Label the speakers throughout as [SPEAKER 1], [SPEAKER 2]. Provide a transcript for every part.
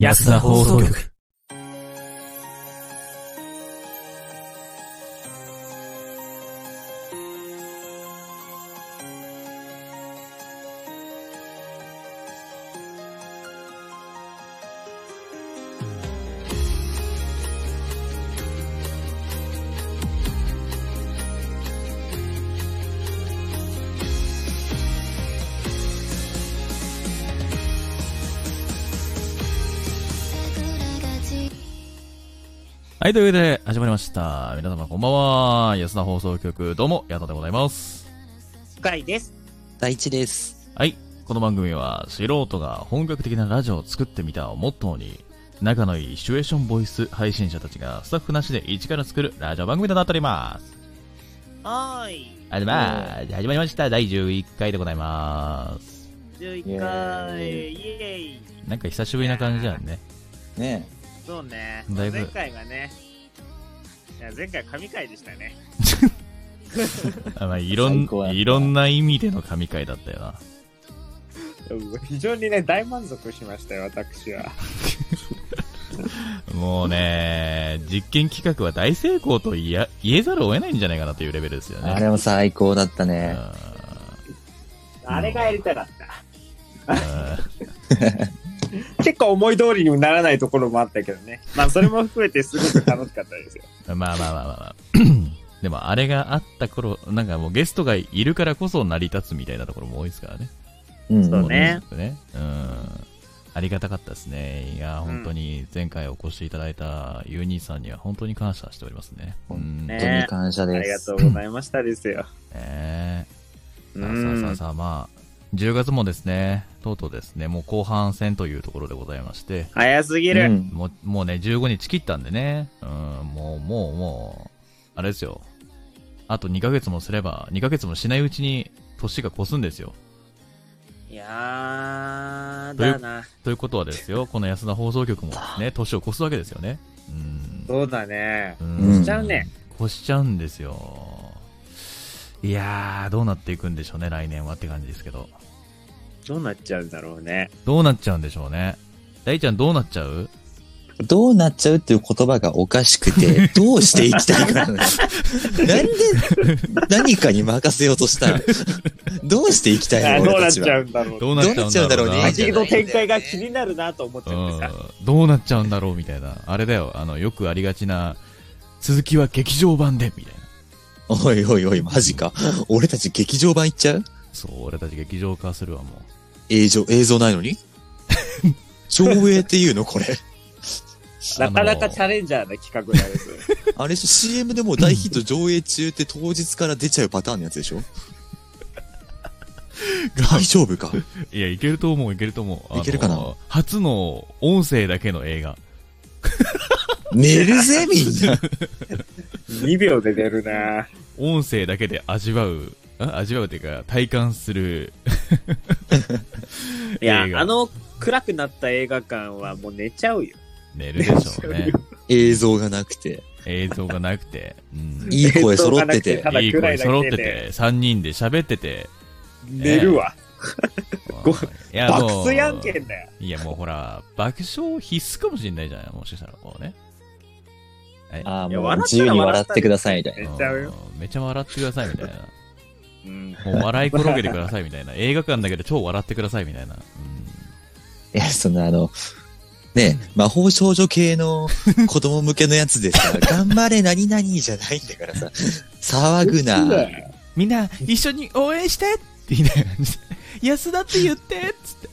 [SPEAKER 1] 安田放送局。はい、というわけで始まりました。皆様こんばんは。安田放送局、どうも、ヤ田でございます。
[SPEAKER 2] 深いです。
[SPEAKER 3] 第一です。
[SPEAKER 1] はい、この番組は素人が本格的なラジオを作ってみたをモットーに、仲のいいシチュエーションボイス配信者たちがスタッフなしで一から作るラジオ番組となっております。
[SPEAKER 2] はーい。
[SPEAKER 1] ありがとうございます。始まりました。第11回でございます。
[SPEAKER 2] 11回、イエーイ。
[SPEAKER 1] なんか久しぶりな感じだよ ね。
[SPEAKER 3] ね
[SPEAKER 2] そうね。
[SPEAKER 1] だいぶ
[SPEAKER 2] 前回がね、いや前回神回でしたね。
[SPEAKER 1] あまあ、いろん
[SPEAKER 3] 最高や、った
[SPEAKER 1] いろんな意味での神回だったよな。
[SPEAKER 2] 非常にね、大満足しましたよ、私は。
[SPEAKER 1] もうね、実験企画は大成功と言え言えざるを得ないんじゃないかなというレベルですよ
[SPEAKER 3] え。
[SPEAKER 1] ね。
[SPEAKER 3] あれも最高だったね。
[SPEAKER 2] あれがやりたかった。結構思い通りにもならないところもあったけどね。まあ、それも含めてすごく楽しかったですよ。
[SPEAKER 1] うん まあまあまあまあまあ。 でもあれがあった頃、なんかもうゲストがいるからこそ成り立つみたいなところも多いですからね。
[SPEAKER 3] うん。
[SPEAKER 2] そうね
[SPEAKER 1] もうね。うん。ありがたかったですね。いや、本当に前回お越しいただいたユーニーさんには本当に感謝しておりますね。うん。
[SPEAKER 3] 本
[SPEAKER 1] ね
[SPEAKER 3] 当に感謝
[SPEAKER 2] あ
[SPEAKER 3] で
[SPEAKER 2] りが
[SPEAKER 3] す。
[SPEAKER 2] とうございましたですよ。
[SPEAKER 1] え
[SPEAKER 2] う
[SPEAKER 1] さあさあさあ
[SPEAKER 2] ん。
[SPEAKER 1] さあ、まあ、10月もですね、とうとうですね、もう後半戦というところでございまして、
[SPEAKER 2] 早すぎ
[SPEAKER 3] う
[SPEAKER 2] る。
[SPEAKER 3] ん
[SPEAKER 1] もう、もうね、15日切ったんでね。うん、もう、もう、もう、あれですよ。あと2ヶ月もすれば、2ヶ月もしないうちに、年が越すんですよ。
[SPEAKER 2] いやー、
[SPEAKER 1] という
[SPEAKER 2] だな。
[SPEAKER 1] ということはですよ、この安田放送局もですね、年を越すわけですよね。うん。
[SPEAKER 2] そうだね。
[SPEAKER 1] うん
[SPEAKER 3] 越しち
[SPEAKER 2] ゃうね。
[SPEAKER 1] 越しちゃうんですよ。いやー、どうなっていくんでしょうね、来年はって感じですけど。
[SPEAKER 2] どうなっちゃうんだろうね。
[SPEAKER 1] どうなっちゃうんでしょうね。大ちゃんどうなっちゃう
[SPEAKER 3] どうなっちゃうっていう言葉がおかしくて、 どうしていきたいかなのなんで、何かに任せようとし たら、どうしていきたい
[SPEAKER 2] あ
[SPEAKER 3] の
[SPEAKER 2] どう
[SPEAKER 3] 俺
[SPEAKER 2] なったち
[SPEAKER 3] ち
[SPEAKER 2] ゃ
[SPEAKER 3] は。
[SPEAKER 2] うんだろうね
[SPEAKER 1] どうなっちゃうんだろう
[SPEAKER 3] どうなっちゃうんだろう
[SPEAKER 1] な
[SPEAKER 3] ね
[SPEAKER 2] 味の展開が気になるなと思っちゃってさ。
[SPEAKER 1] うん、どうなっちゃうんだろうみたいな。あれだよ、あの、よくありがちな、続きは劇場版で、みたいな。
[SPEAKER 3] おいおいおい、マジか。俺たち劇場版行っちゃう
[SPEAKER 1] そう、俺たち劇場化するわ、も
[SPEAKER 3] 映像、映像ないのに 上映っていうのこれ。
[SPEAKER 1] う。
[SPEAKER 2] なかなかチ
[SPEAKER 1] あ
[SPEAKER 2] ャレンジャーな企画なんですよ。
[SPEAKER 3] あれでしょ ?CM でもう大ヒット上映中って当日から出ちゃうパターンのやつで しょ大丈夫か
[SPEAKER 1] のいや、いけると思う、いけると思う。あの
[SPEAKER 3] いけるかな
[SPEAKER 1] 初の音声だけの映画。
[SPEAKER 3] 寝るぜ、みんな。
[SPEAKER 2] 2秒で出るな
[SPEAKER 1] 音声だけで味わう、あ味わうっていうか、体感する。
[SPEAKER 2] いや
[SPEAKER 1] 映、画
[SPEAKER 2] あの暗くなった映画館はもう寝ちゃうよ。
[SPEAKER 1] 寝るでしょう ね。
[SPEAKER 3] 映像がなくて、
[SPEAKER 1] 映像がなくて。うん。
[SPEAKER 3] いい声揃って て
[SPEAKER 2] た。だ
[SPEAKER 1] いい
[SPEAKER 2] 暗
[SPEAKER 1] 声
[SPEAKER 2] いだ
[SPEAKER 1] 揃っ
[SPEAKER 2] け
[SPEAKER 1] て
[SPEAKER 2] で
[SPEAKER 1] て、3人で喋ってて。
[SPEAKER 2] 寝るわ。ご
[SPEAKER 1] いや
[SPEAKER 2] 爆
[SPEAKER 1] もう
[SPEAKER 2] 睡案件だよ。
[SPEAKER 1] いや、もうほら、爆笑必須かもしれないじゃないもしかしたら、こうね。
[SPEAKER 3] ああ、
[SPEAKER 2] いや
[SPEAKER 3] もう
[SPEAKER 2] 笑った
[SPEAKER 3] 自
[SPEAKER 2] ら
[SPEAKER 3] 由に笑ってくださいみたいな。
[SPEAKER 2] 寝ちゃうよ。
[SPEAKER 1] うんめっちゃ笑ってくださいみたいな。
[SPEAKER 2] うん。
[SPEAKER 1] もう笑い転げてくださいみたい な。映画館だけど超笑ってくださいみたいな。うん
[SPEAKER 3] いや、そのあの、ねえ魔法少女系の子供向けのやつでさ、頑張れ何々じゃないんだからさ、騒ぐな。
[SPEAKER 1] みんな、一緒に応援してって言いながら、安田って言ってっつって。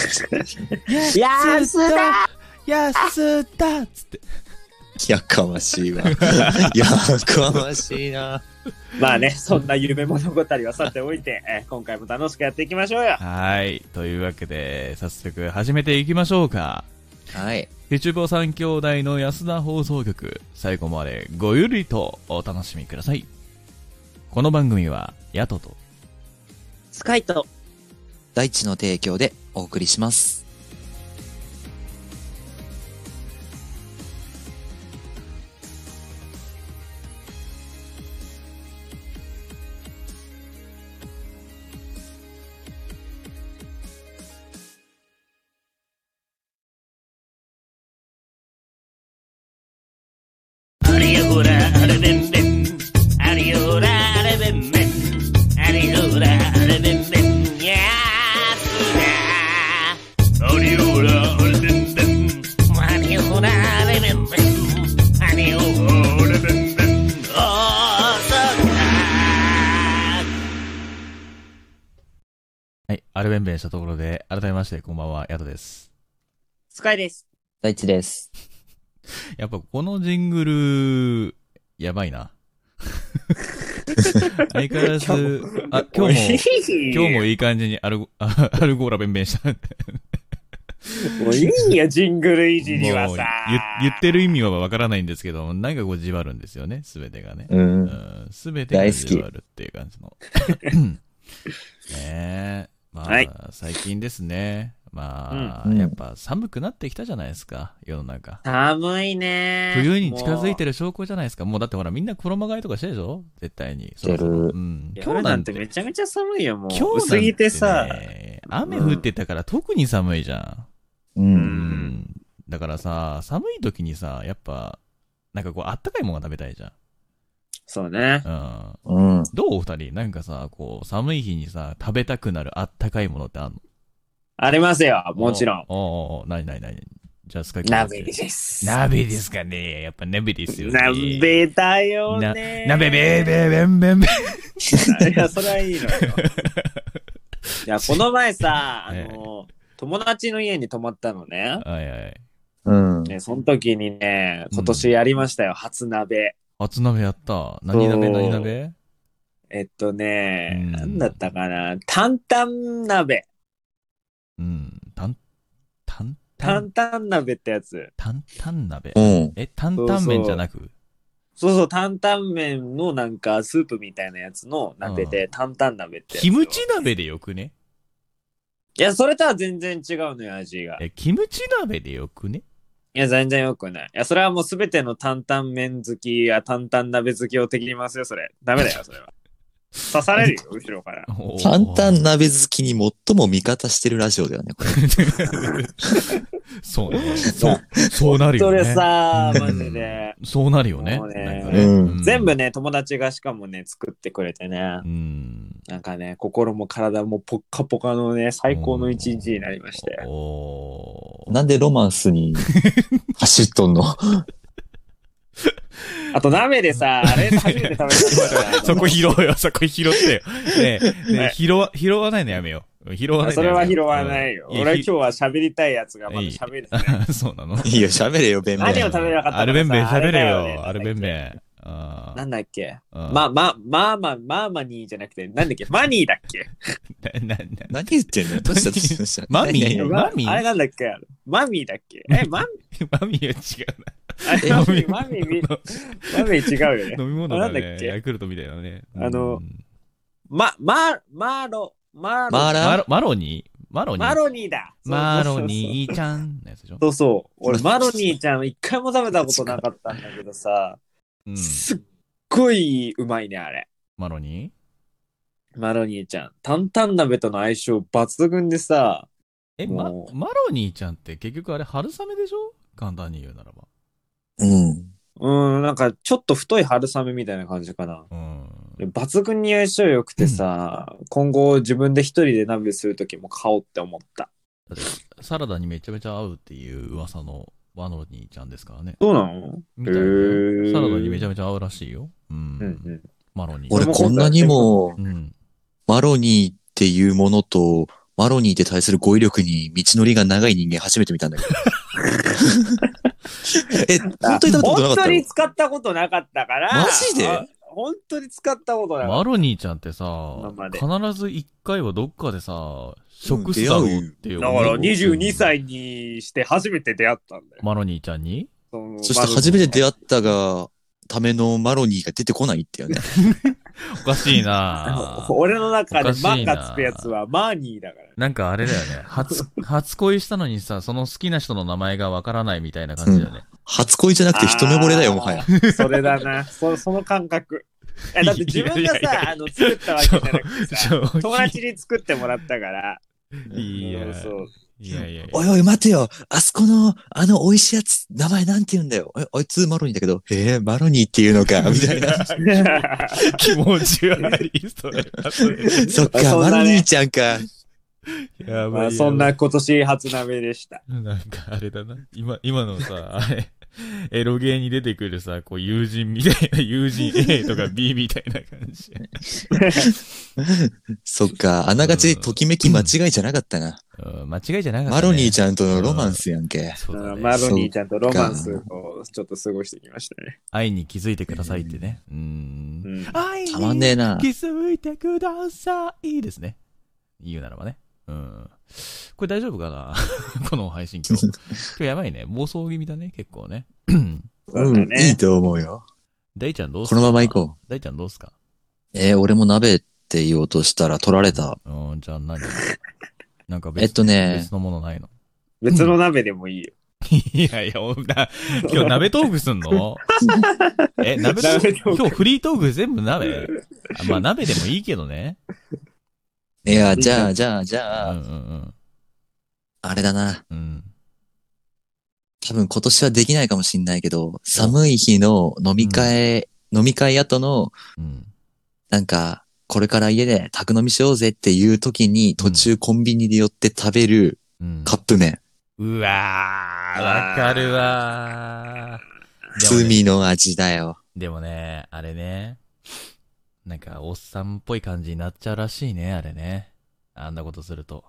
[SPEAKER 1] 安
[SPEAKER 2] 安田
[SPEAKER 1] 安田っつって。
[SPEAKER 3] やかましいわ。やかましいな。
[SPEAKER 2] まあね、そんな夢物語はさておいて、え今回も楽しくやっていきましょうよ。
[SPEAKER 1] はい。というわけで、早速始めていきましょうか。
[SPEAKER 3] はい。
[SPEAKER 1] YouTube 三兄弟の安田放送局、最後までごゆるりとお楽しみください。この番組は、ヤトと、
[SPEAKER 2] スカイと。
[SPEAKER 3] 大地の提供でお送りします。
[SPEAKER 4] られべんべんありのられべんべんやすなありのられべんべんありのられべんべんありのられべんべんおそら
[SPEAKER 1] はい、アルベンベンしたところで、改めまして、こんばんは、ヤトです。
[SPEAKER 2] スカイです。
[SPEAKER 5] 大地です。
[SPEAKER 1] やっぱこのジングル、やばいな。相変わらず、あ、今日も、今日もいい感じにアルゴ、 あアルゴーラ弁弁した。もう
[SPEAKER 2] も。もういいよ、ジングルいじりはさ。
[SPEAKER 1] 言言ってる意味はわからないんですけど、なんかこうじわるんですよね、すべてがね。
[SPEAKER 3] う。
[SPEAKER 1] うんん、すべてが
[SPEAKER 3] 大好き
[SPEAKER 1] じわるっていう感じの。 ねえ。まあ、
[SPEAKER 2] はい
[SPEAKER 1] 最近ですね。まあ、
[SPEAKER 3] うん
[SPEAKER 1] やっぱ寒くなってきたじゃないですか、世の中。
[SPEAKER 2] 寒いね。
[SPEAKER 1] 冬に近づいて
[SPEAKER 2] る。
[SPEAKER 1] る証拠じゃないですか。もうだってほら、みんな衣替えとかしてるでしょ絶対に。
[SPEAKER 3] してる
[SPEAKER 1] そろそろうん。
[SPEAKER 2] 今日なんてめちゃめちゃ寒いよ、もう。
[SPEAKER 1] 今日なん
[SPEAKER 2] 薄着てさ。
[SPEAKER 1] ね雨降ってたから特に寒いじゃん。
[SPEAKER 3] う。
[SPEAKER 2] うんん。
[SPEAKER 1] だからさ、寒い時にさ、やっぱ、なんかこう、あったかいものが食べたいじゃん。
[SPEAKER 2] そうね。
[SPEAKER 1] うん。
[SPEAKER 3] うん。
[SPEAKER 1] どうお二人、なんかさ、こう、寒い日にさ、食べたくなるあったかいものってあんの
[SPEAKER 2] ありますよ、もちろん。
[SPEAKER 1] おおおうおうなになになにじゃあ、スカイ君
[SPEAKER 2] 鍋です。
[SPEAKER 1] 鍋ですかね。やっぱ鍋ですよね。
[SPEAKER 2] 鍋だよ
[SPEAKER 1] な
[SPEAKER 2] ね。
[SPEAKER 1] 鍋べーべーべんべんべん。
[SPEAKER 2] いや、それはいい のよ。いや、この前さ、あ
[SPEAKER 1] ええ
[SPEAKER 2] の、友達の家に泊まったのね。
[SPEAKER 1] はいはい。
[SPEAKER 3] うん。
[SPEAKER 2] ね、その時にね、今年やりましたよ、初鍋。
[SPEAKER 1] 初鍋やった。何鍋
[SPEAKER 2] そう
[SPEAKER 1] 何鍋
[SPEAKER 2] えっとね、
[SPEAKER 1] うん
[SPEAKER 2] なんだったかな、担々鍋。
[SPEAKER 1] うん。たん、たん、たん、
[SPEAKER 2] 担々鍋ってやつ。
[SPEAKER 1] たん、たん鍋
[SPEAKER 3] う。ん。
[SPEAKER 1] え、担々麺じゃなく
[SPEAKER 2] そうそう、担々麺のなんかスープみたいなやつの鍋で、担々鍋ってやつ
[SPEAKER 1] キ
[SPEAKER 2] よ
[SPEAKER 1] ムチ鍋でよくね
[SPEAKER 2] いや、それとは全然違うのよ、味が。い
[SPEAKER 1] え、キムチ鍋でよくね
[SPEAKER 2] や、全然よくない。いや、それはもうすべての担々麺好きや担々鍋好きを敵にますよ、それ。ダメだよ、それは。刺されるよ、後ろから。
[SPEAKER 1] おー
[SPEAKER 3] 簡単鍋好きに最も味方してるラジオだよね、これ。
[SPEAKER 1] そうね。そう、そうなるよ
[SPEAKER 2] そ
[SPEAKER 1] ね。
[SPEAKER 2] れさ、
[SPEAKER 1] うん
[SPEAKER 2] マジで。
[SPEAKER 1] そうなるよね。
[SPEAKER 2] もうね
[SPEAKER 1] なんか
[SPEAKER 3] うん
[SPEAKER 2] 全部。ね、友達がしかもね、作ってくれてね
[SPEAKER 1] う。ん。
[SPEAKER 2] なんかね、心も体もポッカポカのね、最高の一日になりまして。
[SPEAKER 1] おー
[SPEAKER 3] なんでロマン スに走っとんの
[SPEAKER 2] あと、鍋でさ、あれ初めて食べたんです
[SPEAKER 1] そ
[SPEAKER 2] よ
[SPEAKER 1] こ拾うよ、そこ拾ってよ。ねえ、ね
[SPEAKER 2] は
[SPEAKER 1] え
[SPEAKER 2] い
[SPEAKER 1] 拾わ、拾わないのやめよう。拾わない
[SPEAKER 2] そ
[SPEAKER 1] のや
[SPEAKER 2] れ
[SPEAKER 1] め
[SPEAKER 2] は
[SPEAKER 1] よう
[SPEAKER 2] 拾わないよ。
[SPEAKER 1] うん
[SPEAKER 2] 俺は今
[SPEAKER 1] ひ
[SPEAKER 2] 日は喋りたいやつがまだ喋れてな い。
[SPEAKER 1] そうなの
[SPEAKER 3] いいよ、喋れよ、弁明。
[SPEAKER 2] 何を食べなかったのかさ
[SPEAKER 1] アルベンベン喋れ
[SPEAKER 2] あれだよね
[SPEAKER 1] よ、アルベンベン。あ
[SPEAKER 2] なんだっけ
[SPEAKER 1] あ
[SPEAKER 2] ま、ま、まあまあ、まあまあにじゃなくて、なんだっけマニーだっ け
[SPEAKER 1] な、な、な、
[SPEAKER 3] 何言ってんのどうしたど うした
[SPEAKER 1] マミー
[SPEAKER 3] 何
[SPEAKER 1] え
[SPEAKER 3] 何
[SPEAKER 1] マミー
[SPEAKER 2] あれなんだっけマミーだっけえ、マミ
[SPEAKER 1] マミーは違う
[SPEAKER 2] ーあれ
[SPEAKER 1] な。
[SPEAKER 2] マミー、マミーみ、マミー違うよね。
[SPEAKER 1] 飲み物だ
[SPEAKER 2] あなんだ
[SPEAKER 1] ね
[SPEAKER 2] っ。け
[SPEAKER 1] ヤクルトみたいなね。
[SPEAKER 2] あの
[SPEAKER 1] うん
[SPEAKER 2] ま、ま、マロ、マロ、
[SPEAKER 3] マー
[SPEAKER 1] マ
[SPEAKER 3] ラ
[SPEAKER 1] ロ、マロニーマロニー
[SPEAKER 2] マロニーだ。
[SPEAKER 1] マロニーちゃんのやつでしょ
[SPEAKER 2] そうそう。俺、マロニーちゃん一回も食べたことなかったんだけどさ、
[SPEAKER 1] うん。
[SPEAKER 2] すっごいうまいね、あれ。
[SPEAKER 1] マロニー
[SPEAKER 2] マロニーちゃん。担々鍋との相性抜群でさ、
[SPEAKER 1] え、ま、
[SPEAKER 2] もう
[SPEAKER 1] マロニーちゃんって結局あれ春雨でしょ簡単に言うならば。
[SPEAKER 3] うん。
[SPEAKER 2] うん、なんかちょっと太い春雨みたいな感じかな。
[SPEAKER 1] うん。
[SPEAKER 2] 抜群に相性良くてさ、今後自分で一人で鍋するときも買おうって思った。
[SPEAKER 1] サラダにめちゃめちゃ合うっていう噂のマロニーちゃんですからね。
[SPEAKER 2] どうなの
[SPEAKER 1] みたいな
[SPEAKER 2] へー
[SPEAKER 1] サラダにめちゃめちゃ合うらしいよ。うん。
[SPEAKER 2] うんうん。
[SPEAKER 1] マロニー。
[SPEAKER 3] 俺こんなにも
[SPEAKER 1] う、ん。
[SPEAKER 3] マロニーっていうものと、マロニーって対する語彙力に道のりが長い人間初めて見たんだ けど。え、本当に食べたことな
[SPEAKER 2] 本
[SPEAKER 3] かった
[SPEAKER 2] 当
[SPEAKER 3] の
[SPEAKER 2] に使ったことなかったから。
[SPEAKER 3] マジで
[SPEAKER 2] あ本当に使ったことなか
[SPEAKER 1] マ
[SPEAKER 2] っ
[SPEAKER 1] ロニーちゃんって
[SPEAKER 2] 今
[SPEAKER 1] さ、
[SPEAKER 2] まで
[SPEAKER 1] 必ず一回はどっかでさ、食すだろうって
[SPEAKER 2] た。
[SPEAKER 1] 思
[SPEAKER 2] だ
[SPEAKER 1] う
[SPEAKER 2] から22。歳にして初めて出会ったんだよ。
[SPEAKER 1] マロニーちゃんに
[SPEAKER 2] の
[SPEAKER 3] そして初めて出会ったが、ためのマロニーが出てこないってよね。
[SPEAKER 1] おかしいな
[SPEAKER 2] 俺の中
[SPEAKER 1] お
[SPEAKER 2] で
[SPEAKER 1] かしいな
[SPEAKER 2] マンがつくやつはマーニーだから。
[SPEAKER 1] なんかあれだよね。初、 初恋したのにさ、その好きな人の名前がわからないみたいな感じだよね。
[SPEAKER 3] 初恋じゃなくて一目惚れだよ、もはや。
[SPEAKER 2] それだな。そその感覚。いやだって自分が
[SPEAKER 1] いやいやいや
[SPEAKER 2] さ、あの、作ったわけじゃなくてさ、
[SPEAKER 1] ちょ
[SPEAKER 2] 友達に作ってもらったから。
[SPEAKER 1] いや
[SPEAKER 2] そうそう。
[SPEAKER 1] いやいやいや。
[SPEAKER 3] おいおい、待てよあそこの、あの美味しいやつ、名前なんて言うんだよえあいつマロニーだけど、えー、マロニーっていう のかみたいな。
[SPEAKER 1] 気持ち悪い、それは それ。
[SPEAKER 3] そっか、
[SPEAKER 2] そん
[SPEAKER 3] マ
[SPEAKER 2] なね
[SPEAKER 3] ロニーちゃんか。
[SPEAKER 1] やばい
[SPEAKER 2] まあ、
[SPEAKER 1] やばい
[SPEAKER 2] そんな今年初鍋でした。
[SPEAKER 1] なんかあれだな。今、今のさ、 あれ、エロゲーに出てくるさ、こう友人みたいな、 友人 A とか B みたいな感じ。
[SPEAKER 3] そっか、あながちときめき間違いじゃなかったな。
[SPEAKER 1] うん、間違いじゃなかった、ね。
[SPEAKER 3] マロニーち
[SPEAKER 1] ゃ
[SPEAKER 3] ゃんとのロマンスやんけ。
[SPEAKER 1] そうだね。
[SPEAKER 2] マロニーちゃんとロマンスをちょっと過ごしてきましたね。
[SPEAKER 1] 愛に気づいてくださいってね。うー。
[SPEAKER 2] うんん、
[SPEAKER 1] 愛に
[SPEAKER 3] たまんねえな
[SPEAKER 1] 気。づいてくださいですね。言うならばね。うん。これ大丈夫かな この配信今 日。今日やばいね。暴走気味だね、結構ね。
[SPEAKER 2] そうだね。
[SPEAKER 3] いいと思うよ。
[SPEAKER 1] 大ちゃんどうす
[SPEAKER 3] こ
[SPEAKER 1] か
[SPEAKER 3] のまま行こう。
[SPEAKER 1] 大ちゃんどうすか
[SPEAKER 3] えー、俺も鍋って言おうとしたら取られた。
[SPEAKER 1] うん、じゃあ 何なんか別
[SPEAKER 3] えっとね
[SPEAKER 1] 別、のものないの
[SPEAKER 2] 別の鍋でもいいよ。
[SPEAKER 1] いやいや、おな今日鍋トークすんのえ、鍋ト
[SPEAKER 2] 鍋
[SPEAKER 1] ー
[SPEAKER 2] ト
[SPEAKER 1] ク
[SPEAKER 2] ーク
[SPEAKER 1] 今日フリートーク全部鍋あまあ鍋でもいいけどね。
[SPEAKER 3] いや、じゃあ、じゃあ、じ
[SPEAKER 1] うん
[SPEAKER 3] ゃ
[SPEAKER 1] う
[SPEAKER 3] あ、
[SPEAKER 1] ん
[SPEAKER 3] あれだな。
[SPEAKER 1] うん。うん。
[SPEAKER 3] 多分今年はできないかもしんないけど、寒い日の飲み会、飲み会後の、
[SPEAKER 1] うん。
[SPEAKER 3] なんか、これから家で宅飲みしようぜっていう時に、途中コンビニで寄って食べる
[SPEAKER 1] うん。
[SPEAKER 3] カップ麺。
[SPEAKER 1] うわー、わかるわー。でもね
[SPEAKER 3] 罪の味だよ。
[SPEAKER 1] でもね、あれね、なんか、おっさんっぽい感じになっちゃうらしいね、あれね。あんなことすると。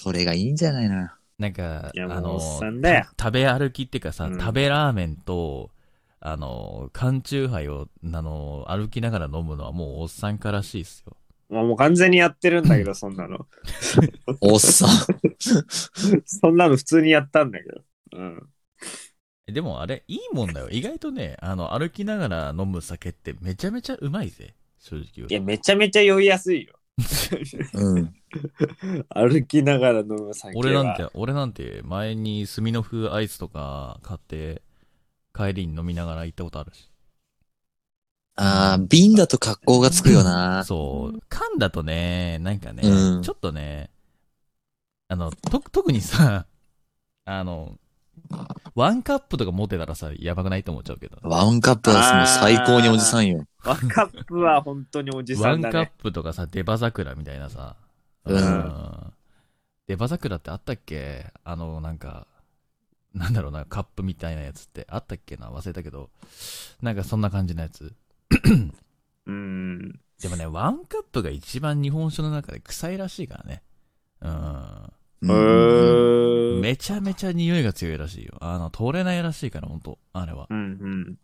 [SPEAKER 3] それがいいんじゃないな。
[SPEAKER 1] なんか、
[SPEAKER 2] いやもう
[SPEAKER 1] あの、
[SPEAKER 2] おっさんだよ
[SPEAKER 1] た食べ歩きっていうかさ、
[SPEAKER 2] うん
[SPEAKER 1] 食べラーメンと、あの、缶チューハイを、あの、歩きながら飲むのはもうおっさんからしいっすよ。
[SPEAKER 2] まあ もう完全にやってるんだけど、そんなの。
[SPEAKER 3] おっさん。
[SPEAKER 2] そんなの普通にやったんだけど。うん。
[SPEAKER 1] でもあれ、いいもんだよ。意外とね、あの、歩きながら飲む酒ってめちゃめちゃうまいぜ。正直言う
[SPEAKER 2] い
[SPEAKER 1] と
[SPEAKER 2] や、めちゃめちゃ酔いやすいよ。
[SPEAKER 3] うん。
[SPEAKER 2] 歩きながら飲む酒は。
[SPEAKER 1] 俺なんて、俺なんて前に炭の風アイスとか買って、帰りに飲みながら行ったことあるし。
[SPEAKER 3] ああ、瓶だと格好がつくよな。
[SPEAKER 1] そう、缶だとね、なんかね、
[SPEAKER 3] うん
[SPEAKER 1] ちょっとね、あの、と、特にさ、 あの、ワンカップとか持ってたらさ、やばくないと思っちゃうけど。
[SPEAKER 3] ワンカップはその最高におじさんよ。
[SPEAKER 2] ワンカップは本当におじさ
[SPEAKER 1] ワ
[SPEAKER 2] ん
[SPEAKER 1] ンカ
[SPEAKER 2] だ
[SPEAKER 1] ッ
[SPEAKER 2] ね。
[SPEAKER 1] プとかさ、デバ桜みたいなさ。
[SPEAKER 3] うん
[SPEAKER 1] デバ桜ってあったっけあの、なんか、なんだろうな、カップみたいなやつってあったっけな忘れたけど。なんかそんな感じのやつ。
[SPEAKER 2] うん。
[SPEAKER 1] でもね、ワンカップが一番日本酒の中で臭いらしいからね。うん。
[SPEAKER 3] う
[SPEAKER 2] うんーん。
[SPEAKER 1] めちゃめちゃ匂いが強いらしいよ。あの、通れないらしいから、ほんと。あれは。
[SPEAKER 2] うんうん。
[SPEAKER 1] い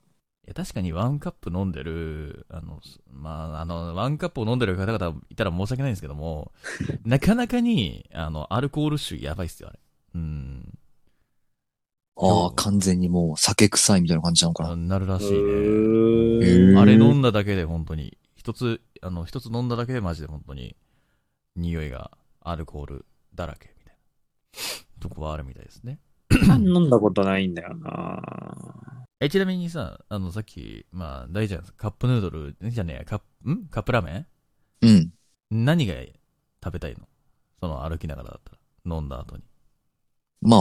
[SPEAKER 1] や、確かにワンカップ飲んでる、あの、すまあ、あの、ワンカップを飲んでる方々いたら申し訳ないんですけども、なかなかに、あの、アルコール臭やばいっすよ、あれ。うん。
[SPEAKER 3] ああ、完全にもう酒臭いみたいな感じなのかな。
[SPEAKER 1] なるらしいね。
[SPEAKER 2] うーん
[SPEAKER 3] へー
[SPEAKER 1] あれ飲んだだけで本当に、一つ、あの、一つ飲んだだけでマジで本当に、匂いがアルコールだらけ、みたいな、とこはあるみたいですね。
[SPEAKER 2] 飲んだことないんだよな。
[SPEAKER 1] え、ちなみにさ、あの、さっき、まあ、大ちゃん、カップヌードル、じゃねえや、カップ、んカップラーメ
[SPEAKER 3] うん。
[SPEAKER 1] ン何が食べたいのその歩きながらだったら、飲んだ後に。
[SPEAKER 3] まあ、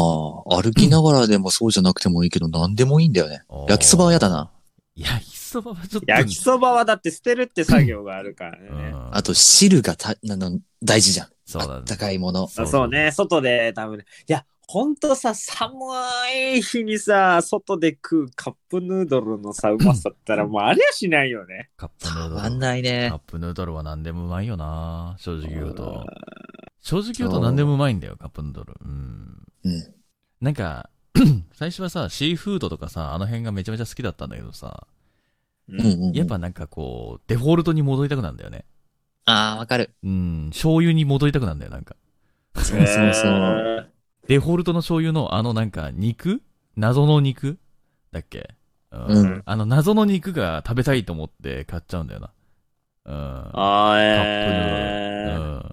[SPEAKER 3] 歩きながらでもそうじゃなくてもいいけど、何でもいいんだよね。
[SPEAKER 1] おー
[SPEAKER 3] 焼きそばは嫌だ。な。
[SPEAKER 1] 焼きそばはちょっと。
[SPEAKER 2] 焼きそばはだって捨てるって作業があるからね。
[SPEAKER 1] うん、
[SPEAKER 3] あと、汁がた、なの、大事じゃん。
[SPEAKER 1] そうだ
[SPEAKER 3] あっ
[SPEAKER 1] ね
[SPEAKER 3] たかいもの。
[SPEAKER 2] あそうね、外で食べる。いや、ほんとさ、寒い日にさ、外で食うカップヌードルのさ、うまさったら、もうありゃしないよね。
[SPEAKER 1] カップ
[SPEAKER 3] た
[SPEAKER 1] ヌードル。
[SPEAKER 3] まんないね
[SPEAKER 1] カッ。プヌードルは何でもうまいよな正直言うと
[SPEAKER 2] あ。
[SPEAKER 1] 正直言うと何でもうまいんだよ、カップヌードル。うん。
[SPEAKER 3] うん
[SPEAKER 1] なんか、 最初はさ、シーフードとかさ、あの辺がめちゃめちゃ好きだったんだけどさ、
[SPEAKER 3] うんうんうん。
[SPEAKER 1] やっぱなんかこう、デフォルトに戻りたくなんだよね。
[SPEAKER 3] ああ、わかる。
[SPEAKER 1] うん、醤油に戻りたくなんだよ、なんか。
[SPEAKER 3] そうそうそう。
[SPEAKER 1] デフォルトの醤油のあのなんか肉謎の肉だっけうん
[SPEAKER 3] うん
[SPEAKER 1] あの謎の肉が食べたいと思って買っちゃうんだよな。うん。
[SPEAKER 2] あー
[SPEAKER 1] カップヌードル。う
[SPEAKER 2] え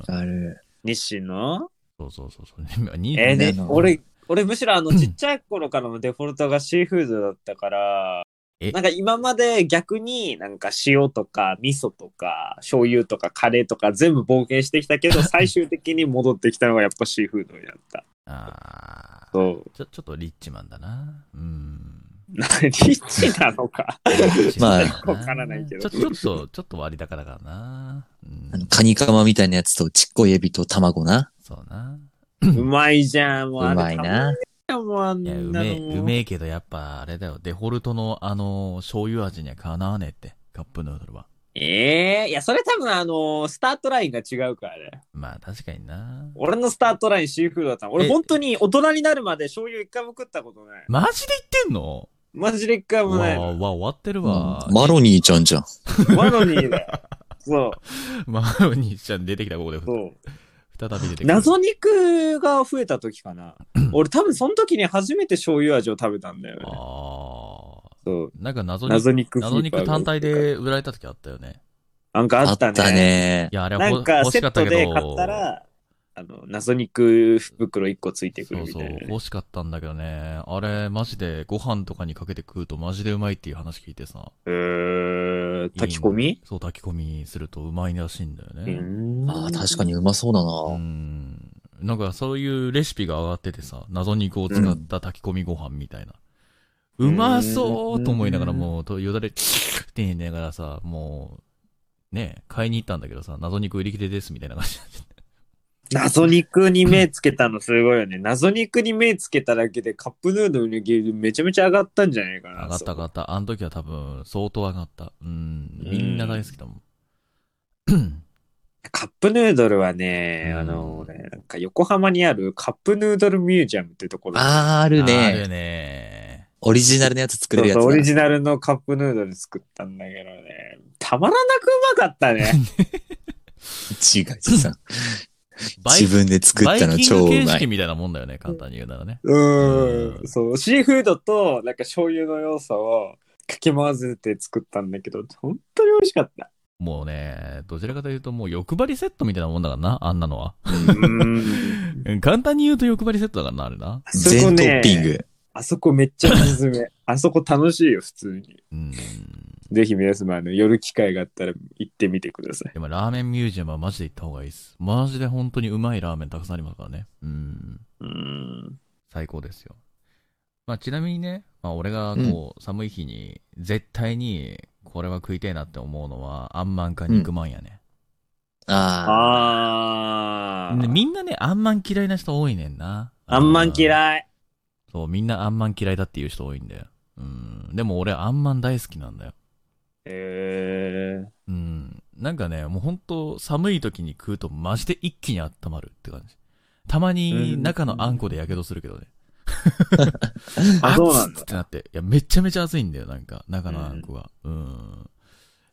[SPEAKER 2] ー、
[SPEAKER 1] ん。
[SPEAKER 3] ある。
[SPEAKER 2] 日清の
[SPEAKER 1] そうそうそうそう。に
[SPEAKER 2] えー、
[SPEAKER 3] ね
[SPEAKER 2] で
[SPEAKER 3] あ、の
[SPEAKER 2] 俺、俺むしろあの、ちっちゃい頃からのデフォルトがシーフードだったから
[SPEAKER 1] え、
[SPEAKER 2] なんか今まで逆になんか塩とか味噌とか醤油とかカレーとか全部冒険してきたけど、最終的に戻ってきたのがやっぱシーフードになった。
[SPEAKER 1] ああ。
[SPEAKER 2] そう。
[SPEAKER 1] ちょ、ちょっとリッチマンだな。 うん。
[SPEAKER 2] リッチなのか。
[SPEAKER 3] まあ
[SPEAKER 1] リッチマンだ
[SPEAKER 2] わからないけど
[SPEAKER 1] ちょ、ちょっと、ちょっと割高だからな。うん
[SPEAKER 3] あ。の、カニカマみたいなやつと、ちっこいエビと卵な。
[SPEAKER 1] そうな。
[SPEAKER 2] うまいじゃん。
[SPEAKER 3] う
[SPEAKER 2] もうあれ
[SPEAKER 3] まい。な。
[SPEAKER 2] たまんないもんあん
[SPEAKER 1] いや、
[SPEAKER 2] な
[SPEAKER 1] う
[SPEAKER 2] の
[SPEAKER 1] めえ、うめえけどやっぱあれだよ。デフォルトのあの、醤油味にはかなわねえって。カップヌードルは。
[SPEAKER 2] ええいや、それ多分あの、スタートラインが違うからね。
[SPEAKER 1] まあ確かにな。
[SPEAKER 2] 俺のスタートラインシーフードだったの。俺
[SPEAKER 1] え
[SPEAKER 2] 本当に大人になるまで醤油一回も食ったことない。
[SPEAKER 1] マジで言ってんの
[SPEAKER 2] マジで一回も
[SPEAKER 1] わ
[SPEAKER 2] な
[SPEAKER 1] あ
[SPEAKER 2] い、の。
[SPEAKER 1] わあ、終わってる
[SPEAKER 3] うん
[SPEAKER 1] わ。
[SPEAKER 3] マロニーちゃんじゃん。
[SPEAKER 2] マロニーだよ。そう、
[SPEAKER 1] マロニーちゃん出てきた、ここで。
[SPEAKER 2] そう。
[SPEAKER 1] 再び出てきた。
[SPEAKER 2] 謎肉が増えた時 かな。俺多分その時に初めて醤油味を食べたんだよね。
[SPEAKER 1] ああ。
[SPEAKER 2] そう。
[SPEAKER 1] なんか謎肉、
[SPEAKER 2] 謎肉
[SPEAKER 1] 謎
[SPEAKER 2] フィーバ
[SPEAKER 1] 肉
[SPEAKER 2] ー
[SPEAKER 1] 単体。で売られた時あったよね。
[SPEAKER 2] なんかあ
[SPEAKER 3] あ
[SPEAKER 2] っ
[SPEAKER 3] ったた
[SPEAKER 2] ね。
[SPEAKER 3] ね。
[SPEAKER 1] いや、あれは
[SPEAKER 2] なん
[SPEAKER 1] 欲
[SPEAKER 2] か
[SPEAKER 1] 欲
[SPEAKER 2] セ
[SPEAKER 1] しか
[SPEAKER 2] ッ
[SPEAKER 1] った
[SPEAKER 2] ト
[SPEAKER 1] け
[SPEAKER 2] で
[SPEAKER 1] ど。
[SPEAKER 2] 買ったら、あの、謎肉袋一個ついてく
[SPEAKER 1] そ
[SPEAKER 2] る
[SPEAKER 1] う
[SPEAKER 2] みた
[SPEAKER 1] そう
[SPEAKER 2] いなね、。
[SPEAKER 1] 欲しかったんだけどね。あれ、マジでご飯とかにかけて食うとマジでうまいっていう話聞いてさ。
[SPEAKER 2] えー、炊き込
[SPEAKER 1] いい
[SPEAKER 2] み
[SPEAKER 1] ねそう、炊き込みするとうまいらしいんだよ
[SPEAKER 2] う
[SPEAKER 1] ね。
[SPEAKER 2] ん
[SPEAKER 3] ああ、確かにうまそうだ
[SPEAKER 1] う
[SPEAKER 3] な。
[SPEAKER 1] ん。なんかそういうレシピが上がっててさ、謎肉を使った炊き込みご飯みたいな。う
[SPEAKER 2] うん
[SPEAKER 1] まそうと思いながら
[SPEAKER 2] うん
[SPEAKER 1] もう、とよだれ、って言いながらさ、もう、ね、買いに行ったんだけどさ、謎肉売り切れですみたいな感じ。
[SPEAKER 2] 謎肉に目つけたのすごいよね。謎肉に目つけただけでカップヌードルの牛乳めちゃめちゃ上がったんじゃないかな。
[SPEAKER 1] 上がった上が
[SPEAKER 2] っ
[SPEAKER 1] った。あの時は多分、相当上がった。うん。
[SPEAKER 2] うん
[SPEAKER 1] みんな大好きだもん。
[SPEAKER 2] た。カップヌードルはね、
[SPEAKER 1] うん
[SPEAKER 2] あの、ね、なんか横浜にあるカップヌードルミュージアムっていうところ
[SPEAKER 3] あーある
[SPEAKER 1] あ
[SPEAKER 3] ね。
[SPEAKER 1] るね。
[SPEAKER 3] オリジナルのやつ作
[SPEAKER 2] そ
[SPEAKER 3] れ
[SPEAKER 2] う
[SPEAKER 3] るやつ
[SPEAKER 2] そう
[SPEAKER 3] だ。
[SPEAKER 2] オリジナルのカップヌードル作ったんだけどね。たまらなくうまかった ね。
[SPEAKER 3] 違うさん。
[SPEAKER 1] バイ
[SPEAKER 3] 自分で作
[SPEAKER 1] バ
[SPEAKER 3] っ
[SPEAKER 1] イ
[SPEAKER 3] たの
[SPEAKER 1] キン
[SPEAKER 3] 超
[SPEAKER 1] グ
[SPEAKER 3] う
[SPEAKER 1] 形
[SPEAKER 3] ま
[SPEAKER 1] 式
[SPEAKER 3] い。
[SPEAKER 1] みたいなもんだよね、簡単に言うならね。
[SPEAKER 2] うー。
[SPEAKER 1] うんん
[SPEAKER 2] そう、シーフードとなんか醤油の要素をかき混ぜて作ったんだけど、本当に美味しかった。
[SPEAKER 1] もうね、どちらかというともう欲張りセットみたいなもんだからな、あんなのは。
[SPEAKER 2] う ん。
[SPEAKER 1] 簡単に言うと欲張りセットだからな、あれな。
[SPEAKER 3] 全トッピング。
[SPEAKER 2] あそこめっちゃおすすめ。あそこ楽しいよ、普通に。
[SPEAKER 1] うん。
[SPEAKER 2] ぜひ皆様、あの、夜機会があったら行ってみてください。
[SPEAKER 1] でもラーメンミュージアムはマジで行った方がいいです。マジで本当にうまいラーメンたくさんありますからね。うん。
[SPEAKER 2] うん。
[SPEAKER 1] 最高ですよ。まあちなみにね、まあ俺がこう、寒い日に絶対にこれは食いたいなって思うのは、あんまんか肉まんやね。
[SPEAKER 3] あ
[SPEAKER 2] あ
[SPEAKER 1] で
[SPEAKER 2] ー。
[SPEAKER 1] みんなね、あんまん嫌いな人多いねんな。
[SPEAKER 2] あんまん
[SPEAKER 1] い。
[SPEAKER 2] 嫌い。
[SPEAKER 1] そう、みんなあんまん嫌いだっていう人多いんだよ。うん。でも俺、あんまん大好きなんだよ。
[SPEAKER 2] えー。
[SPEAKER 1] うん。なんかね、もうほんと、寒い時に食うとマジで一気に温まるって感じ。たまに
[SPEAKER 2] うん
[SPEAKER 1] 中のあんこで火傷するけどね。
[SPEAKER 2] あ、そうなん
[SPEAKER 1] 熱っ
[SPEAKER 2] だ
[SPEAKER 1] っ。てなって。いや、めちゃめちゃ熱いんだよ、なんか、中のあんこが。うん。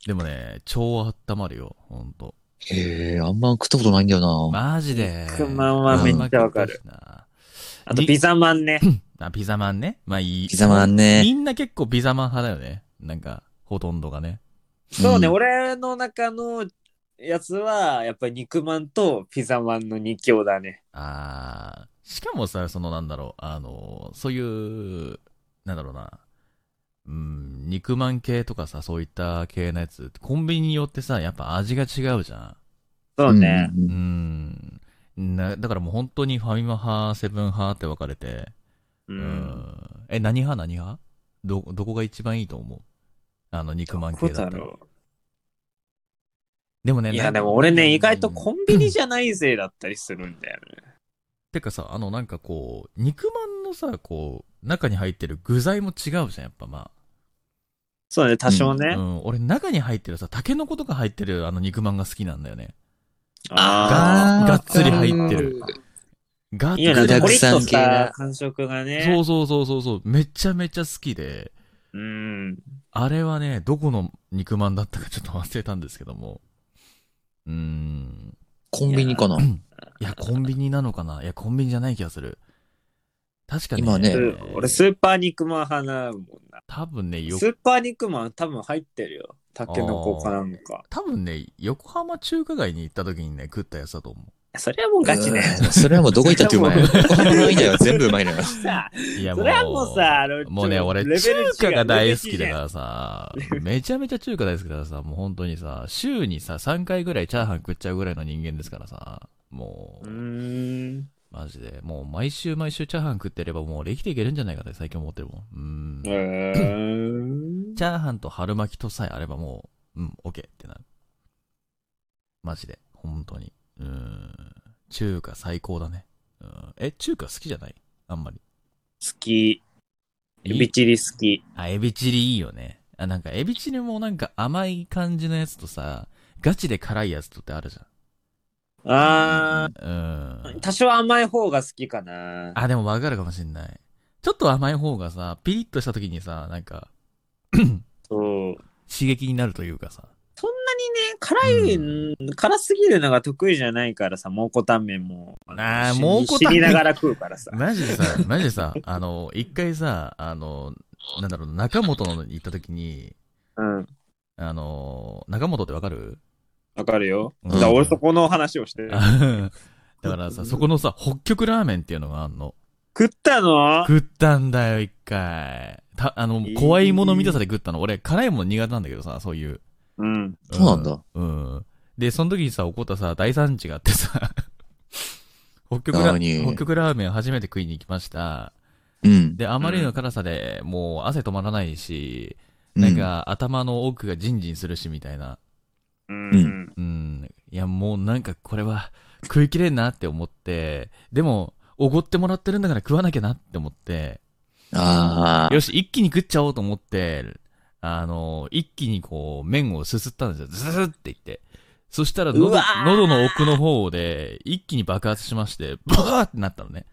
[SPEAKER 1] でもね、超温まるよ、ほんと。
[SPEAKER 3] あ。へえ、あんま食ったことないんだよな。
[SPEAKER 1] マジで。
[SPEAKER 2] 肉まんは
[SPEAKER 3] めっ
[SPEAKER 2] ちゃわかる
[SPEAKER 1] あんま食いたいしな。
[SPEAKER 2] あと、ピザマンね。
[SPEAKER 1] あ、ピザマンね。まあいい。
[SPEAKER 3] ピザマンね
[SPEAKER 1] みんな結構ピザマン派だよね。なんか、ほとんどがね。
[SPEAKER 2] そうね、
[SPEAKER 3] うん
[SPEAKER 2] 俺の中のやつは、やっぱり肉まんとピザマンの二強だね。
[SPEAKER 1] あー、しかもさ、そのなんだろう、あの、そういう、なんだろうな、うん、肉まん系とかさ、そういった系のやつ、コンビニによってさ、やっぱ味が違うじゃ
[SPEAKER 2] そうね。
[SPEAKER 3] うん
[SPEAKER 1] ん。うん。な、だからもう本当にファミマ派、セブン派って分かれて、う
[SPEAKER 2] う。
[SPEAKER 1] んん。え、何派何派ど、どこが一番いいと思うあの、肉まん
[SPEAKER 2] ど
[SPEAKER 1] 系
[SPEAKER 2] う
[SPEAKER 1] だ
[SPEAKER 2] だ
[SPEAKER 1] ったら。
[SPEAKER 2] ろ
[SPEAKER 1] でも
[SPEAKER 2] う。
[SPEAKER 1] ね、
[SPEAKER 2] い
[SPEAKER 1] な
[SPEAKER 2] や、
[SPEAKER 1] ん
[SPEAKER 2] でも俺ね、意外と
[SPEAKER 1] うん
[SPEAKER 2] コンビニじゃない勢だったりするんだよね。
[SPEAKER 1] てかさ、あのなんかこう、肉まんのさ、こう、中に入ってる具材も違うじゃん、やっぱま
[SPEAKER 2] そうね、多少ね。
[SPEAKER 1] あ。うん、俺中に入ってるさ、タケノコとか入ってるあの肉まんが好きなんだよね。
[SPEAKER 2] あ
[SPEAKER 1] ががっつり入ってる。がっ
[SPEAKER 2] ー
[SPEAKER 1] つ
[SPEAKER 2] い
[SPEAKER 1] り
[SPEAKER 2] いよ
[SPEAKER 3] 具
[SPEAKER 2] ね、
[SPEAKER 3] だ
[SPEAKER 2] コ
[SPEAKER 3] く
[SPEAKER 2] リッ
[SPEAKER 3] さ
[SPEAKER 2] と
[SPEAKER 3] ん
[SPEAKER 2] し
[SPEAKER 3] 系
[SPEAKER 2] た
[SPEAKER 3] な
[SPEAKER 2] 感触がね。
[SPEAKER 1] そうそうそうそうそう、めちゃめちゃ好きで、
[SPEAKER 2] うん。
[SPEAKER 1] あれはね、どこの肉まんだったかちょっと忘れたんですけども。うーん。。
[SPEAKER 3] コンビニかない
[SPEAKER 1] いや、コンビニなのかないや、コンビニじゃない気がする。確かに、
[SPEAKER 3] 今ねえ
[SPEAKER 2] うん俺、スーパー肉まん派なもんな。
[SPEAKER 1] 多分ね、よ
[SPEAKER 2] スーパー肉まん多分入ってるよ。タケノコかなんか。
[SPEAKER 1] 多分ね、横浜中華街に行った時にね、食ったやつだと思
[SPEAKER 2] それはもうガチね。
[SPEAKER 3] うんそれはもうどこ行ったってうまい。横浜の以外は 全部うまいのよ。
[SPEAKER 2] さあ、
[SPEAKER 1] う。いや
[SPEAKER 2] それはもうさ、あの
[SPEAKER 1] もうね、
[SPEAKER 2] ちょ
[SPEAKER 1] 俺
[SPEAKER 2] レベル、
[SPEAKER 1] 中
[SPEAKER 2] 違う
[SPEAKER 1] 華が大好きだからさ、 めちゃめちゃ中華大好きだからさ、もう本当にさ、週にさ、3回ぐらいチャーハン食っちゃうぐらいの人間ですからさ、も
[SPEAKER 2] う
[SPEAKER 1] う、
[SPEAKER 2] ーん。
[SPEAKER 1] マジで。もう毎週毎週チャーハン食ってればもう生きていけるんじゃないかって最近思ってるもん。うん。
[SPEAKER 2] へー
[SPEAKER 1] チャーハンと春巻きとさえあればもう、うん、オッケーってなる。マジで。本当に。うん。中華最高だね。うん。え、中華好きじゃないあんまり。
[SPEAKER 2] 好き。エビチリ好き。
[SPEAKER 1] あ、エビチリいいよね。あ、なんかエビチリもなんか甘い感じのやつとさ、ガチで辛いやつとってあるじゃ
[SPEAKER 2] あ
[SPEAKER 1] ん。う
[SPEAKER 2] ー、
[SPEAKER 1] ん。
[SPEAKER 2] 多少甘い方が好きかな。
[SPEAKER 1] あ、でもわかるかもしんない。ちょっと甘い方がさ、ピリッとした時にさ、なんか、
[SPEAKER 2] そう。
[SPEAKER 1] 刺激になるというかさ。
[SPEAKER 2] そんなにね、辛い、辛すぎるのが得意じゃないからさ、蒙古タンメンも。
[SPEAKER 1] あー
[SPEAKER 2] 死に
[SPEAKER 1] 蒙古タンメン
[SPEAKER 2] 死にながら食うからさ。
[SPEAKER 1] マジでさ、 マジでさ、あの、一回さ、あの、なんだろう、中本のに行った時に、
[SPEAKER 2] うん。
[SPEAKER 1] あの、中本ってわかる
[SPEAKER 2] わかるよ。
[SPEAKER 1] うん
[SPEAKER 2] だから俺そこの話をしてる。
[SPEAKER 1] あ だからさ、そこのさ、北極ラーメンっていうのがあんの。
[SPEAKER 2] 食ったの
[SPEAKER 1] 食ったんだよ、一回。た、あの、怖いもの見たさで食ったの。俺、辛いもの苦手なんだけどさ、そういう。
[SPEAKER 2] うん。
[SPEAKER 3] そうなんだ。
[SPEAKER 1] うん。で、その時にさ、起こったさ、大惨事があってさ、 北極ラ
[SPEAKER 3] 何
[SPEAKER 1] 北極ラーメン初めて食いに行きました。
[SPEAKER 3] うん。
[SPEAKER 1] で、あまりの辛さで、もう汗止まらないし、
[SPEAKER 3] う
[SPEAKER 1] なん、か頭の奥がジンジンするし、みたいな。
[SPEAKER 2] うん。
[SPEAKER 1] うん。いや、もうなんかこれは食いきれんなって思って、でも、おごってもらってるんだから食わなきゃなって思って、
[SPEAKER 3] ああ。
[SPEAKER 1] よし、一気に食っちゃおうと思って、あの、一気にこう、麺をすすったんですよ。ズズズって言って。そしたら喉、
[SPEAKER 2] うわー
[SPEAKER 1] 喉の奥の方で、一気に爆発しまして、ブワーってなったのね。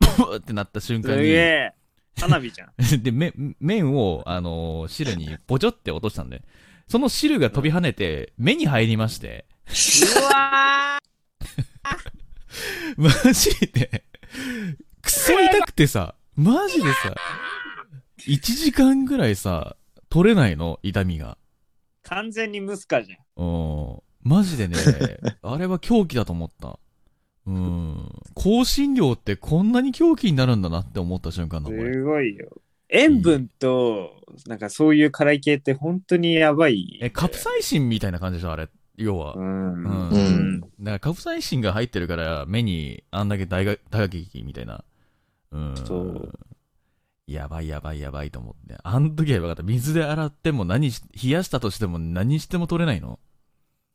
[SPEAKER 1] ブワーってなった瞬
[SPEAKER 2] す
[SPEAKER 1] 間
[SPEAKER 2] げ
[SPEAKER 1] に、
[SPEAKER 2] え。花火じ ゃん。
[SPEAKER 1] で、麺、麺を、あの、汁にぼちょって落としたんで、その汁が飛び跳ねて、目に入りまして、
[SPEAKER 2] うわ
[SPEAKER 1] マジで、くそ痛くてさ、マジでさ、1時間ぐらいさ、取れないの、痛みが。
[SPEAKER 2] ー完全にムスカじゃん。
[SPEAKER 1] うん。マジ でね、あれは狂気だと思った。うん。香辛料ってこんなに狂気になるんだなって思った瞬間だ、これ。
[SPEAKER 2] すごいよ。塩分と、なんかそういう辛い系って本当にやばい。
[SPEAKER 1] え、カプサイシンみたいな感じでしょ、あれ。要は。
[SPEAKER 2] う
[SPEAKER 1] だか
[SPEAKER 2] ん。
[SPEAKER 1] うんらカプサイシンが入ってるから、目にあんだけ大が大打撃みたいな。うん。
[SPEAKER 2] そう
[SPEAKER 1] やばいやばいやばいと思って。あの時はやばかった。水で洗っても何し、冷やしたとしても何しても取れないの。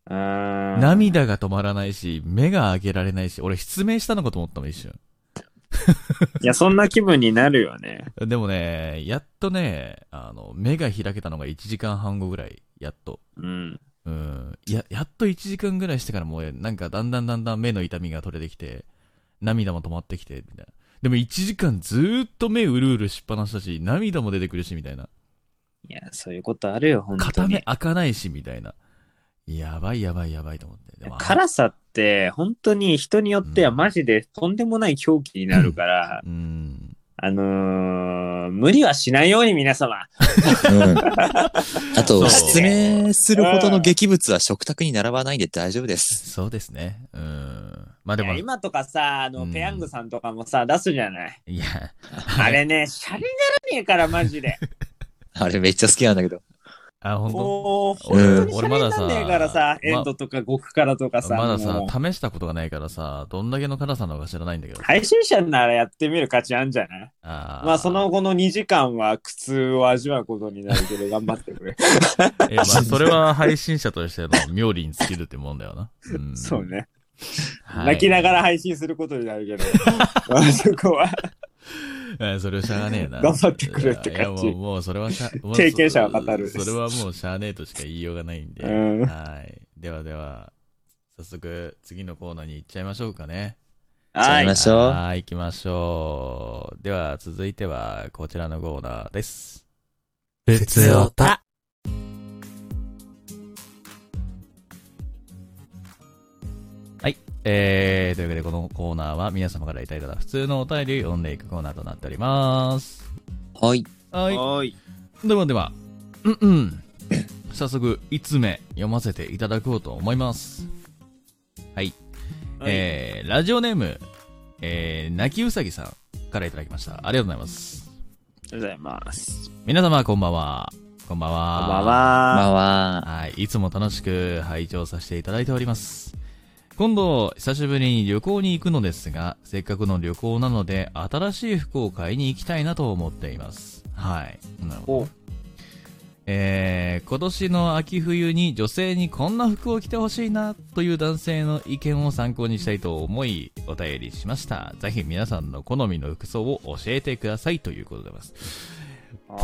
[SPEAKER 2] あー。
[SPEAKER 1] 涙が止まらないし、目が開けられないし、俺失明したのかと思ったもん、一瞬。
[SPEAKER 2] いや、そんな気分になるよね。
[SPEAKER 1] でもね、やっとね、あの、目が開けたのが1時間半後ぐらい、やっと。
[SPEAKER 2] うん。
[SPEAKER 1] うん。や、やっと1時間ぐらいしてからもう、なんかだんだんだんだん目の痛みが取れてきて、涙も止まってきて、みたいな。でも1時間ずーっと目うるうるしっぱなしだし、涙も出てくるし、みたいな。
[SPEAKER 2] いや、そういうことあるよ、本当
[SPEAKER 1] 片目
[SPEAKER 2] に。
[SPEAKER 1] 開かないし、みたいな。やばいやばいやばいと思って。でも
[SPEAKER 2] 辛さって、本当に人によってはマジでとんでもない狂気になるから、
[SPEAKER 1] うん。
[SPEAKER 2] あのー、無理はしないように皆様。
[SPEAKER 3] うん。あ
[SPEAKER 1] そ
[SPEAKER 3] と、
[SPEAKER 1] う
[SPEAKER 3] 失明するほどの劇物は食卓に並ばないんで大丈夫です。
[SPEAKER 1] そうですね。うん。まあで
[SPEAKER 2] い
[SPEAKER 1] も、
[SPEAKER 2] や
[SPEAKER 1] い
[SPEAKER 2] 今とかさ、あ
[SPEAKER 1] う
[SPEAKER 2] の、
[SPEAKER 1] ん
[SPEAKER 2] ペヤングさんとかもさ、出すじゃない。
[SPEAKER 1] や、
[SPEAKER 2] あれね、シャリならねえから、マジで。
[SPEAKER 3] あれめっちゃ好きなんだけど。
[SPEAKER 1] あ、 本当
[SPEAKER 2] もう、本
[SPEAKER 1] 俺
[SPEAKER 2] 当にシャ
[SPEAKER 1] 俺
[SPEAKER 2] リ
[SPEAKER 1] まだ
[SPEAKER 2] なん
[SPEAKER 1] さ
[SPEAKER 2] ねえからさ、
[SPEAKER 1] ま
[SPEAKER 2] エンドとか極辛とかさ、
[SPEAKER 1] まだ
[SPEAKER 2] も
[SPEAKER 1] さ
[SPEAKER 2] う、
[SPEAKER 1] 試したことがないからさ、どんだけの辛さなのか知らないんだけど。
[SPEAKER 2] 配信者ならやってみる価値あんじゃない
[SPEAKER 1] あー
[SPEAKER 2] まあ、そ、の後の2時間は苦痛を味わうことになるけど、頑張ってくれ。
[SPEAKER 1] え まあ、それは配信者としての妙利に尽きるってもんだよな。うん、
[SPEAKER 2] そうね。
[SPEAKER 1] はい
[SPEAKER 2] 泣きながら配信することにな るけど、あそこは
[SPEAKER 1] うんそれはしゃあねえな。
[SPEAKER 2] 頑張ってくれって感じ
[SPEAKER 1] いやいやもう、もうそれはしゃ、もう
[SPEAKER 2] 経験者は語る
[SPEAKER 1] それはもうしゃあ ねえとしか言いようがないんで。
[SPEAKER 2] うん
[SPEAKER 1] はい。ではでは、早速、次のコーナーに行っちゃいましょうかね。
[SPEAKER 3] はい行きましょう
[SPEAKER 1] はい、行きましょう。では、続いては、こちらのコーナーです。
[SPEAKER 3] 普通おた。
[SPEAKER 1] えー、というわけでこのコーナーは皆様からいただいた普通のお便りを読んでいくコーナーとなっております。
[SPEAKER 3] はい。
[SPEAKER 1] は
[SPEAKER 2] おーい。
[SPEAKER 1] い。ではでは、うんうん。 早速、5つ目読ませていただこうと思います。はい。えー、ラジオネーム、えー、泣きうさぎさんからいただきました。ありがとうございます。
[SPEAKER 2] ありがとうございます。
[SPEAKER 1] 皆様、こんばんは。こんばんは。
[SPEAKER 2] こんばんは。
[SPEAKER 3] まあは、
[SPEAKER 1] はい、いつも楽しく拝聴させていただいております。今度、久しぶりに旅行に行くのですが、せっかくの旅行なので、新しい服を買いに行きたいなと思っています。はい。なるほど
[SPEAKER 2] お
[SPEAKER 1] えー今年の秋冬に女性にこんな服を着てほしいなという男性の意見を参考にしたいと思いお便りしました。ぜひ皆さんの好みの服装を教えてくださいということでございます。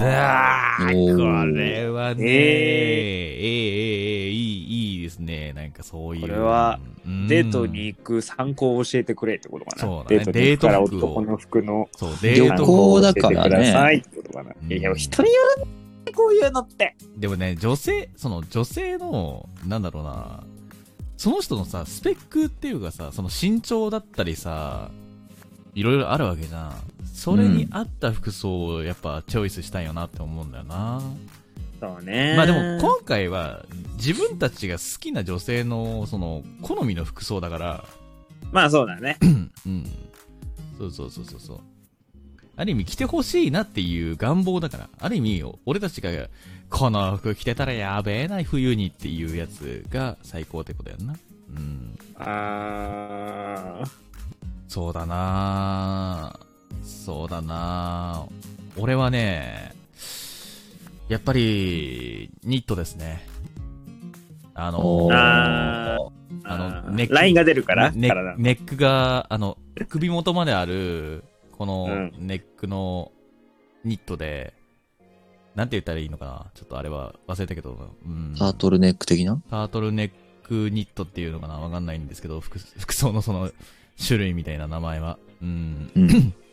[SPEAKER 1] だー
[SPEAKER 3] お
[SPEAKER 1] こ
[SPEAKER 3] ー
[SPEAKER 1] れはね、えー、えー、えー、いい、いいですね。なんかそういう。
[SPEAKER 2] これは
[SPEAKER 1] うん、
[SPEAKER 2] デートに行く参考を教えてくれってことかな。
[SPEAKER 1] そうだね
[SPEAKER 2] デートに行くから
[SPEAKER 1] デート服を
[SPEAKER 2] 男の服の
[SPEAKER 1] そう、デ
[SPEAKER 3] 旅
[SPEAKER 1] ート。
[SPEAKER 3] 行だからね
[SPEAKER 2] 教えてくださいってことかな。
[SPEAKER 1] うん
[SPEAKER 2] いや、人によるね、こういうのって。
[SPEAKER 1] でもね、女性、その女性の、なんだろうな、その人のさ、スペックっていうかさ、その身長だったりさ、いろいろあるわけじゃん。それに合った服装をやっぱチョイスしたいよなって思うんだよな。
[SPEAKER 2] そうね。
[SPEAKER 1] まあでも今回は自分たちが好きな女性のその好みの服装だから、
[SPEAKER 2] まあそうだね。
[SPEAKER 1] うん。そうそうそうそうそう。ある意味着てほしいなっていう願望だから。ある意味、俺たちが、この服着てたらやべえな、冬にっていうやつが最高ってことやんな。うん。
[SPEAKER 2] あー
[SPEAKER 1] そうだなそうだな俺はね、やっぱり、ニットですね。あの
[SPEAKER 3] おー、
[SPEAKER 2] あ
[SPEAKER 1] あの
[SPEAKER 2] あー
[SPEAKER 1] ネック
[SPEAKER 2] ラインが出るから、
[SPEAKER 1] ネ
[SPEAKER 2] 体の
[SPEAKER 1] ネックが、あの、首元まである、この
[SPEAKER 2] うん
[SPEAKER 1] ネックのニットで、なんて言ったらいいのかなちょっとあれは忘れたけど、うん、
[SPEAKER 3] タートルネック的な
[SPEAKER 1] タートルネックニットっていうのかなわかんないんですけど、服服装のその種類みたいな名前は。うん。
[SPEAKER 3] うん。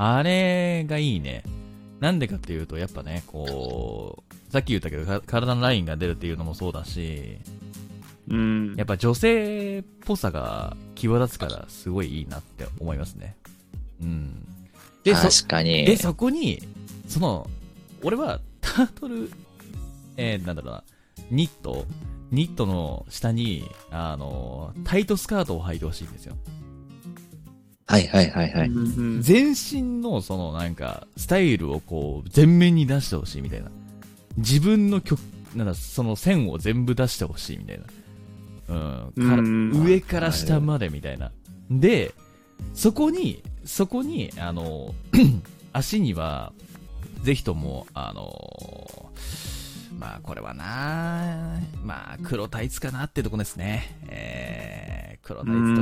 [SPEAKER 1] あれがいいね。なんでかっていうと、やっぱね、こう、さっき言ったけど、か体のラインが出るっていうのもそうだし、
[SPEAKER 2] うん
[SPEAKER 1] やっぱ女性っぽさが際立つからすごいいいなって思いますね。うん。で、そ、
[SPEAKER 3] 確かに
[SPEAKER 1] で、。そこに、その、俺はタートル、えー、なんだろうな、ニット、ニットの下に、あの、タイトスカートを履いてほしいんですよ。
[SPEAKER 3] はいはいはいはい。
[SPEAKER 2] うん
[SPEAKER 1] 全身のそのなんか、スタイルをこう、全面に出してほしいみたいな。自分の曲、なんだ、その線を全部出してほしいみたいな。うん。から
[SPEAKER 2] うん
[SPEAKER 1] 上から下までみたいな。で、そこに、そこに、あの、足には、ぜひとも、あの、まあこれはな、まあ黒タイツかなってとこですね。えー、黒タイツ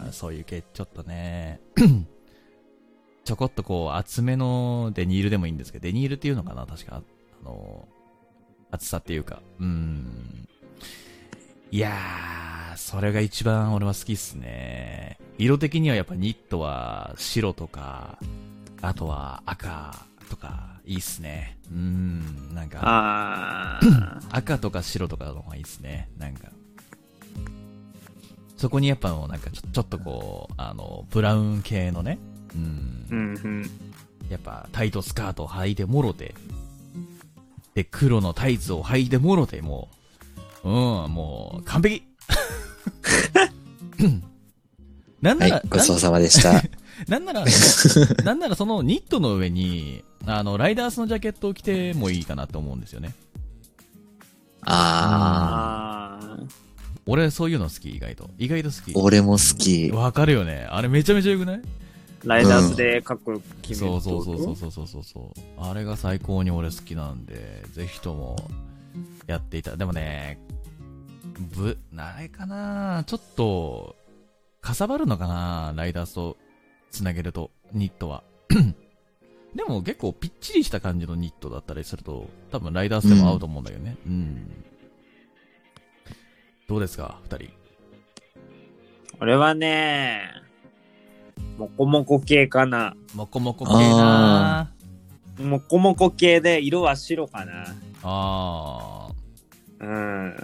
[SPEAKER 1] とか、そういう系、ちょっとね、 ちょこっとこう厚めのデニールでもいいんですけど、デニールっていうのかな確か、あの、厚さっていうか、うーん。いやー、それが一番俺は好きっすね。色的にはやっぱニットは白とか、あとは赤とか、いいっすね。うーん、なんか。
[SPEAKER 2] あー
[SPEAKER 1] 赤とか白とかの方がいいですね。なんか。そこにやっぱもうなんかちょちょっとこう、あの、ブラウン系のね、うん
[SPEAKER 2] う、んうん
[SPEAKER 1] やっぱタイトスカートを履いてもろて、で、黒のタイツを履いてもろて、もう、うん、もう、完璧 なんな
[SPEAKER 3] は
[SPEAKER 1] ら、
[SPEAKER 3] い、ごちそうさまでした。
[SPEAKER 1] なんなら、そのなんならそのニットの上に、あの、ライダースのジャケットを着てもいいかなと思うんですよね。
[SPEAKER 3] あ
[SPEAKER 2] あー
[SPEAKER 1] 俺そういうの好き、意外と。意外と好き
[SPEAKER 3] ー、。俺も好き。
[SPEAKER 1] わかるよね。あれめちゃめちゃ良くない
[SPEAKER 2] ライダースでかっこよく決め
[SPEAKER 1] そ
[SPEAKER 2] る
[SPEAKER 1] う
[SPEAKER 2] って
[SPEAKER 1] そ
[SPEAKER 2] こ
[SPEAKER 1] う
[SPEAKER 2] と
[SPEAKER 1] そうそうそうそうそうそう。あれが最高に俺好きなんで、ぜひともやっていた。でもね、ぶ、あれかなちょっと、かさばるのかなライダースとつなげると、ニットは。 でも結構ぴっちりした感じのニットだったりすると、多分ライダースでも合うと思うんだよね。うん。どうですか二人。
[SPEAKER 2] 俺はね、もこもこ系かな。
[SPEAKER 1] もこもこ系な
[SPEAKER 2] もこもこ系で色は白かな。
[SPEAKER 1] ああー。
[SPEAKER 2] うん。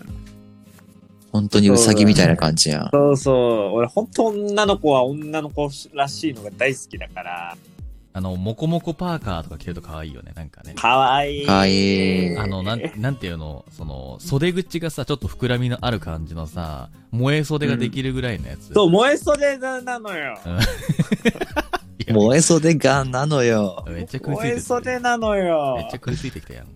[SPEAKER 3] 本当にウサギみたいな感じやん。
[SPEAKER 2] そうそう。俺ほんと女の子は女の子らしいのが大好きだから。
[SPEAKER 1] あの、もこもこパーカーとか着ると可愛いよね、なんかね。
[SPEAKER 2] かわいい。
[SPEAKER 3] かわいい
[SPEAKER 1] あの、なん、なんていうの、その、袖口がさ、ちょっと膨らみのある感じのさ、燃え袖ができるぐらいのやつ。
[SPEAKER 2] そう、燃え袖なのよ。
[SPEAKER 1] いや
[SPEAKER 3] 燃え袖がなのよ。
[SPEAKER 1] めっちゃ食いついて
[SPEAKER 2] 燃え
[SPEAKER 1] きた。め
[SPEAKER 2] 袖
[SPEAKER 1] っ
[SPEAKER 2] なのよ
[SPEAKER 1] ちゃ。食いついてきたやん。うんうん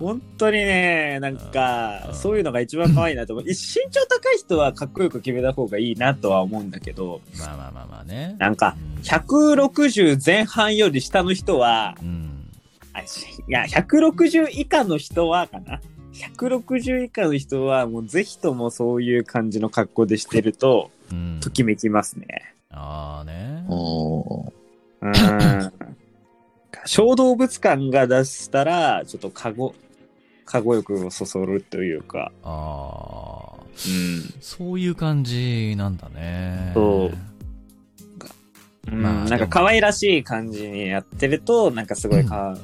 [SPEAKER 2] 本当にね、なん
[SPEAKER 1] う
[SPEAKER 2] か、
[SPEAKER 1] ん
[SPEAKER 2] そういうのが一番可愛いなと思う。身長高い人はかっこよく決めた方がいいなとは思うんだけど、
[SPEAKER 1] まあまあまあまあね。
[SPEAKER 2] なんか、
[SPEAKER 1] うん
[SPEAKER 2] 160前半より下の人は、
[SPEAKER 1] うん。
[SPEAKER 2] あしいや、160以下の人はかな。160以下の人は、もうぜひともそういう感じの格好でしてると、
[SPEAKER 1] うん
[SPEAKER 2] ときめきますね。
[SPEAKER 1] ああね。
[SPEAKER 3] おー
[SPEAKER 2] うん。小動物館が出したら、ちょっとかご、かご欲をそそるというか。
[SPEAKER 1] ああ。
[SPEAKER 2] うん。
[SPEAKER 1] そういう感じなんだね。
[SPEAKER 2] そう
[SPEAKER 1] んまあ
[SPEAKER 2] なんか可愛らしい感じにやってると、なんかすごいか、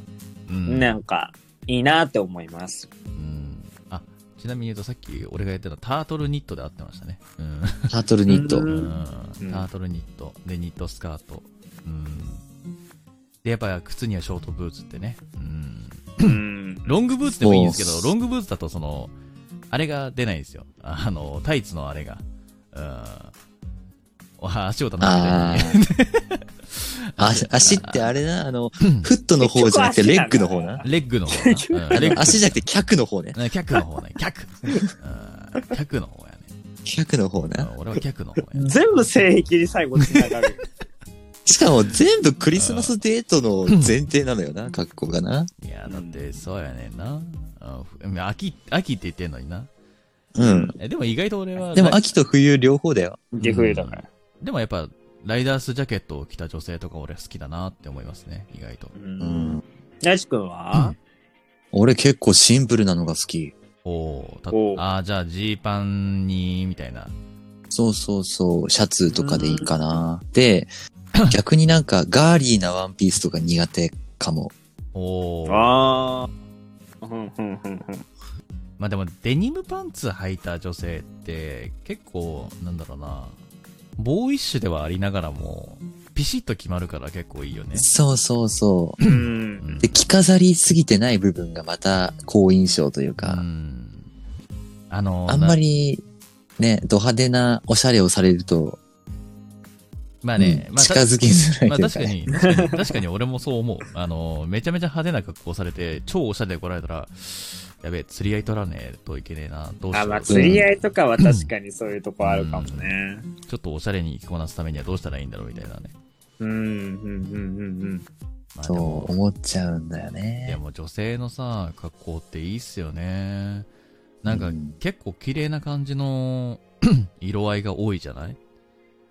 [SPEAKER 1] うん。
[SPEAKER 2] なんかいいなって思います。
[SPEAKER 1] うん。あ、ちなみに言うとさっき俺が言ってたタートルニットで合ってましたね。うん。
[SPEAKER 3] タートルニット。
[SPEAKER 2] うん
[SPEAKER 1] うん
[SPEAKER 2] うん
[SPEAKER 1] タートルニット。で、ニットスカート。うん。で、やっぱ靴にはショートブーツってね。うん。
[SPEAKER 2] うん。
[SPEAKER 1] ロングブーツでもいいんですけ
[SPEAKER 3] そ
[SPEAKER 1] ど
[SPEAKER 3] う、
[SPEAKER 1] ロングブーツだとその、あれが出ないんですよ。あの、タイツのあれが。うん。わ足音な
[SPEAKER 3] あ
[SPEAKER 1] って
[SPEAKER 3] ーあ。足ってあれな、あの、フットの方じゃなくてレッグの方な。
[SPEAKER 1] レッグの方な。うんレッ グ
[SPEAKER 3] 足じゃなくて脚の方ね。
[SPEAKER 1] うん脚の方ね。脚。うん脚の方やね。
[SPEAKER 3] 脚の方
[SPEAKER 1] うん
[SPEAKER 3] な。
[SPEAKER 1] 俺は脚の方やね。
[SPEAKER 2] 全部性癖に最後つながる。
[SPEAKER 3] しかも全部クリスマスデートの前提なのよな、格好がな。
[SPEAKER 1] いや、だって、そうやねんな。うん秋、秋って言ってんのにな。
[SPEAKER 3] うん。
[SPEAKER 1] えでも意外と俺は、
[SPEAKER 3] でも秋と冬両方だよ。
[SPEAKER 2] デフレだから。
[SPEAKER 1] でもやっぱ、ライダースジャケットを着た女性とか俺は好きだなって思いますね、意外と。
[SPEAKER 2] う
[SPEAKER 3] うんん。。
[SPEAKER 2] 大地君は
[SPEAKER 3] 俺結構シンプルなのが好き。
[SPEAKER 1] おーた
[SPEAKER 2] おー
[SPEAKER 1] あーじゃあジーパンに、みたいな。
[SPEAKER 3] そうそうそう、シャツとかでいいかな。で、逆になんかガーリーなワンピースとか苦手かも。
[SPEAKER 1] おー
[SPEAKER 2] ああ。うんうんうんうん。。
[SPEAKER 1] まあでも、デニムパンツ履いた女性って、結構、なんだろうな、ボーイッシュではありながらも、ピシッと決まるから結構いいよね。
[SPEAKER 3] そうそうそう
[SPEAKER 1] うんん
[SPEAKER 3] う。で、着飾りすぎてない部分がまた好印象という
[SPEAKER 1] う
[SPEAKER 3] か、
[SPEAKER 1] んあの、
[SPEAKER 3] あんま
[SPEAKER 1] な。
[SPEAKER 3] り、ね、ド派手なおしゃれをされると、
[SPEAKER 1] まあね、
[SPEAKER 3] うん
[SPEAKER 1] まあ、
[SPEAKER 3] 近づきづらい
[SPEAKER 1] まあ
[SPEAKER 3] という
[SPEAKER 1] 確
[SPEAKER 3] か
[SPEAKER 1] かに、確
[SPEAKER 3] ね。
[SPEAKER 1] かに確かに俺もそう思う。あの、めちゃめちゃ派手な格好されて、超おしゃれで来られたら、やべえ、釣り合い取らねえといけねえな、どうし
[SPEAKER 2] あ、
[SPEAKER 1] よ
[SPEAKER 2] まあ、
[SPEAKER 1] う。
[SPEAKER 2] 釣り合いとかは確かにそういうとこあるかもね。
[SPEAKER 1] ちょっとおしゃれに着こなすためにはどうしたらいいんだろうみたいなね。
[SPEAKER 2] うん、うん、うん、うんうん。
[SPEAKER 1] まあでも
[SPEAKER 3] そう思っちゃうんだよ
[SPEAKER 1] いや
[SPEAKER 3] ね。
[SPEAKER 1] もう女性のさ、格好っていいっすよね。なんか
[SPEAKER 3] うん
[SPEAKER 1] 結構綺麗な感じの 色合いが多いじゃない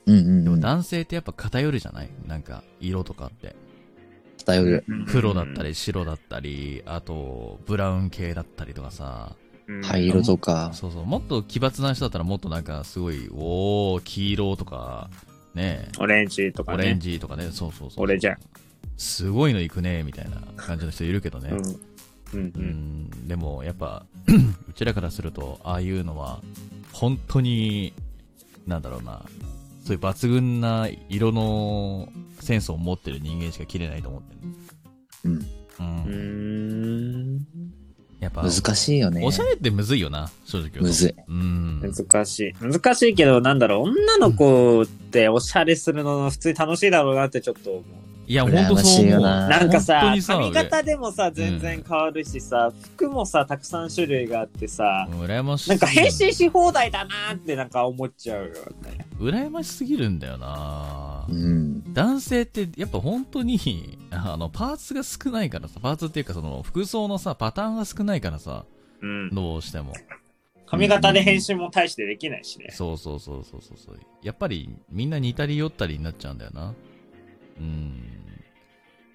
[SPEAKER 3] うん
[SPEAKER 1] で
[SPEAKER 3] う
[SPEAKER 1] も
[SPEAKER 3] ん。
[SPEAKER 1] 男性ってやっぱ偏るじゃないなんか色とかって。
[SPEAKER 3] 偏る。
[SPEAKER 1] 黒だった
[SPEAKER 2] り、
[SPEAKER 1] り白だったり、あとブラウン系だったりとかさ。
[SPEAKER 3] 灰色とか。
[SPEAKER 1] そうそう、もっと奇抜な人だったらもっとなんかすごい、おー、黄色とか、ね
[SPEAKER 2] オレンジとか
[SPEAKER 1] オレン
[SPEAKER 2] ね。
[SPEAKER 1] ジとかね、そうそうそう。
[SPEAKER 2] オレンジャ
[SPEAKER 1] すごいの行くね、みたいな感じの人いるけどね。
[SPEAKER 2] うん。うん
[SPEAKER 1] う
[SPEAKER 2] うん。
[SPEAKER 1] ん、でもやっぱ、 うちらからすると、ああいうのは、本当に、なんだろうな、そういう抜群な色のセンスを持ってる人間しか着れないと思って
[SPEAKER 3] う
[SPEAKER 1] る。
[SPEAKER 3] ん。
[SPEAKER 1] うん。
[SPEAKER 2] うん。
[SPEAKER 1] やっぱ、
[SPEAKER 3] 難しいよね。
[SPEAKER 1] おしゃれってむずいよな、正直言うと。
[SPEAKER 3] むずい。
[SPEAKER 1] うん。
[SPEAKER 2] 難しい。難しいけど、なんだろう、女の子っておしゃれするの普通に楽しいだろうなってちょっと思う。
[SPEAKER 1] いや、本当そう
[SPEAKER 3] 羨ましい
[SPEAKER 1] 思う。
[SPEAKER 3] よな
[SPEAKER 2] なんかさ
[SPEAKER 1] 本当に、さ
[SPEAKER 2] 髪型でもさ、全然変わるしさ、服もさ、たくさん種類があってさ、
[SPEAKER 1] 羨ましい。
[SPEAKER 2] なんか変身し放題だなーってなんか思っちゃうよね。
[SPEAKER 1] 羨ましすぎるんだよな
[SPEAKER 3] うん。
[SPEAKER 1] 男性ってやっぱ本当に、あの、パーツが少ないからさ、パーツっていうかその、服装のさ、パターンが少ないからさ、
[SPEAKER 2] うん。
[SPEAKER 1] どうしても。
[SPEAKER 2] 髪型で変身も大してできないしね。
[SPEAKER 1] そうそうそうそうそうそう。やっぱりみんな似たり寄ったりになっちゃうんだよな。うん。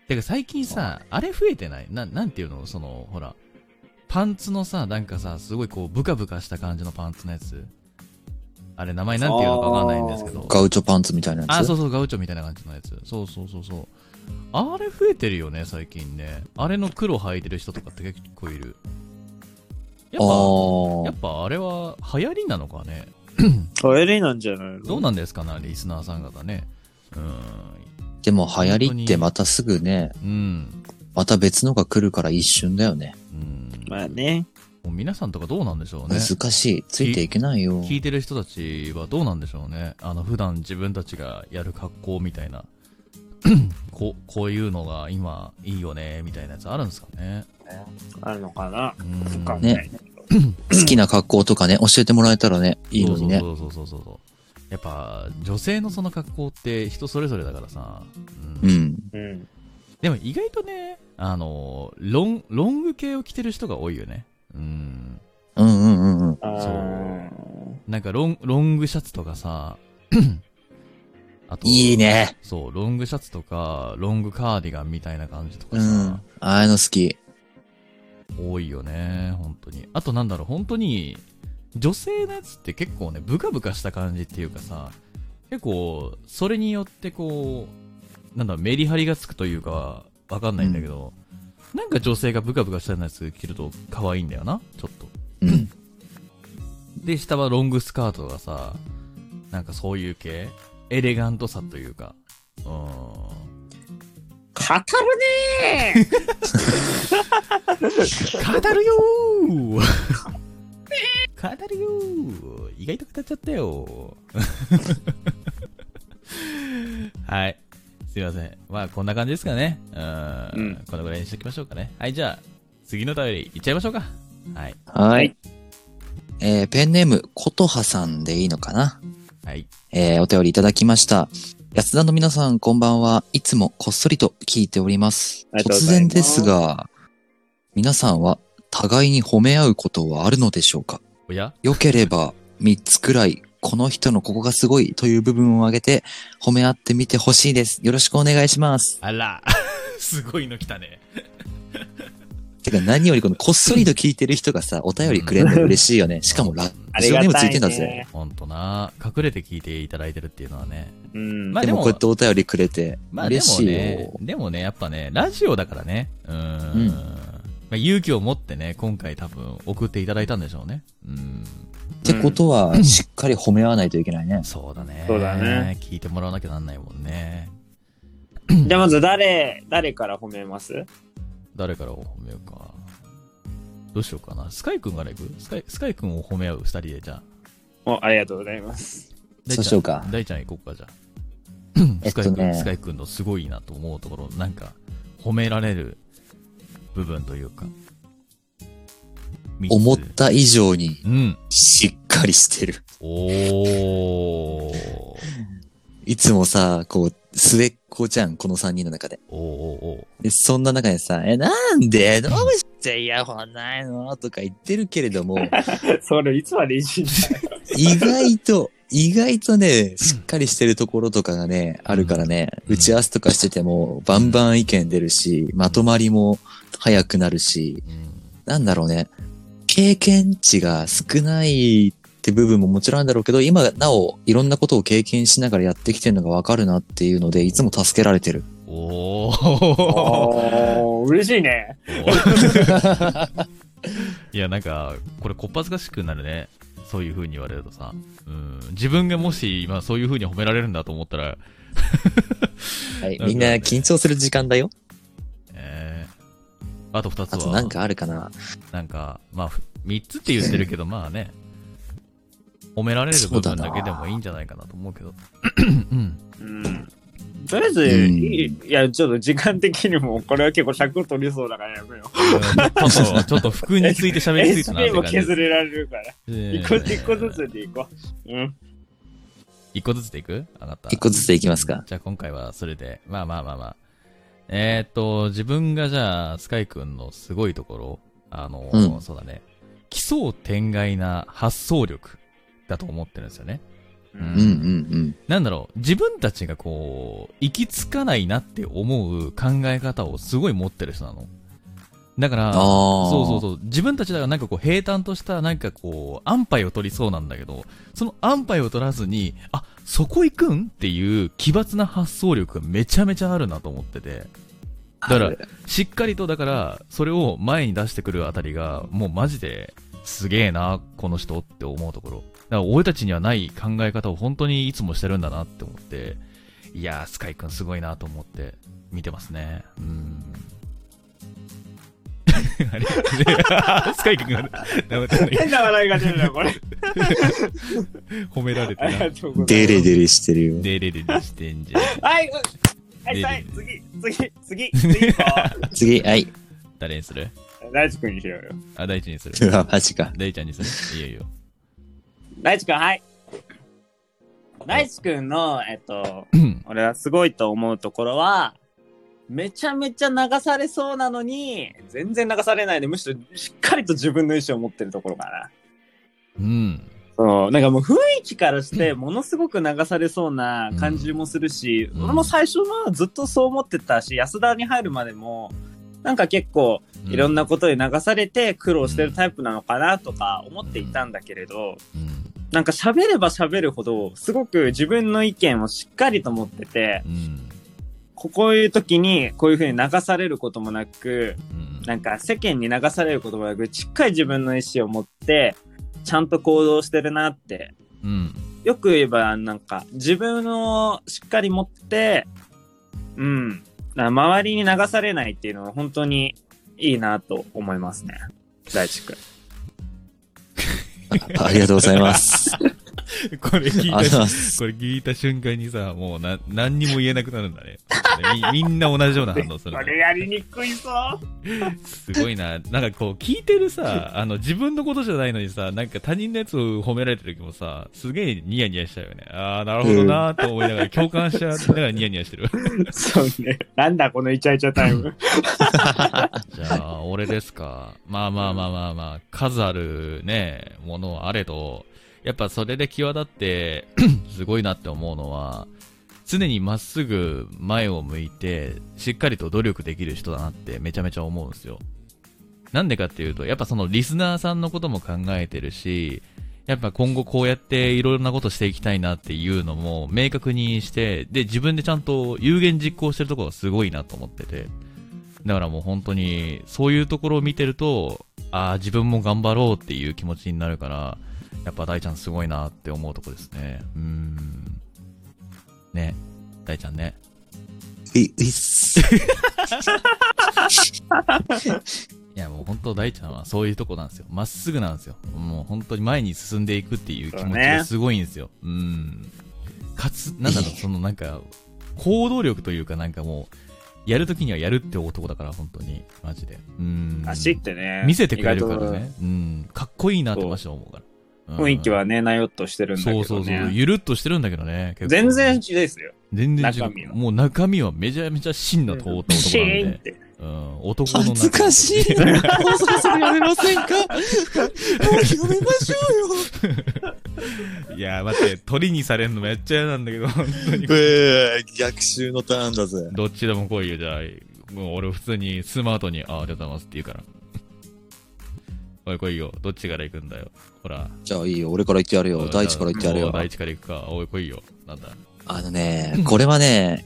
[SPEAKER 1] てか最近さ、あれ増えてないな、なんていうのその、ほら、パンツのさ、なんかさ、すごいこう、ブカブカした感じのパンツのやつ。あれ、名前なんていうのかわかんないんですけど。
[SPEAKER 3] ガウチョパンツみたいなやつ。
[SPEAKER 1] あ、そうそう、ガウチョみたいな感じのやつ。そうそうそうそう。あれ増えてるよね、最近ね。あれの黒履いてる人とかって結構いる。やっぱ、や
[SPEAKER 3] あ
[SPEAKER 1] っぱあれは流行りなのかね。
[SPEAKER 2] トイレなんじゃないの
[SPEAKER 1] どうなんですかね、リスナーさん方ね。う
[SPEAKER 3] ーでも流行りってまたすぐね、
[SPEAKER 1] ん。うん。
[SPEAKER 3] また別のが来るから一瞬だよね。
[SPEAKER 1] うん。
[SPEAKER 2] まあね。
[SPEAKER 1] もう皆さんとかどうなんでしょうね。
[SPEAKER 3] 難しい。ついていけないよ。
[SPEAKER 1] 聞いてる人たちはどうなんでしょうね。あの、普段自分たちがやる格好みたいな。 こうこういうのが今いいよねみたいなやつあるんですかね
[SPEAKER 2] あるのかな
[SPEAKER 1] うん
[SPEAKER 2] わかんない
[SPEAKER 3] ね好きな格好とかね、教えてもらえたらね、いいのにね。
[SPEAKER 1] そうそうそうそうそうやっぱ女性のその格好って人それぞれだからさ、う
[SPEAKER 3] うんん。
[SPEAKER 2] うん。
[SPEAKER 1] でも意外とねあのロンロング系を着てる人が多いよねうん
[SPEAKER 3] うんうんうんうん。
[SPEAKER 2] あー
[SPEAKER 1] なんかロンロングシャツとか さあと
[SPEAKER 3] いいね。
[SPEAKER 1] そうロングシャツとかロングカーディガンみたいな感じとか
[SPEAKER 3] う
[SPEAKER 1] さ、
[SPEAKER 3] ん。ああいうの好き。
[SPEAKER 1] 多いよね、本当に。あとなんだろう、本当に、女性のやつって結構ね、ブカブカした感じっていうかさ、結構、それによってこう、なんだろう、メリハリがつくというか、わかんないんだけど、なんか女性がブカブカしたようなやつ着ると可愛いんだよな、ちょっと。
[SPEAKER 3] うん。
[SPEAKER 1] で、下はロングスカートがさ、なんかそういう系、エレガントさというか、うーん。
[SPEAKER 2] 語るね ー
[SPEAKER 1] 語るよー 語るよー意外と語っちゃったよ ーはい。すいません。まあ、こんな感じですかね。うーん。
[SPEAKER 2] うん
[SPEAKER 1] このぐらいにしておきましょうかね。はい、じゃあ、次の便りいっちゃいましょうか。はい。
[SPEAKER 3] は
[SPEAKER 2] はいい。
[SPEAKER 3] えー、ペンネーム、ことはさんでいいのかな
[SPEAKER 1] はい。
[SPEAKER 3] えーお便りいただきました。安田の皆さん、こんばんは。いつもこっそりと聞いております。
[SPEAKER 2] ありがとう
[SPEAKER 3] 突
[SPEAKER 2] ござい
[SPEAKER 3] 然
[SPEAKER 2] ます
[SPEAKER 3] ですが、皆さんは互いに褒め合うことはあるのでしょうか
[SPEAKER 1] おや
[SPEAKER 3] 良ければ3つくらい、この人のここがすごいという部分を挙げて褒め合ってみてほしいです。よろしくお願いします。
[SPEAKER 1] あら。 すごいの来たね。
[SPEAKER 3] てか何よりこのこっそりと聞いてる人がさ、お便りくれるの嬉しいよね。しかもラ
[SPEAKER 2] あ
[SPEAKER 3] ジ
[SPEAKER 2] り
[SPEAKER 3] オネーム
[SPEAKER 2] が
[SPEAKER 3] つ
[SPEAKER 2] た
[SPEAKER 3] い
[SPEAKER 2] い
[SPEAKER 3] てんだぜ。
[SPEAKER 2] ね。
[SPEAKER 1] ほんとな。隠れて聞いていただいてるっていうのはね。
[SPEAKER 2] うん。
[SPEAKER 1] まあ
[SPEAKER 3] で
[SPEAKER 1] で
[SPEAKER 3] も
[SPEAKER 1] も
[SPEAKER 3] こうやってお便りくれて
[SPEAKER 1] まあで
[SPEAKER 3] 嬉
[SPEAKER 1] も
[SPEAKER 3] しいよ。
[SPEAKER 1] ね、でもね、やっぱね、ラジオだからね、うーん。
[SPEAKER 3] うん
[SPEAKER 1] まあ、勇気を持ってね、今回多分送っていただいたんでしょうね。うん。
[SPEAKER 3] ってことは、しっかり褒め合わないといけないね。
[SPEAKER 1] そうだね。
[SPEAKER 2] そうだね。
[SPEAKER 1] 聞いてもらわなきゃなんないもんね。
[SPEAKER 2] じゃあまず誰、誰から褒めます
[SPEAKER 1] 誰からを褒めようか。どうしようかな。スカイ君からいくスカイ、スカイ君を褒め合う二人で、じゃあ。
[SPEAKER 2] お、ありがとうございます。
[SPEAKER 1] 大ちゃん
[SPEAKER 3] そうしようか
[SPEAKER 1] 大ちゃん行こうか、じゃあ。
[SPEAKER 3] えっ
[SPEAKER 1] スカイ
[SPEAKER 3] と
[SPEAKER 1] 君、
[SPEAKER 3] ね
[SPEAKER 1] スカイ君のすごいなと思うところ、なんか、褒められる部分というか。三つ
[SPEAKER 3] 思った以上に
[SPEAKER 1] うん。
[SPEAKER 3] しっかりしてる。
[SPEAKER 1] おー。
[SPEAKER 3] いつもさ、こう、末っ子じゃん、この3人の中で。
[SPEAKER 1] おーお
[SPEAKER 3] で、そんな中でさ、え、なんでどうしてイヤホンないのとか言ってるけ れども、
[SPEAKER 2] それいつまでいじんだ
[SPEAKER 3] 意外と、意外とね、しっかりしてるところとかがね、あるからね、
[SPEAKER 1] うん
[SPEAKER 3] 打ち合わせとかしてても、バンバン意見出るし、まとまりも早くなるし、
[SPEAKER 1] ー。うん。
[SPEAKER 3] なんだろうね、経験値が少ないって部分ももちろんあるんだろうけど、今なおいろんなことを経験しながらやってきてるのがわかるなっていうので、いつも助けられてる。
[SPEAKER 1] おー。
[SPEAKER 2] おー、嬉しいね。
[SPEAKER 1] いや、なんか、これ、こっぱずかしくなるね。そういう風に言われるとさ。うん。自分がもし、今、そういう風に褒められるんだと思ったら、
[SPEAKER 3] はい、
[SPEAKER 1] なんかね
[SPEAKER 3] みんな緊張する時間だよ。
[SPEAKER 1] えー。あと二つは、
[SPEAKER 3] あとなんかあるかな。
[SPEAKER 1] なんか、まあ、ふ三つって言ってるけど、まあね、褒められる部分だけでもいいんじゃないかなと思うけど。うん。
[SPEAKER 2] うん。とりあえず、いいいや、ちょっと時間的にも、これは結構尺取りそうだからやめよう。
[SPEAKER 1] ちょっと、ちょっと服について喋りすぎたなって
[SPEAKER 2] SP も
[SPEAKER 1] 感じです
[SPEAKER 2] 削れられるから。一個ずつ、一個ず。つでいこう。うん。
[SPEAKER 1] 一個ずつでいく上がった。
[SPEAKER 3] 一個ずつでいきますか。
[SPEAKER 1] じゃあ今回はそれで、まあまあまあまあ。えー、っと、自分がじゃあ、スカイくんのすごいところ、あの、
[SPEAKER 3] うん
[SPEAKER 1] そうだね。奇想天外な発想力だと思ってるんですよね。
[SPEAKER 3] うんうんうん。
[SPEAKER 1] なんだろう、自分たちがこう、行き着かないなって思う考え方をすごい持ってる人なの。だから、
[SPEAKER 3] あー
[SPEAKER 1] そうそうそう、自分たちだからなんかこう、平坦としたなんかこう、安牌を取りそうなんだけど、その安牌を取らずに、あ、そこ行くんっていう奇抜な発想力がめちゃめちゃあるなと思ってて。だから
[SPEAKER 3] ある
[SPEAKER 1] しっかりとだから、それを前に出してくるあたりが、もうマジで、すげえな、この人って思うところ。だから俺たちにはない考え方を本当にいつもしてるんだなって思って、いやー、スカイくんすごいなと思って、見てますね。うん。あれスカイくんが、ダメだね
[SPEAKER 2] 変な笑いが出るな、これ。
[SPEAKER 1] 褒められて
[SPEAKER 2] あり
[SPEAKER 1] な
[SPEAKER 2] が。とうございます。
[SPEAKER 3] デレデレしてるよ。
[SPEAKER 1] デレデレしてんじゃん。
[SPEAKER 2] はい、はい、はい
[SPEAKER 1] で
[SPEAKER 2] 次、次、次、次行こ
[SPEAKER 3] 次、はい。
[SPEAKER 1] 誰にする
[SPEAKER 2] う。大地君にしようよ。
[SPEAKER 1] あ、大地にする。
[SPEAKER 3] うわ、マジか。
[SPEAKER 1] 大ちゃんにする。いいよいいよ。
[SPEAKER 2] 大地君、はい。大地君の、えっと、
[SPEAKER 1] うん
[SPEAKER 2] 俺はすごいと思うところは、めちゃめちゃ流されそうなのに、全然流されないで、むしろしっかりと自分の意思を持ってるところかな。
[SPEAKER 1] うん。
[SPEAKER 2] そう、なんかもう雰囲気から して、ものすごく流されそうな感じもするし、
[SPEAKER 1] うん
[SPEAKER 2] 俺も最初はずっとそう思ってたし、安田に入るまでも、なんか結構いろん
[SPEAKER 1] な。
[SPEAKER 2] なことに流されて苦労してるタイプなのかなとか思っていたんだけれど、
[SPEAKER 1] うん。
[SPEAKER 2] なんか喋れば喋るほど、すごく自分の意見をしっかりと持ってて、
[SPEAKER 1] うん。
[SPEAKER 2] ここういう時にこういう風に流されることもなく、
[SPEAKER 1] うん。
[SPEAKER 2] なんか世間に流されることもなく、しっかり自分の意思を持って、ちゃんと行動してるなって
[SPEAKER 1] うん。
[SPEAKER 2] よく言えば、なんか、自分をしっかり持って、うん、な周りに流されないっていうのは本当にいいなと思いますね。大地君。
[SPEAKER 3] あありがとうございます。
[SPEAKER 1] これ聞い
[SPEAKER 3] ありがとうござい
[SPEAKER 1] た
[SPEAKER 3] ま
[SPEAKER 1] し、
[SPEAKER 3] す。
[SPEAKER 1] これ聞いた瞬間にさ、もうな、何にも言えなくなるんだね。みみ んな同じような反応するんだね。
[SPEAKER 2] やりにくいぞ。
[SPEAKER 1] すごいな。なんかこう、聞いてるさ、あの、自分のことじゃないのにさ、なんか他人のやつを褒められてる時もさ、すげえニヤニヤしちゃうよね。ああ、なるほどなーと思いながら、共感し ちゃうだからニヤニヤしてる。
[SPEAKER 2] そうね。なんだこのイチャイチャタイム。
[SPEAKER 1] じゃあ、俺ですか。まあまあまあまあまあ、数あるね、ものはあれど、やっぱそれで際立って、 すごいなって思うのは、常にまっすぐ前を向いて、しっかりと努力できる人だなってめちゃめちゃ思うんですよ。なんでかっていうと、やっぱそのリスナーさんのことも考えてるし、やっぱ今後こうやっていろいろなことしていきたいなっていうのも明確にして、で、自分でちゃんと有言実行してるところがすごいなと思ってて。だからもう本当に、そういうところを見てると、ああ、自分も頑張ろうっていう気持ちになるから、やっぱ大ちゃんすごいなって思うとこですね。うーん。ね。大ちゃんね。
[SPEAKER 3] い、いっす。
[SPEAKER 1] いやもう本当大ちゃんはそういうとこなんですよ。まっすぐなんですよ。もう本当に前に進んでいくっていう気
[SPEAKER 2] そう
[SPEAKER 1] 持ち
[SPEAKER 2] ね
[SPEAKER 1] がすごいんですよ。うーん。かつ、なん だろう、そのなんか、行動力というかなんかもう、やるときにはやるって男だから、本当に。マジで。うーん。
[SPEAKER 2] 足ってね。
[SPEAKER 1] 見せてくれるから
[SPEAKER 2] 意外
[SPEAKER 1] ね。うん。かっこいいなってマジで思うから。
[SPEAKER 2] と。
[SPEAKER 1] うん
[SPEAKER 2] 雰囲気はね、なよっとしてるんだけど
[SPEAKER 1] そ
[SPEAKER 2] ね。
[SPEAKER 1] うそうそう。ゆるっとしてるんだけどね。結構
[SPEAKER 2] 全然、ですよ。
[SPEAKER 1] 全然違う
[SPEAKER 2] 中身は
[SPEAKER 1] もう中身はめちゃめちゃ真の通った
[SPEAKER 2] ピ
[SPEAKER 1] 男
[SPEAKER 2] シ
[SPEAKER 1] なん
[SPEAKER 2] ーンっ
[SPEAKER 1] で。
[SPEAKER 2] て。
[SPEAKER 1] うん。男の中身
[SPEAKER 3] 恥ずかしい。もう そろそろやめませんか もうやめましょうよ。
[SPEAKER 1] いやー、待って、鳥にされるのめっちゃ嫌なんだけど、本当に。
[SPEAKER 3] ええ逆襲のターンだぜ。
[SPEAKER 1] どっちでも来いよ、じゃあ。もう俺普通にスマートに、ああ、ありがとうございますって言うから。おい来いよ。どっちから行くんだよ。ほら。
[SPEAKER 3] じゃあいいよ、俺から言ってやるよ。大地から言ってやる
[SPEAKER 1] お
[SPEAKER 3] よ
[SPEAKER 1] う。大地から行くか。おい来いよ。なんだ。
[SPEAKER 3] あのね、これはね、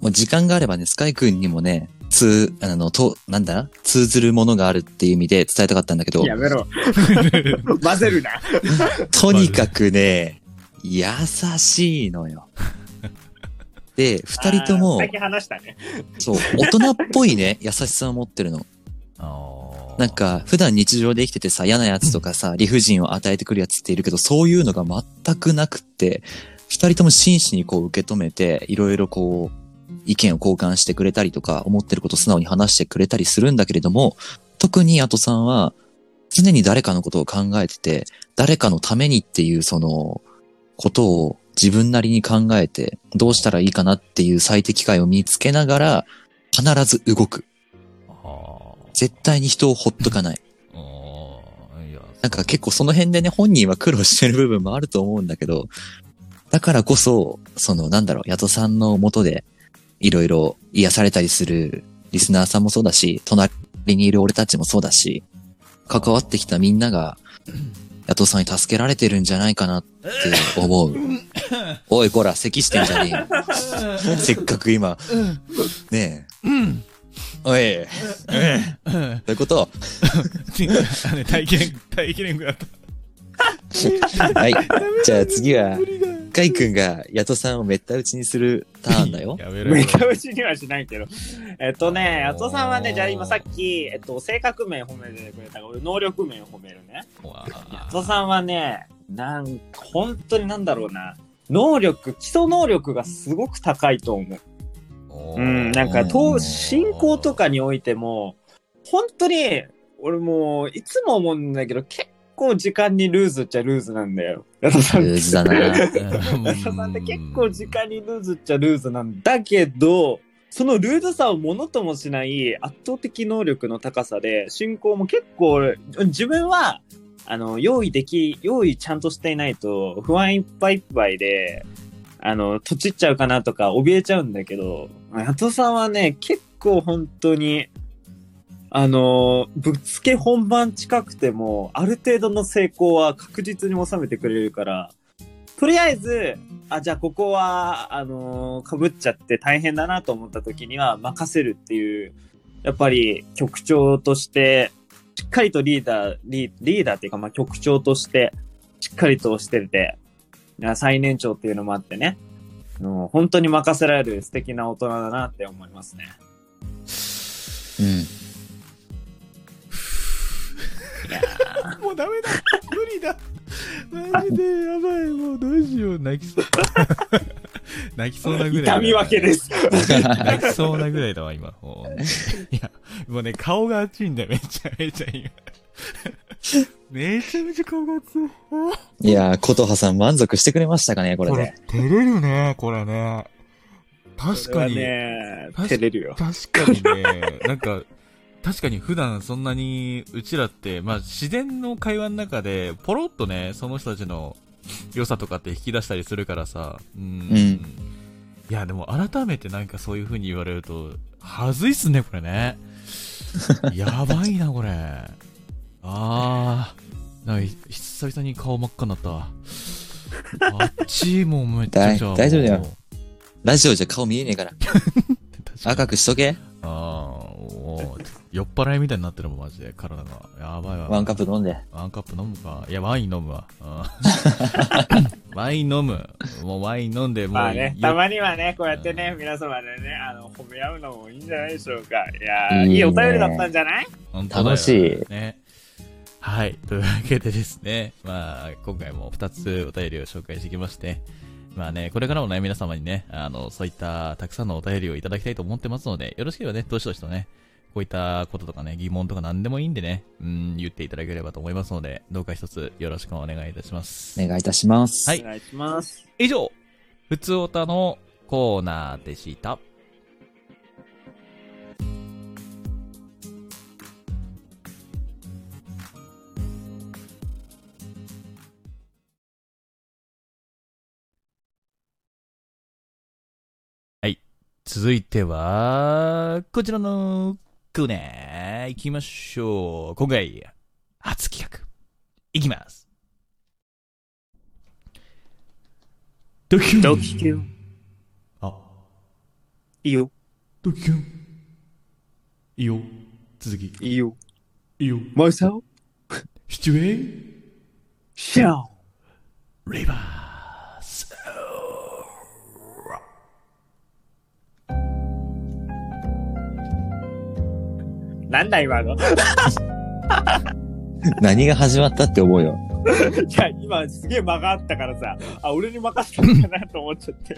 [SPEAKER 3] もう時間があればね、スカイ君にもね、通、あの、と、なんだ通ずるものがあるっていう意味で伝えたかったんだけど、
[SPEAKER 2] やめ ろ。混ぜるな。
[SPEAKER 3] とにかくね、優しい のよ。で、二人と
[SPEAKER 2] あー
[SPEAKER 3] も、
[SPEAKER 2] 先話したね。
[SPEAKER 3] そう、大人っぽいね、優しさを持ってるの。
[SPEAKER 1] ああ。
[SPEAKER 3] なん、か、普段日常で生きててさ、嫌なやつとかさ、理不尽を与えてくるやつっているけど、そういうのが全くなくって、二人とも真摯にこう受け止めて、いろいろこう、意見を交換してくれたりとか、思ってることを素直に話してくれたりするんだけれども、特にアトさんは、常に誰かのことを考えてて、誰かのためにっていうその、ことを自分なりに考えて、どうしたらいいかなっていう最適解を見つけながら、必ず動く。
[SPEAKER 1] ああ。
[SPEAKER 3] 絶対に人をほっとかない。
[SPEAKER 1] ああ。いや、
[SPEAKER 3] なんか結構その辺でね、本人は苦労してる部分もあると思うんだけど、だからこそ、そのなんだろう、ヤトさんの元で、いろいろ癒されたりするリスナーさんもそうだし、隣にいる俺たちもそうだし、関わってきたみんなが、ヤトさんに助けられてるんじゃないかなって思 う。おいこら、咳してんじゃね えよ。せっかく今、ねえ。お
[SPEAKER 1] う
[SPEAKER 3] い、
[SPEAKER 1] ん
[SPEAKER 3] どういうこと
[SPEAKER 1] あの耐えきれん、耐えきれんくなった。。
[SPEAKER 3] はい。じゃあ次は、カイ君がヤトさんをめった打ちにするターンだよ
[SPEAKER 1] やめろ
[SPEAKER 2] め
[SPEAKER 1] よ。
[SPEAKER 2] ちゃ打ちにはしないけど。えっとね、
[SPEAKER 1] あ
[SPEAKER 2] ヤ
[SPEAKER 1] のー
[SPEAKER 2] トさんはね、じゃあ今さっき、えっと、性格面褒めてくれたから、俺能力面褒めるね。
[SPEAKER 1] わ
[SPEAKER 2] ヤ
[SPEAKER 1] あ
[SPEAKER 2] トさんはね、なん、本当になんだろうな。能力、基礎能力がすごく高いと思う。うん、なんか、
[SPEAKER 3] う
[SPEAKER 2] と
[SPEAKER 3] ん
[SPEAKER 2] 信仰とかにおいても、本当に、俺もう、いつも思うんだけど、結構時間にルーズっちゃルーズなんだよ。矢田さん
[SPEAKER 3] ルーズだな。
[SPEAKER 2] 矢田さんって結構時間にルーズっちゃルーズなんだけど、そのルーズさをものともしない圧倒的能力の高さで、信仰も結構俺、自分は、あの、用意でき、用意ちゃんとしていないと、不安いっぱいいっぱいで、あの、とちっちゃうかなとか、怯えちゃうんだけど、ヤトさんはね、結構本当に、あの、ぶっつけ本番近くても、ある程度の成功は確実に収めてくれるから、とりあえず、あ、じゃあここは、あのー被っちゃって大変だなと思った時には任せるっていう、やっぱり局長として、しっかりとリーダー、リリーダーっていうか、まあ、局長として、しっかりとしてて、あ最年長っていうのもあってね、あの本当に任せられる素敵な大人だなって思いますね。
[SPEAKER 3] うん。
[SPEAKER 1] もうダメだ無理だ マジでやばいもうどうしよう泣きそう 泣きそうなぐらいだ
[SPEAKER 2] 痛み分けです。
[SPEAKER 1] 泣きそうなぐらいだわ今もういやもうね顔が熱いんだよめちゃめちゃ今 めちゃめちゃ顔が熱い
[SPEAKER 3] いやー、琴葉さん満足してくれましたかね、これ
[SPEAKER 1] こ
[SPEAKER 3] で
[SPEAKER 1] れ。照れるねこれね確かに、
[SPEAKER 2] これは
[SPEAKER 1] 確
[SPEAKER 2] ね、
[SPEAKER 1] か
[SPEAKER 2] 照れるよ。
[SPEAKER 1] 確かにね、なんか、確かに普段そんなに、うちらって、まあ自然の会話の中で、ポロッとね、その人たちの良さとかって引き出したりするからさ、うん。
[SPEAKER 3] うん
[SPEAKER 1] いや、でも改めてなんかそういう風に言われると、はずいっすね、これ ね。やばいな、これ。ああー、なんか久々に顔真っ赤になったわ。あっちもめっちゃくちゃ。
[SPEAKER 3] 大大丈夫だよ
[SPEAKER 1] もう。
[SPEAKER 3] ラジオじゃ顔見えねえから。
[SPEAKER 1] 確かに
[SPEAKER 3] 赤くしとけ。
[SPEAKER 1] ああ、おー酔っ払いみたいになってるもん、マジで、体が。やばいわ。
[SPEAKER 3] ワンカップ飲んで。
[SPEAKER 1] ワンカップ飲むか。いや、ワイン飲むわ。うん ワイン飲む。もうワイン飲んで、もう。
[SPEAKER 2] まあね、
[SPEAKER 1] よ
[SPEAKER 2] たまにはね、こうやってね、皆様でね、あの、褒め合うのもいいんじゃないでしょうか。いやー
[SPEAKER 3] いいね
[SPEAKER 2] いいお便りだったんじゃない
[SPEAKER 1] 本当だよ
[SPEAKER 3] 楽し
[SPEAKER 1] ね。はい。というわけでですね、まあ、今回も2つお便りを紹介してきまして、まあね、これからもね、皆様にね、あの、そういったたくさんのお便りをいただきたいと思ってますので、よろしければね、どしどしとね、こういったこととかね、疑問とか何でもいいんでね、うん、言っていただければと思いますので、どうか一つよろしくお願いいたします。
[SPEAKER 3] お願いいたします。
[SPEAKER 1] はい
[SPEAKER 2] お願いします。
[SPEAKER 1] 以上、ふつおたのコーナーでした。はい。続いては、こちらのコーナー、行きましょう。今回、初企画。いきます。ドキュン
[SPEAKER 2] ドキキュン。
[SPEAKER 1] あ、
[SPEAKER 2] いいよ。
[SPEAKER 1] ドキュン。いいよ。続き。
[SPEAKER 2] いいよ。
[SPEAKER 1] いいよ。
[SPEAKER 2] マイサオ
[SPEAKER 1] シチュエー
[SPEAKER 2] シャオ
[SPEAKER 1] レバース。
[SPEAKER 2] なんだ今 のい
[SPEAKER 3] 何が始まったって思うよ。
[SPEAKER 2] や、今すげえ間があったからさ、あ、俺に任せたのかなと思っちゃって。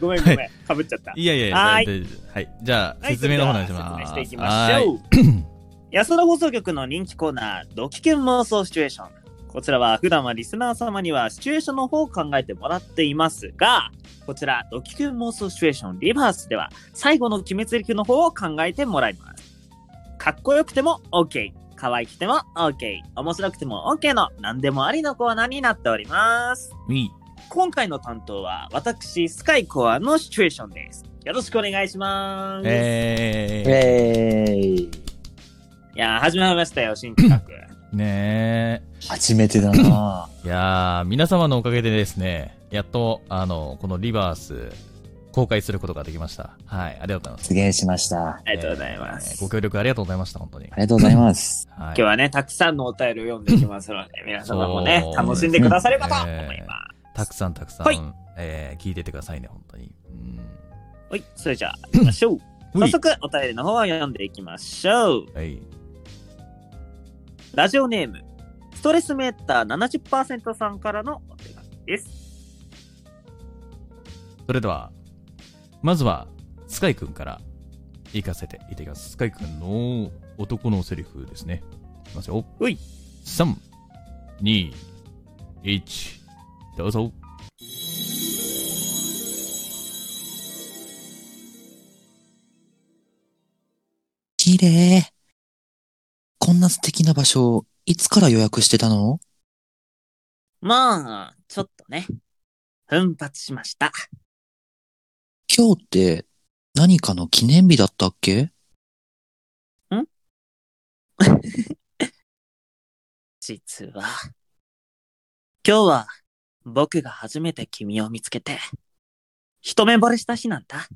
[SPEAKER 2] ごめんごめん、かぶっちゃった。
[SPEAKER 1] いやいやいや、
[SPEAKER 2] はい
[SPEAKER 1] 大丈夫はい。じゃあ、
[SPEAKER 2] はい
[SPEAKER 1] 説明の方お願いします。
[SPEAKER 2] それでは説明していきましょう。 安田放送局の人気コーナー、ドキキュン妄想シチュエーション。こちらは普段はリスナー様にはシチュエーションの方を考えてもらっていますが、こちら、ドキキュン妄想シチュエーションリバースでは、最後の決め台詞の方を考えてもらいます。かっこよくても OK、可愛くても OK、面白くても OK の何でもありのコーナーになっております。
[SPEAKER 1] はい。いい
[SPEAKER 2] 今回の担当は私、スカイコアのシチュエーションです。よろしくお願いします。
[SPEAKER 1] えー。
[SPEAKER 3] えー
[SPEAKER 2] いやー、始まりましたよ、新 企画。
[SPEAKER 1] ね
[SPEAKER 3] 初めてだ な
[SPEAKER 1] え。いやー、皆様のおかげでですね、やっと、あの、このリバース、公開することができました。はい。ありがとうございます。
[SPEAKER 3] 実現しました。あ
[SPEAKER 2] ありがとうございます。
[SPEAKER 1] えーご協力ありがとうございました、本当に。
[SPEAKER 3] りがとうございます。
[SPEAKER 1] はい
[SPEAKER 2] 今日はね、たくさんのお便りを読んでいきますので、皆様もね
[SPEAKER 1] そう、
[SPEAKER 2] 楽しんでくださればと思
[SPEAKER 1] えー
[SPEAKER 2] います。
[SPEAKER 1] たくさんたくさん、
[SPEAKER 2] はい
[SPEAKER 1] えー聞いててくださいね、本当に。うん
[SPEAKER 2] はい、それじゃあ、行きましょう。
[SPEAKER 1] う
[SPEAKER 2] 早
[SPEAKER 1] い
[SPEAKER 2] 速、お便りの方を読んでいきましょう。
[SPEAKER 1] はい。
[SPEAKER 2] ラジオネーム、ストレスメーター70%さんからのお手紙です。
[SPEAKER 1] それでは、まずは、ススカイくんから行かせていただきます。スカイくんの男のセリフですね。いきますよ。
[SPEAKER 2] うい。
[SPEAKER 1] 3、2、1、どうぞ。
[SPEAKER 3] 綺麗。こんな素敵な場所、いつから予約してたの
[SPEAKER 2] まあ、ちょっとね、奮発しました。
[SPEAKER 3] 今日って何かの記念日だったっけ
[SPEAKER 2] 実は。今日は、僕が初めて君を見つけて、一目惚れした日なんだ。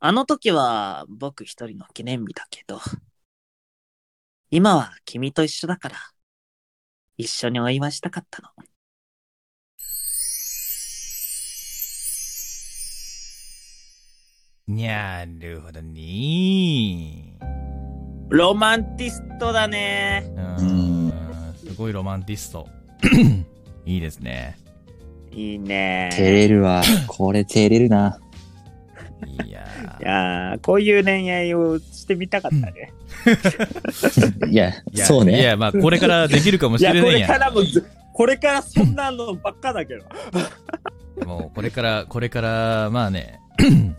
[SPEAKER 2] あの時は、僕一人の記念日だけど、今は君と一緒だから、一緒にお祝いしたかったの。
[SPEAKER 1] なるほどね。
[SPEAKER 2] ロマンティストだね。
[SPEAKER 1] うーん、すごいロマンティス ト。いいですね。
[SPEAKER 2] いい
[SPEAKER 3] 照
[SPEAKER 2] ね。
[SPEAKER 3] れるわ。これ照れるな。
[SPEAKER 1] いや
[SPEAKER 2] いやーこういう恋愛をしてみたかったね。
[SPEAKER 3] いや、
[SPEAKER 1] ーいや
[SPEAKER 3] そう
[SPEAKER 1] い
[SPEAKER 3] ね。
[SPEAKER 1] や、まあ、これからできるかも
[SPEAKER 2] い
[SPEAKER 1] し
[SPEAKER 2] や、
[SPEAKER 1] れ
[SPEAKER 2] こ
[SPEAKER 1] ない
[SPEAKER 2] れか
[SPEAKER 1] や
[SPEAKER 2] らもず、これからそんなのばっかだけど。
[SPEAKER 1] ん。もう、これから、これから、まあね、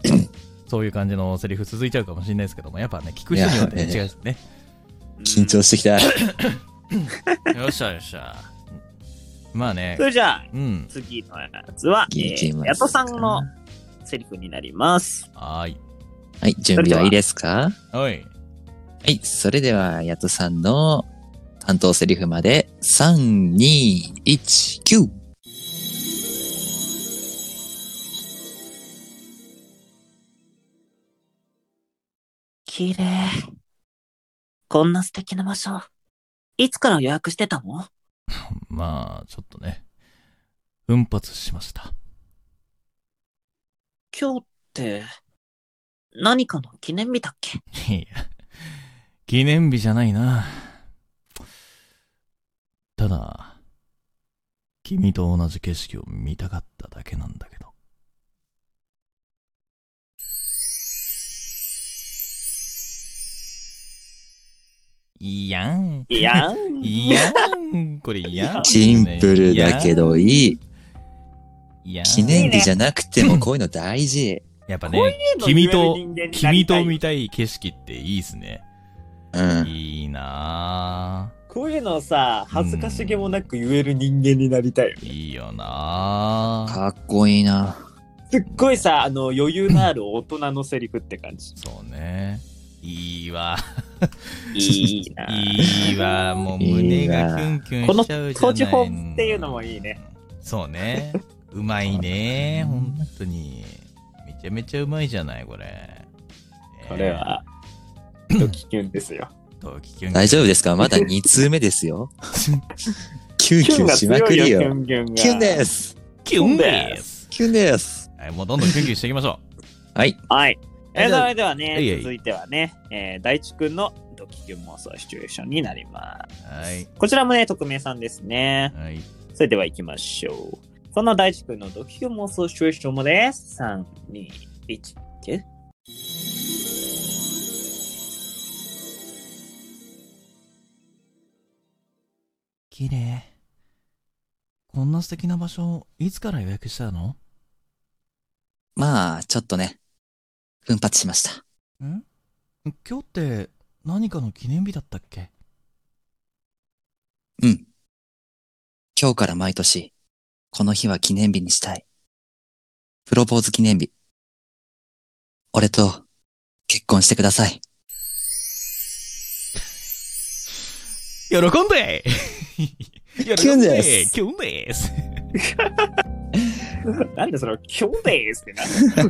[SPEAKER 1] そういう感じのセリフ続いちゃうかもしれないですけども、やっぱね、聞く人によってね
[SPEAKER 3] いや
[SPEAKER 1] 違うですね。
[SPEAKER 3] 緊張してきた。
[SPEAKER 1] よっしゃよっしゃ。まあね
[SPEAKER 2] そ、れじゃあ、
[SPEAKER 1] うん、
[SPEAKER 2] 次のやつは、え
[SPEAKER 3] いき
[SPEAKER 2] ー、
[SPEAKER 3] ますか
[SPEAKER 2] ヤトさんのセリフになります。
[SPEAKER 1] はーい。
[SPEAKER 3] はい、準備はいいですか
[SPEAKER 1] おい。
[SPEAKER 3] はい、それでは、ヤトさんの担当セリフまで、3、2、1、9!
[SPEAKER 2] 綺麗。こんな素敵な場所、いつから予約してたの
[SPEAKER 1] まあ、ちょっとね、奮発しました。
[SPEAKER 2] 今日って、何かの記念日だっけ
[SPEAKER 1] いや、記念日じゃないな。ただ、君と同じ景色を見たかっただけなんだけど。いやん。
[SPEAKER 2] いや ー
[SPEAKER 1] いやん。これいやん。
[SPEAKER 3] シンプルだけどいい。
[SPEAKER 1] いやん。
[SPEAKER 3] 記念日じゃなくてもこういうの大事。
[SPEAKER 1] やっぱ
[SPEAKER 2] こうい
[SPEAKER 1] ね、君と、君と
[SPEAKER 2] み
[SPEAKER 1] 見たい景色っていいっすね。
[SPEAKER 3] うん。
[SPEAKER 1] いいなぁ。
[SPEAKER 2] こういうのをさ、
[SPEAKER 1] 恥ずかしげもな
[SPEAKER 2] く言える人間になりたいよ。
[SPEAKER 1] いいよなぁ。
[SPEAKER 3] かっこいいな。
[SPEAKER 2] すっごいさ、あの、余裕のある大人のセリフって感 じ。
[SPEAKER 1] そうね。いい わ。
[SPEAKER 2] いいな
[SPEAKER 1] いいわ。もう胸がキュンキュンしちゃうじゃない
[SPEAKER 2] この土地法っていうのもいいね。
[SPEAKER 1] そうね。うまいね。本当に。めちゃめちゃうまいじゃない、これ。ね
[SPEAKER 2] これ。 は、ドキキュンですよ。
[SPEAKER 1] ドキキュン
[SPEAKER 3] 大丈夫ですかまだ2通目です よ。キュン
[SPEAKER 2] キ
[SPEAKER 3] キ
[SPEAKER 2] ュン
[SPEAKER 3] ュン
[SPEAKER 2] が
[SPEAKER 3] しま
[SPEAKER 2] 強
[SPEAKER 3] く
[SPEAKER 2] い
[SPEAKER 3] り
[SPEAKER 2] よ、キ
[SPEAKER 3] よ
[SPEAKER 2] ュ。ンキュンが。
[SPEAKER 3] キュンです。
[SPEAKER 1] キュンです。
[SPEAKER 3] キュンです。
[SPEAKER 1] はい、もうどんどんキュンキュンしていきましょ
[SPEAKER 3] はい。
[SPEAKER 2] はい。えー、
[SPEAKER 1] じゃあ
[SPEAKER 2] それでは
[SPEAKER 1] はいは
[SPEAKER 2] ね
[SPEAKER 1] い、
[SPEAKER 2] 続いてはね、えー、大地くんのドキキュン妄想シチュエーションになります。
[SPEAKER 1] う。はい。
[SPEAKER 2] こちらもね、匿名さんですね。
[SPEAKER 1] はい。
[SPEAKER 2] それでは行きましょう。そんな大地くんのドキキュン妄想シチュエーションもです。3、2、1、9。
[SPEAKER 1] 綺麗。こんな素敵な場所、いつから予約したの
[SPEAKER 3] まあ、ちょっとね、奮発しました。
[SPEAKER 1] ん今日って何かの記念日だったっけ
[SPEAKER 3] 今日から毎年、この日は記念日にしたい。プロポーズ記念日。俺と結婚してください。
[SPEAKER 1] 喜ん で
[SPEAKER 3] キュンです
[SPEAKER 1] 喜んキュンです
[SPEAKER 2] なんでそれをキュンですってな。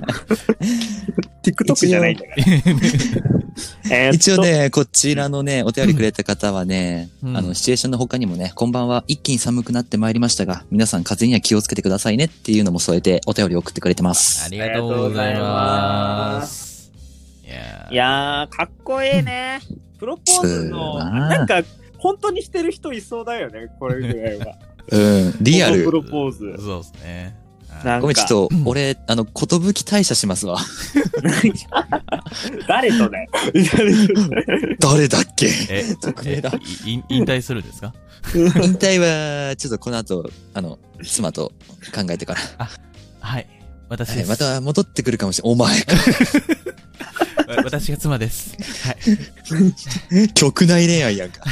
[SPEAKER 2] TikTok じゃないんだ から。えーっと
[SPEAKER 3] 一応。ね、こちらのね、お便りくれた方はね、
[SPEAKER 1] うん
[SPEAKER 3] あの、シチュエーションの他にもね、こんばんは、一気に寒くなってまいりましたが、皆さん風邪には気をつけてくださいねっていうのも添えてお便り送ってくれてます。
[SPEAKER 1] あり
[SPEAKER 2] が
[SPEAKER 1] が
[SPEAKER 2] と
[SPEAKER 1] と
[SPEAKER 2] う
[SPEAKER 1] う
[SPEAKER 2] ご
[SPEAKER 1] ご
[SPEAKER 2] ざ
[SPEAKER 1] ざ
[SPEAKER 2] い
[SPEAKER 1] い
[SPEAKER 2] ま
[SPEAKER 1] ます。いや
[SPEAKER 2] いやー、かっこいいね。プロポーズの、
[SPEAKER 3] つーなー
[SPEAKER 2] なんか、本当にして る人いそうだよね、これぐらいは。
[SPEAKER 3] うん、リア
[SPEAKER 2] このプ
[SPEAKER 3] ル。
[SPEAKER 2] ロポーズ。
[SPEAKER 1] そうですね。
[SPEAKER 2] なん
[SPEAKER 3] ごめん、ちょっ
[SPEAKER 2] か、
[SPEAKER 3] と、俺、あの、ことぶき退社しますわ。
[SPEAKER 2] 誰とだよ。
[SPEAKER 3] 誰だっけ
[SPEAKER 1] え、
[SPEAKER 3] 匿名だ
[SPEAKER 1] えいい引退するんですか
[SPEAKER 3] 引退は、ちょっとこの後、あの、妻と考えてから。
[SPEAKER 1] はい。私
[SPEAKER 3] は
[SPEAKER 1] で
[SPEAKER 3] い、
[SPEAKER 1] す。
[SPEAKER 3] また戻ってくるかもしれん。お前、
[SPEAKER 1] わ私が妻です。はい。
[SPEAKER 3] 局内恋愛や んか。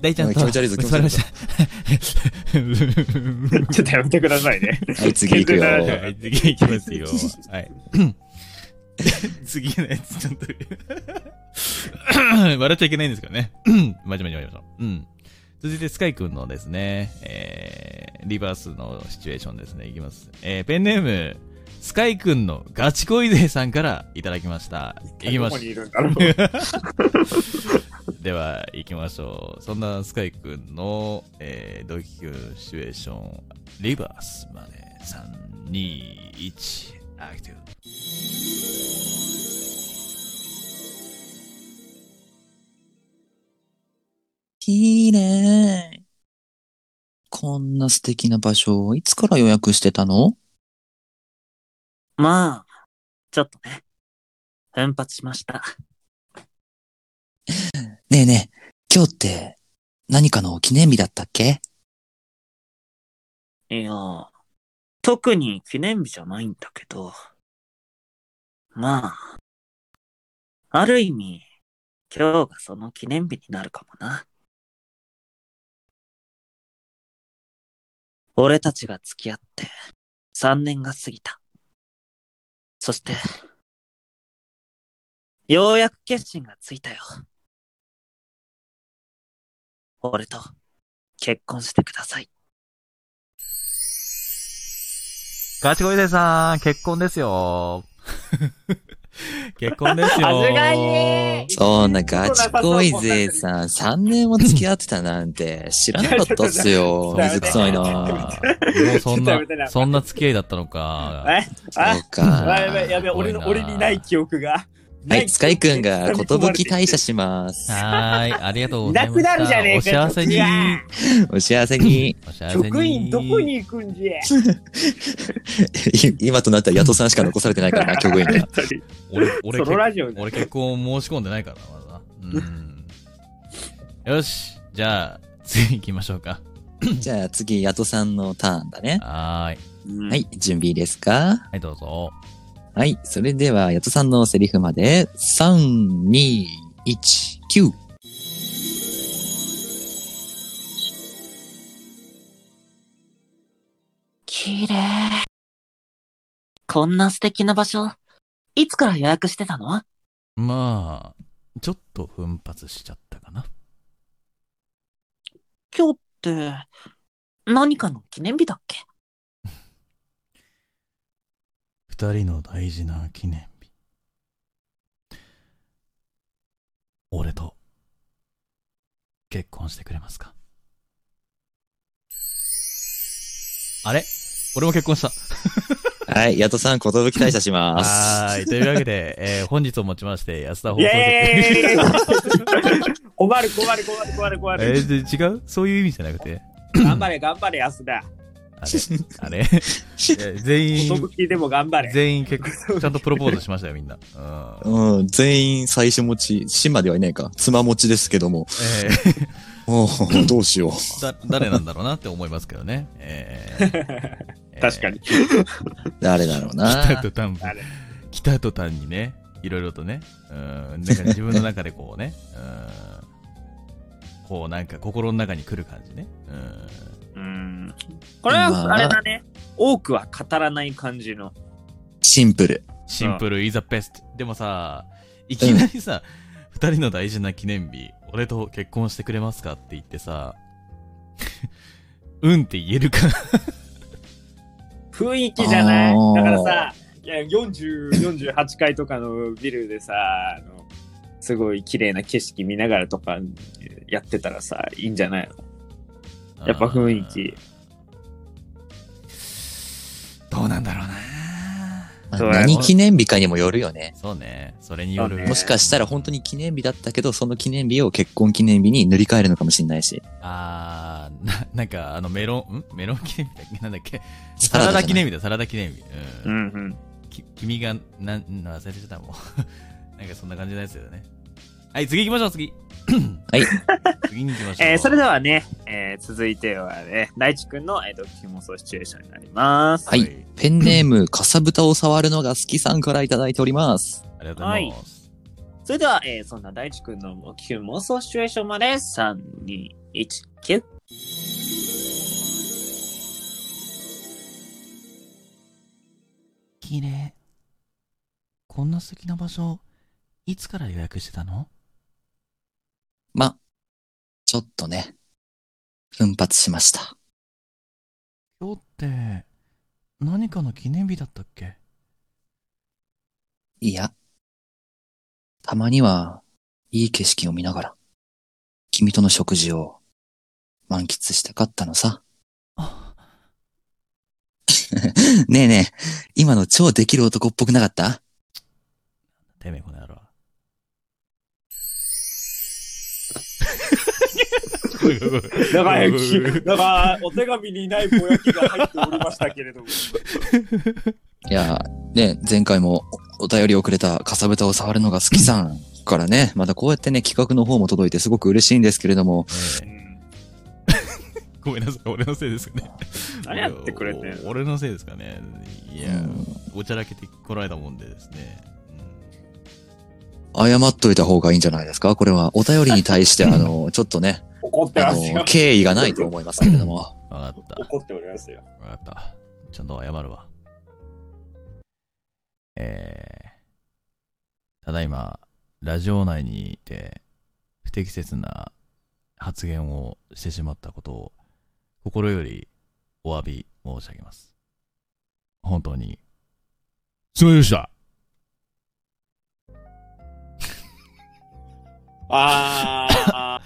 [SPEAKER 1] 大ちゃんと
[SPEAKER 3] 気持ち悪いぞ
[SPEAKER 1] 結ばれました。
[SPEAKER 2] ちょっとやめてくださいね。
[SPEAKER 3] はい、次行くよ。
[SPEAKER 1] はい、次いきますよ。はい。 次のやつ、ちょっと。笑っちゃいけないんですけどね。真面目に終わりましょう。うん。続いて、スカイくんのですね、えー、リバースのシチュエーションですね。いきます。えー、ペンネーム、スカイくんのガチ恋デーさんからいただきました。いきま
[SPEAKER 2] ど
[SPEAKER 1] しょ
[SPEAKER 2] こに
[SPEAKER 1] う。
[SPEAKER 2] いるんだろう。
[SPEAKER 1] では、行きましょう。そんなスカイくんの、えー、ドキキュンシチュエーション、リバースまで、3、2、1、アクティブ。
[SPEAKER 3] 綺麗。こんな素敵な場所をいつから予約してたの
[SPEAKER 2] まあ、ちょっとね、奮発しました。
[SPEAKER 3] ねえねえ、今日って何かの記念日だったっけ
[SPEAKER 2] いや、特に記念日じゃないんだけど。まあ、ある意味、今日がその記念日になるかもな。俺たちが付き合って3年が過ぎた。そして、ようやく決心がついたよ。俺と結婚してください。
[SPEAKER 1] ガチ恋でさん、結婚ですよ。 結婚ですよ。
[SPEAKER 2] 恥ずかしい
[SPEAKER 3] そんなガチ恋勢さん、3年も付き合ってたなんて知らなかったっす よ。
[SPEAKER 1] いや
[SPEAKER 3] 水臭い
[SPEAKER 1] ちょっと
[SPEAKER 3] な
[SPEAKER 1] もうそん
[SPEAKER 2] ちょっとや
[SPEAKER 1] な
[SPEAKER 2] めて、な
[SPEAKER 1] そんな付き合いだったのか。
[SPEAKER 2] え
[SPEAKER 3] そう
[SPEAKER 2] あ、
[SPEAKER 3] か。
[SPEAKER 2] やべえ、やべえ、
[SPEAKER 1] すご
[SPEAKER 2] 俺
[SPEAKER 1] いな
[SPEAKER 2] の、俺にない記憶が。
[SPEAKER 3] は
[SPEAKER 2] ない
[SPEAKER 3] い、スカイくん が
[SPEAKER 2] 記憶
[SPEAKER 3] ことぶき
[SPEAKER 2] に
[SPEAKER 3] 退社します。
[SPEAKER 1] はーい、ありがとうご
[SPEAKER 2] い
[SPEAKER 1] ざい
[SPEAKER 2] な
[SPEAKER 1] ます。
[SPEAKER 2] く なるじゃねえか。
[SPEAKER 1] お幸せに。
[SPEAKER 3] お幸 せに。
[SPEAKER 1] お幸せに。
[SPEAKER 2] 職員どこに行くんじゃ。
[SPEAKER 3] い今となったらヤトさんしか残されてないからな、局員が。
[SPEAKER 1] 俺、
[SPEAKER 2] ソ
[SPEAKER 1] 俺結
[SPEAKER 2] ロラジオ
[SPEAKER 1] 俺結婚申し込んでないからな、まだな。うん。よし、じゃあ、次行きましょうか。
[SPEAKER 3] じゃあ次、ヤトさんのターンだね。
[SPEAKER 1] はーい。
[SPEAKER 2] は
[SPEAKER 3] は。い、準備いいですか
[SPEAKER 1] はい、どうぞ。
[SPEAKER 3] はい、それでは、ヤトさんのセリフまで、3、2、1、9。
[SPEAKER 5] 綺麗。こんな素敵な場所、いつから予約してたの
[SPEAKER 1] まあ、ちょっと奮発しちゃったかな。
[SPEAKER 5] 今日って、何かの記念日だっけ
[SPEAKER 1] 二人の大事な記念日。俺と、結婚してくれますかあれ俺も結婚した。
[SPEAKER 3] はい、ヤトさん、ことぶき退社します。
[SPEAKER 1] はーい。というわけで、えー本日をもちまして、安田放送
[SPEAKER 2] イ
[SPEAKER 1] 局。
[SPEAKER 2] エーイ 困る困る困る困る困
[SPEAKER 1] え
[SPEAKER 2] る。
[SPEAKER 1] ーで違うそういう意味じゃなくて。
[SPEAKER 2] 頑張れ頑張れ、安田。
[SPEAKER 1] あれあれ いや全
[SPEAKER 2] こと
[SPEAKER 1] 員、
[SPEAKER 2] ぶきでも頑張れ。
[SPEAKER 1] 全員結構、ちゃんとプロポーズしましたよ、み んな。うん。
[SPEAKER 3] うん、全員最初持ち、島ではいないか。妻持ちですけども。
[SPEAKER 1] えー
[SPEAKER 3] おーどうしよう。
[SPEAKER 1] だ誰なんだろうなって思いますけどね。えー えー
[SPEAKER 2] 確かに。
[SPEAKER 3] 誰だろう
[SPEAKER 1] 来た
[SPEAKER 3] な。
[SPEAKER 1] 途端
[SPEAKER 2] あれ、
[SPEAKER 1] 来た途端にね、いろいろとね、うん、なんか自分の中でこうね、うん、こうなんか心の中に来る感じね。うん、
[SPEAKER 2] うん。これは、あれだね。多くは語らない感じの。
[SPEAKER 3] シンプル。
[SPEAKER 1] シンプルイザベスト。でもさ、いきなりさ、二、人の大事な記念日、俺と結婚してくれますかって言ってさ、 うんって言えるか。
[SPEAKER 2] 雰囲気じゃな
[SPEAKER 3] あ
[SPEAKER 2] い
[SPEAKER 3] ー
[SPEAKER 2] だからさ、いや40 48階とかのビルでさ、あのすごい綺麗な景色見ながらとかやってたらさ、いいんじゃないのやっぱ雰囲気
[SPEAKER 1] どうなんだろうな。
[SPEAKER 3] まあ
[SPEAKER 2] そうや
[SPEAKER 3] 何記念日かにもよるよね。
[SPEAKER 1] そうね。それによ
[SPEAKER 2] そう
[SPEAKER 1] る。
[SPEAKER 2] ね
[SPEAKER 3] もしかしたら本当に記念日だったけど、その記念日を結婚記念日に塗り替えるのかもしれないし。
[SPEAKER 1] あー、な なんか、あの、メロン、んメロン記念日だっけなんだっけ
[SPEAKER 3] サ
[SPEAKER 1] サラダ記
[SPEAKER 3] 日。
[SPEAKER 1] 念日だ、サラダ記念日。
[SPEAKER 2] う
[SPEAKER 1] うんん。
[SPEAKER 2] うん。
[SPEAKER 1] き君が、なん、忘れてたもん。 なんかそんな感じのやつだよね。はい、次行きましょう、次。
[SPEAKER 3] はい。
[SPEAKER 1] 次に行きましょう。
[SPEAKER 2] えーそれではね、えー続いてはね、大地くんの、えー、ドッキモソシチュエーションになります。
[SPEAKER 3] はいペンネーム、かさぶたを触るのが好きさんからいただいております。
[SPEAKER 1] ありがとうございます。
[SPEAKER 2] それでは、えーそんな大地くんのドッキモソシチュエーションまで、3、2、1、キュッ。
[SPEAKER 1] 綺麗。こんな素敵な場所、いつから予約してたの
[SPEAKER 3] ま、ちょっとね、奮発しました。
[SPEAKER 1] 今日って、何かの記念日だったっけ
[SPEAKER 3] いや、たまには、いい景色を見ながら、君との食事を満喫したかったのさ。
[SPEAKER 1] あ、
[SPEAKER 3] ねえねえ、今の超できる男っぽくなかった
[SPEAKER 1] てめえこの野郎。
[SPEAKER 2] 長い、なんか、お手紙にないぼやきが入っておりましたけれども。
[SPEAKER 3] いやー、ね、前回もおお便りをくれたかさぶたを触るのが好きさんからね、またこうやってね、企画の方も届いてすごく嬉しいんですけれども、
[SPEAKER 1] ええ ごめんなさい、俺のせいですかね。
[SPEAKER 2] 何やってくれてんの
[SPEAKER 1] 俺俺のせいですかね。いや
[SPEAKER 3] う、ん
[SPEAKER 1] おちゃらけてこられたもんでですね。うん
[SPEAKER 3] 謝っといた方がいいんじゃないですかこれはお便りに対して、あの、ちょっとね、
[SPEAKER 2] 怒って
[SPEAKER 3] あ
[SPEAKER 2] ますよ
[SPEAKER 3] の、。敬意がないと思いますけれども、
[SPEAKER 1] わかった。
[SPEAKER 2] 怒っておりますよ。
[SPEAKER 1] わかった。ちゃんと謝るわ。えー、ただいま、ラジオ内にて、不適切な発言をしてしまったことを、心よりお詫び申し上げます。本当に、すみませんでした
[SPEAKER 2] あーあ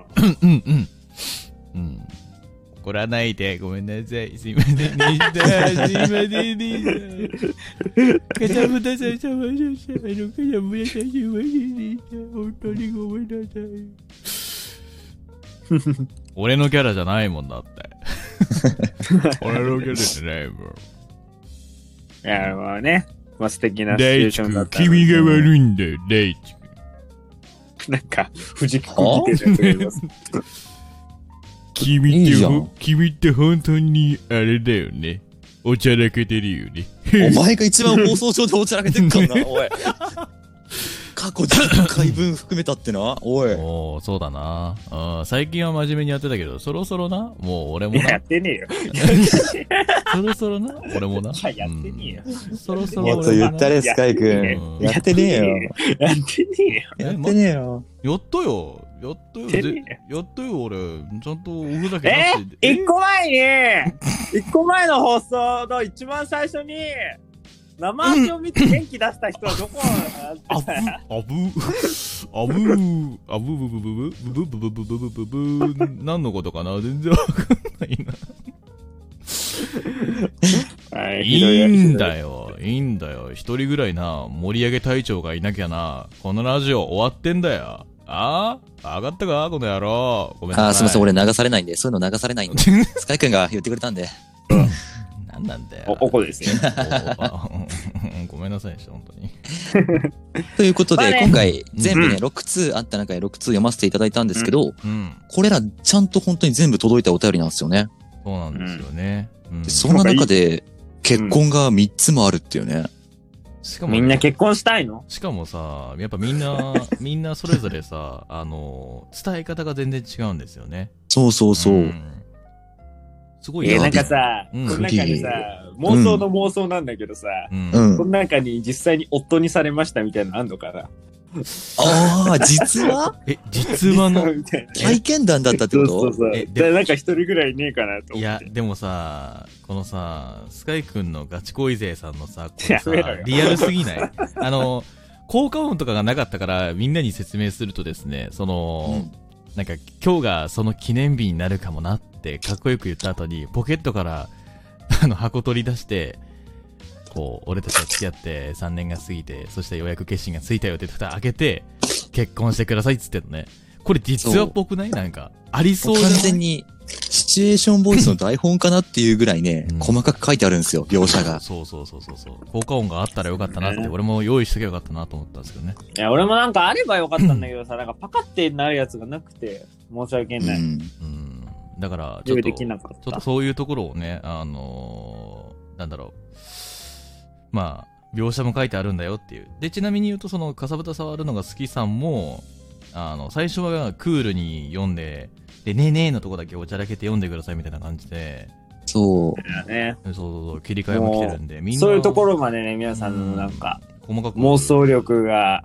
[SPEAKER 2] ー。うん
[SPEAKER 1] うんうんうん。うん。怒らないで、ごめんなさい。すいませんでした。すいませんでした。かさぶたさん様でした。あの、かさぶたさんすいませんでした。本当にごめんなさい。俺のキャラじゃないもんだって。俺のキャラじゃないもん。
[SPEAKER 2] いや、まあね、まあ素敵なシチュエ
[SPEAKER 1] 大
[SPEAKER 2] ーシ
[SPEAKER 1] 地
[SPEAKER 2] ョン
[SPEAKER 1] 君
[SPEAKER 2] だっ、た。
[SPEAKER 1] 君が悪いんだよ、大地君。
[SPEAKER 2] なんか、藤木君似てるやつがいます。
[SPEAKER 1] 君
[SPEAKER 3] い
[SPEAKER 1] っ
[SPEAKER 3] い
[SPEAKER 1] て
[SPEAKER 3] じゃ
[SPEAKER 1] ほ
[SPEAKER 3] ん
[SPEAKER 1] 君って本当にあれだよね。おちゃらけてるよね。
[SPEAKER 3] お前が一番放送上でおちゃらけてっかんな、おい。過去10回分含めたってな、おい。
[SPEAKER 1] おおそうだなうん最近は真面目にやってたけどそろそろなもう俺
[SPEAKER 2] い
[SPEAKER 1] も
[SPEAKER 2] や、や
[SPEAKER 1] な
[SPEAKER 2] ってねえよ。
[SPEAKER 1] そろそろな俺もない
[SPEAKER 2] ややってねえよ
[SPEAKER 1] うんそろそろ
[SPEAKER 2] もっ
[SPEAKER 1] 俺もな
[SPEAKER 2] れスカイ君
[SPEAKER 1] や
[SPEAKER 3] ってねえよ
[SPEAKER 2] やってねえよ。
[SPEAKER 1] やって
[SPEAKER 3] ねえよ。
[SPEAKER 1] やっとよやっとよ
[SPEAKER 2] て
[SPEAKER 1] ぜ
[SPEAKER 2] ね
[SPEAKER 1] やっとよ俺ちゃんとおふざけ
[SPEAKER 2] え
[SPEAKER 1] なし
[SPEAKER 2] 一個前に、一個前の放送の一番最初に、生足を見て元気出した人はどこ
[SPEAKER 1] あぶあぶあぶあぶぶぶぶぶぶぶぶぶぶぶぶぶ何のことかな全然わかんないな
[SPEAKER 2] はい
[SPEAKER 1] いんだよ、いいんだよ。一人ぐらいな、盛り上げ隊長がいなきゃな、このラジオ終わってんだよ。ああ上がったかこの野郎。ごめんなさい。
[SPEAKER 3] あー、すいません、。俺流されないんで、そういうの流されないんで、スカイ君が言ってくれたんで。
[SPEAKER 1] なんなんだよ。
[SPEAKER 2] お、おこですよ。
[SPEAKER 1] おあうん ごめんなさいでした、本当に。
[SPEAKER 3] ということ
[SPEAKER 2] まあ
[SPEAKER 3] で、
[SPEAKER 2] ね
[SPEAKER 3] 今回全部ね、
[SPEAKER 2] う
[SPEAKER 3] 6通あった中で6通読ませていただいたんですけど、
[SPEAKER 1] うん。
[SPEAKER 3] これらちゃんと本当に全部届いたお便りなんですよね。
[SPEAKER 1] そうなんですよね。うん
[SPEAKER 3] でそんな中で、結婚が3つもあるっていうね。
[SPEAKER 1] しかもね、
[SPEAKER 2] みんな結婚したいの
[SPEAKER 1] しかもさ、やっぱみん な、みんなそれぞれさ、あの、伝え方が全然違うんですよね。
[SPEAKER 3] そうそうそう。
[SPEAKER 1] んすごい
[SPEAKER 2] え、
[SPEAKER 1] よ
[SPEAKER 2] なんか、さ、こ
[SPEAKER 1] うん
[SPEAKER 2] の中にさ、妄想の妄想なんだけどさ、
[SPEAKER 1] うん
[SPEAKER 3] うん。
[SPEAKER 2] この中に実際に夫にされましたみたいなのあんのかな
[SPEAKER 3] ああ、実 は
[SPEAKER 1] え、実話の、
[SPEAKER 2] みたいな。
[SPEAKER 3] 体験談だったって
[SPEAKER 2] そう
[SPEAKER 3] こ
[SPEAKER 2] そう
[SPEAKER 3] と
[SPEAKER 2] そう。
[SPEAKER 1] え
[SPEAKER 2] だ
[SPEAKER 1] で
[SPEAKER 2] からなんか一人ぐらいいねえかな
[SPEAKER 1] い
[SPEAKER 2] と思っ
[SPEAKER 1] や
[SPEAKER 2] て。
[SPEAKER 1] でもさこのさスカイくんのガチ恋勢さんのさこれさ
[SPEAKER 2] やめろよ
[SPEAKER 1] リアルすぎないあの効果音とかがなかったからみんなに説明するとですねその、
[SPEAKER 3] うん
[SPEAKER 1] なんか今日がその記念日になるかもなってかっこよく言った後にポケットからあの箱取り出してこう俺たちは付き合って3年が過ぎてそしてようやく決心がついたよって蓋開けて結婚してくださいっつってんのねこれ実話っぽくないなんか。ありそう
[SPEAKER 3] 完
[SPEAKER 1] じゃない
[SPEAKER 3] 全に、シチュエーションボイスの台本かなっていうぐらいね、
[SPEAKER 1] うん
[SPEAKER 3] 細かく書いてあるんですよ、描写が。
[SPEAKER 1] そうそうそうそうそう。効果音があったらよかったなって、俺も用意しとけばよかったなと思ったんですけどね。
[SPEAKER 2] いや、俺もなんかあればよかったんだけどさ、なんかパカってなるやつがなくて、申し訳
[SPEAKER 3] う
[SPEAKER 2] ない。
[SPEAKER 3] ん。
[SPEAKER 1] うん。だから、ち
[SPEAKER 2] 用
[SPEAKER 1] ょっ
[SPEAKER 2] 意
[SPEAKER 1] と、
[SPEAKER 2] でき
[SPEAKER 1] ちょ
[SPEAKER 2] なかった。
[SPEAKER 1] っとそういうところをね、あのーなんだろう。まあ、描写も書いてあるんだよっていう。で、ちなみに言うと、その、かさぶた触るのが好きさんも、あの、最初はクールに読んで、で、ねえねえのとこだけおちゃらけて読んでくださいみたいな感じで、
[SPEAKER 3] そ
[SPEAKER 2] ね。
[SPEAKER 1] そうそうそう、切り替えも来てるんで、みんな。
[SPEAKER 2] そういうところまでね、皆さんのなんか、
[SPEAKER 1] うん、細かく。
[SPEAKER 2] 妄想力が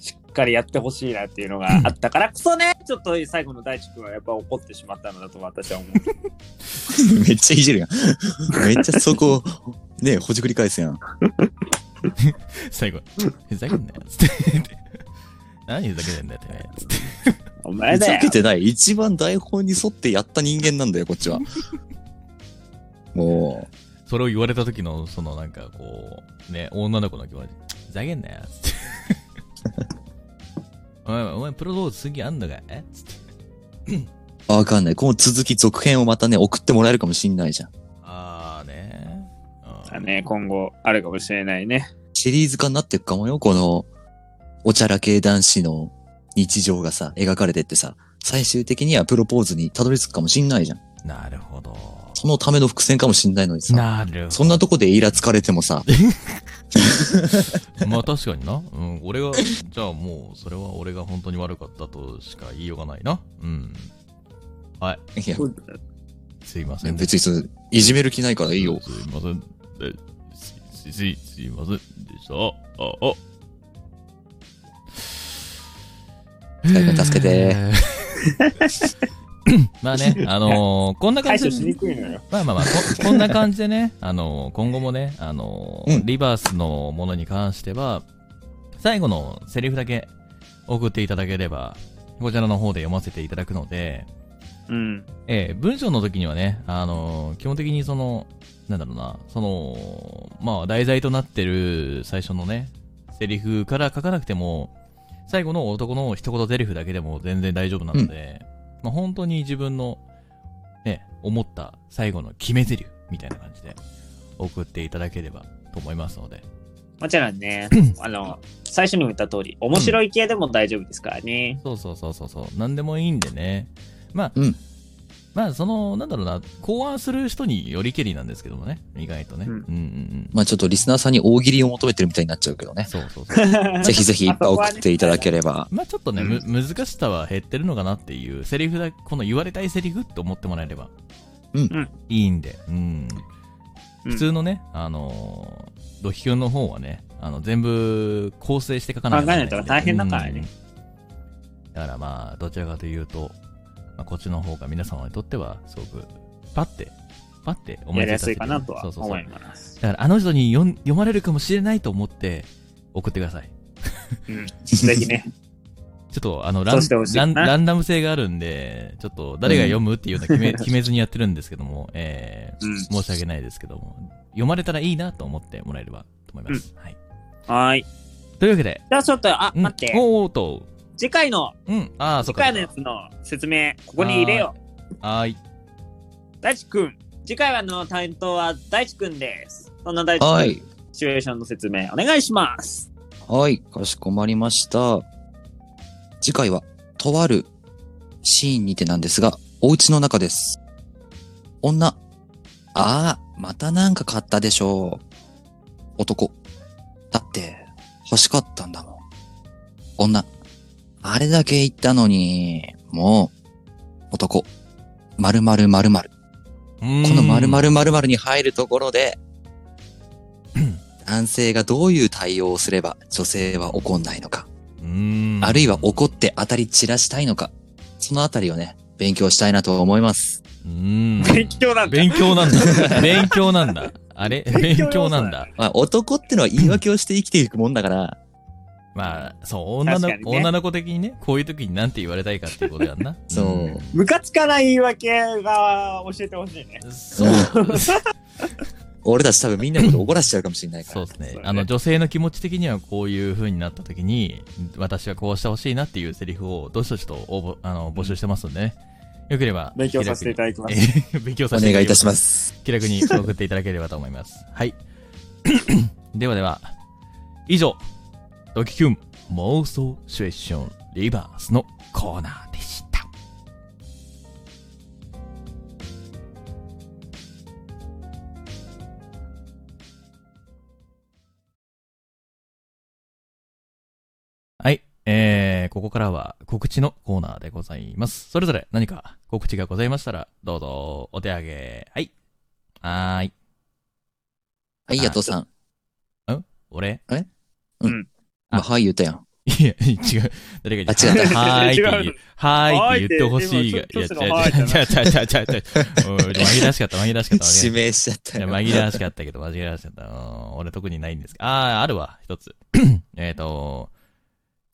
[SPEAKER 2] しっかりやってほしいなっていうのがあったから、こそね、ちょっと最後の大地君はやっぱ怒ってしまったのだと 私は思う。
[SPEAKER 3] う。 めっちゃいじるやん。めっちゃそこ、ね、ほじくり返すやん。
[SPEAKER 1] 最後、ふざけんなよ、つって。何ふざけてんだよ、てめえ、つって。
[SPEAKER 2] お
[SPEAKER 3] ふ
[SPEAKER 2] 前だ
[SPEAKER 3] ざ
[SPEAKER 2] よ
[SPEAKER 3] け。てない。一番台本に沿ってやった人間なんだよ、こっちは。も
[SPEAKER 1] それを言われた時の、そのなんかこう、ね、女の子の気持ち、ふざけんなよ、つって。 お前、お前プロポーズ次あんのかいえつって。
[SPEAKER 3] う、わかんない。この続き、続編をまたね、送ってもらえるかもしんないじゃん。
[SPEAKER 1] あーねー。うん
[SPEAKER 2] ね、今後あるかもしれないね。
[SPEAKER 3] シリーズ化になっていくかもよ、この、おちゃら系男子の日常がさ、描かれてってさ、最終的にはプロポーズにたどり着くかもしんないじゃん。
[SPEAKER 1] なるほど。
[SPEAKER 3] そのための伏線かもしんないのにさ。
[SPEAKER 1] なるほど。
[SPEAKER 3] そんなとこでイラつかれてもさ、
[SPEAKER 1] まあ確かにな。うん、俺が、じゃあもう、それは俺が本当に悪かったとしか言いようがないな。うん。はい、
[SPEAKER 3] いや、
[SPEAKER 1] すいません。
[SPEAKER 3] 別にそのいじめる気ないからいいよ。
[SPEAKER 1] すいません。ですすすすいませんでした。あ、あ。
[SPEAKER 3] 誰か助けて。
[SPEAKER 1] まあね、あのーこんな感
[SPEAKER 2] 対処
[SPEAKER 1] じ
[SPEAKER 2] し
[SPEAKER 1] で
[SPEAKER 2] に、くいのよ。
[SPEAKER 1] まあまあまあ、ここんな感じでね、あのー今後もね、あのー
[SPEAKER 3] うん
[SPEAKER 1] リバースのものに関しては、最後のセリフだけ送っていただければ、こちらの方で読ませていただくので、
[SPEAKER 2] うん。
[SPEAKER 1] ええ文章の時にはね、あのー基本的にその、なんだろうな、その、まあ、題材となってる最初のね、セリフから書かなくても、最後の男の一言セリフだけでも全然大丈夫なので、まあ、本当に自分の、ね、思った最後の決めセリフみたいな感じで送っていただければと思いますので、
[SPEAKER 2] もちろんね、あの、最初にも言った通り、面白い系でも大丈夫ですから ね。
[SPEAKER 1] そうそうそうそうそう、なんでもいいんでね。まあ、
[SPEAKER 3] うん
[SPEAKER 1] まあ、その、なんだろうな、考案する人によりけりなんですけどもね、意外とね。
[SPEAKER 2] うん
[SPEAKER 1] うんうん
[SPEAKER 3] まあちょっとリスナーさんに大喜利を求めてるみたいになっちゃうけどね。
[SPEAKER 1] そうそう そう。
[SPEAKER 3] ぜひぜひいっぱい送っていただければ。
[SPEAKER 1] まあちょっとね、む難しさは減ってるのかなっていう、セリフだ、この言われたいセリフって思ってもらえれば、
[SPEAKER 3] うん
[SPEAKER 2] うん
[SPEAKER 1] いいんで、うん。
[SPEAKER 2] うん
[SPEAKER 1] 普通のね、あのー、ドヒキュンの方はね、あの、全部構成して書かない
[SPEAKER 2] 考えないと大変だからね。
[SPEAKER 1] うんだからまあ、どちらかというと、まあ、こっちの方が皆様にとっては、すごく、パッて、パッて思
[SPEAKER 2] や
[SPEAKER 1] い
[SPEAKER 2] り
[SPEAKER 1] ついた
[SPEAKER 2] やすいかなとは
[SPEAKER 1] そうそうそう
[SPEAKER 2] 思います。
[SPEAKER 1] だから、あの人に読ん読まれるかもしれないと思って、送ってください。
[SPEAKER 2] ぜ ひね。
[SPEAKER 1] ちょっと、あの、ラン
[SPEAKER 2] そうしてほしい
[SPEAKER 1] ラ
[SPEAKER 2] な
[SPEAKER 1] ンランダム性があるんで、ちょっと、誰が読むっていうのは 決め、決めずにやってるんですけども、えー
[SPEAKER 2] うん
[SPEAKER 1] 申し訳ないですけども、読まれたらいいなと思ってもらえればと思います。はい。
[SPEAKER 2] はーい。
[SPEAKER 1] というわけで、
[SPEAKER 2] じゃあちょっと、あ、
[SPEAKER 1] うん
[SPEAKER 2] 待って。
[SPEAKER 1] おーおーと、
[SPEAKER 2] 次回の、
[SPEAKER 1] うん、ああ、そ
[SPEAKER 2] 次
[SPEAKER 1] っかそ
[SPEAKER 2] 回
[SPEAKER 1] っ
[SPEAKER 2] のや
[SPEAKER 1] か。
[SPEAKER 2] つの説明、ここに入れよう。
[SPEAKER 1] はーい。
[SPEAKER 2] 大地くん。次回はの担当は大地くんです。そんな大地
[SPEAKER 3] は
[SPEAKER 2] くん、
[SPEAKER 3] い。
[SPEAKER 2] シチュエーションの説明お願い します。
[SPEAKER 3] はい。かしこまりました。次回は、とあるシーンにてなんですが、お家の中です。女。ああ、またなんか買ったでしょう。男。だって、欲しかったんだもん。女。あれだけ言ったのに、もう。男。〇〇〇〇。
[SPEAKER 1] この
[SPEAKER 3] この〇〇〇〇に入るところで、男性がどういう対応をすれば女性は怒んないのか、
[SPEAKER 1] うん。
[SPEAKER 3] あるいは怒って当たり散らしたいのか、そのあたりをね、勉強したいなと思います。
[SPEAKER 1] うん。
[SPEAKER 2] 勉強なんだ。
[SPEAKER 1] 勉強なん だ。勉強なんだ。あれ勉強なんだ。
[SPEAKER 3] まあ、男ってのは言い訳をして生きていくもんだから、
[SPEAKER 1] まあ、そう、女の、
[SPEAKER 2] 確かにね
[SPEAKER 1] 女の子的にね、こういう時に何て言われたいかっていうことやんな。
[SPEAKER 3] そうん
[SPEAKER 2] ムカつかない言い訳が教えてほしいね。
[SPEAKER 1] そう。
[SPEAKER 3] 俺たち多分みんなのこと怒らせちゃうかもしれないから。
[SPEAKER 1] そうです
[SPEAKER 2] そう
[SPEAKER 1] ね
[SPEAKER 2] だ。ね
[SPEAKER 1] あの、女性の気持ち的にはこういう風になった時に、私はこうしてほしいなっていうセリフを、どしどしと応募、あの、募集してますんでね。よければ。
[SPEAKER 2] 勉強させていただきます
[SPEAKER 1] す。 勉強さ
[SPEAKER 3] お
[SPEAKER 1] せて。
[SPEAKER 3] 願いいたしますす。
[SPEAKER 1] 気楽に送っていただければと思います。はい。 ではでは、以上、ドキキュン妄想シチュエーションリバースのコーナーでした。はい。えー、ここからは告知のコーナーでございます。それぞれ何か告知がございましたら、どうぞお手上げ。はい。はーい。
[SPEAKER 3] はい、ヤトさん。
[SPEAKER 1] 俺
[SPEAKER 3] 今はい、言ったやん。
[SPEAKER 1] いや、違う。誰が言ったはーいって言う。はーいって言ってほしいが。いや、違う違う違う違 う違う違う。うん紛らわしかった、紛らわしかった。
[SPEAKER 3] 指
[SPEAKER 1] 紛
[SPEAKER 3] 名しちゃった
[SPEAKER 1] ら
[SPEAKER 3] よ。
[SPEAKER 1] いや紛らわしかったけど、紛らわしかった。うん俺特にないんですけど。あー、あるわ、一つ。えっと、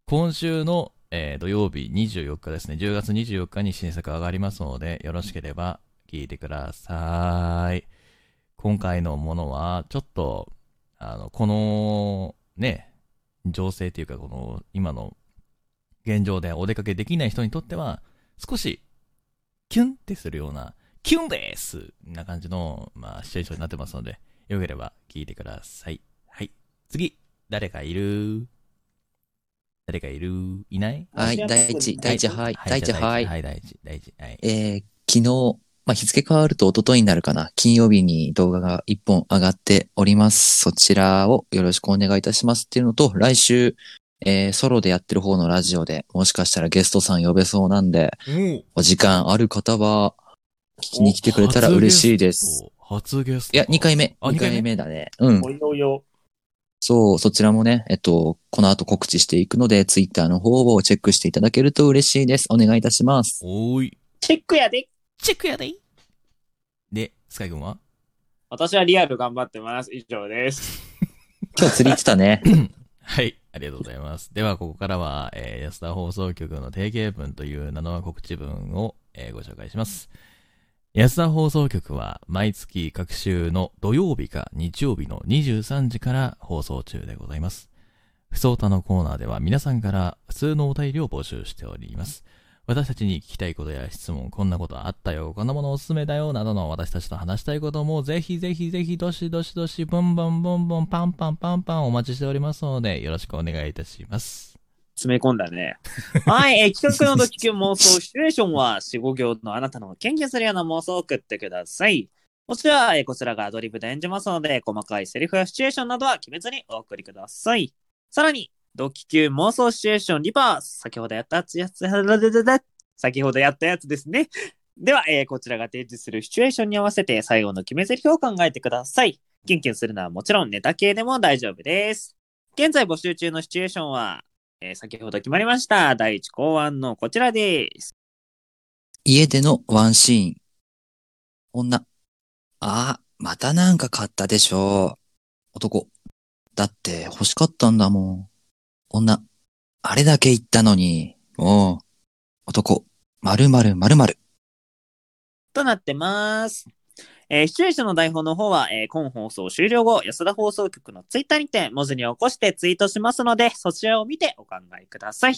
[SPEAKER 1] 今週の、えー土曜日24日ですね。10月24日に新作上がりますので、よろしければ聞いてください。今回のものは、ちょっと、あの、この、ね、情勢というか、この、今の現状でお出かけできない人にとっては、少し、キュンってするような、キュンですな感じの、まあ、シチュエーションになってますので、よければ聞いてください。はい。次、誰かいる誰かいるいない
[SPEAKER 3] はい、第一、第一、はい、第一、
[SPEAKER 1] じゃあ
[SPEAKER 3] はい。
[SPEAKER 1] はい、第一、第一、はい。
[SPEAKER 3] えー、昨日、まあ、日付変わると一昨日になるかな。金曜日に動画が一本上がっております。そちらをよろしくお願いいたしますっていうのと、来週、えー、ソロでやってる方のラジオで、もしかしたらゲストさん呼べそうなんで、お時間ある方は、聞きに来てくれたら嬉しいです。。
[SPEAKER 1] 初ゲスト。
[SPEAKER 3] いや、2回目。
[SPEAKER 1] あ二
[SPEAKER 3] 2
[SPEAKER 1] 回目
[SPEAKER 3] 回目だね。うん。
[SPEAKER 2] おいおいよ。
[SPEAKER 3] そう、そちらもね、えっと、この後告知していくので、ツイッターの方をチェックしていただけると嬉しいです。お願いいたします。
[SPEAKER 1] おーい。
[SPEAKER 2] チェックやで。
[SPEAKER 1] チェックやでいで、スカイ君は
[SPEAKER 2] 私はリアル頑張ってます。以上です。
[SPEAKER 3] 今日釣り行ってたね。
[SPEAKER 1] はい、ありがとうございます。では、ここからは、えー安田放送局の定型文という名の告知文を、えーご紹介します。安田放送局は毎月各週の土曜日か日曜日の23時から放送中でございます。不相他のコーナーでは皆さんから普通のお便りを募集しております。私たちに聞きたいことや質問、こんなことあったよ、こんなものおすすめだよ、などの私たちと話したいことも、ぜひぜひぜひ、どしどしどし、ボンボンボンボン、パンパンパンパンお待ちしておりますので、よろしくお願いいたします。
[SPEAKER 2] 詰め込んだね。 はい、えー企画のドキキュン妄想シチュエーションは、4、5行のあなたの研究するような妄想を送ってください。こちらは、えーこちらがアドリブで演じますので、細かいセリフやシチュエーションなどは決めずにお送りください。さらに、ドキキュン妄想シチュエーションリバース。先ほどやったやつ、やつ、先ほどやったやつですね。では、えーこちらが提示するシチュエーションに合わせて、最後の決め台詞を考えてください。キュンキュンするのはもちろんネタ系でも大丈夫です。現在募集中のシチュエーションは、えー先ほど決まりました。第一考案のこちらです。
[SPEAKER 3] 家でのワンシーン。女。ああ、またなんか買ったでしょう。男。だって欲しかったんだもん。女。あれだけ言ったのに。もう。男。まるまるまるまる。
[SPEAKER 2] となってます。えー、シチュエーションの台本の方は、えー今放送終了後、安田放送局のツイッターにて文字に起こしてツイートしますので、そちらを見てお考えください。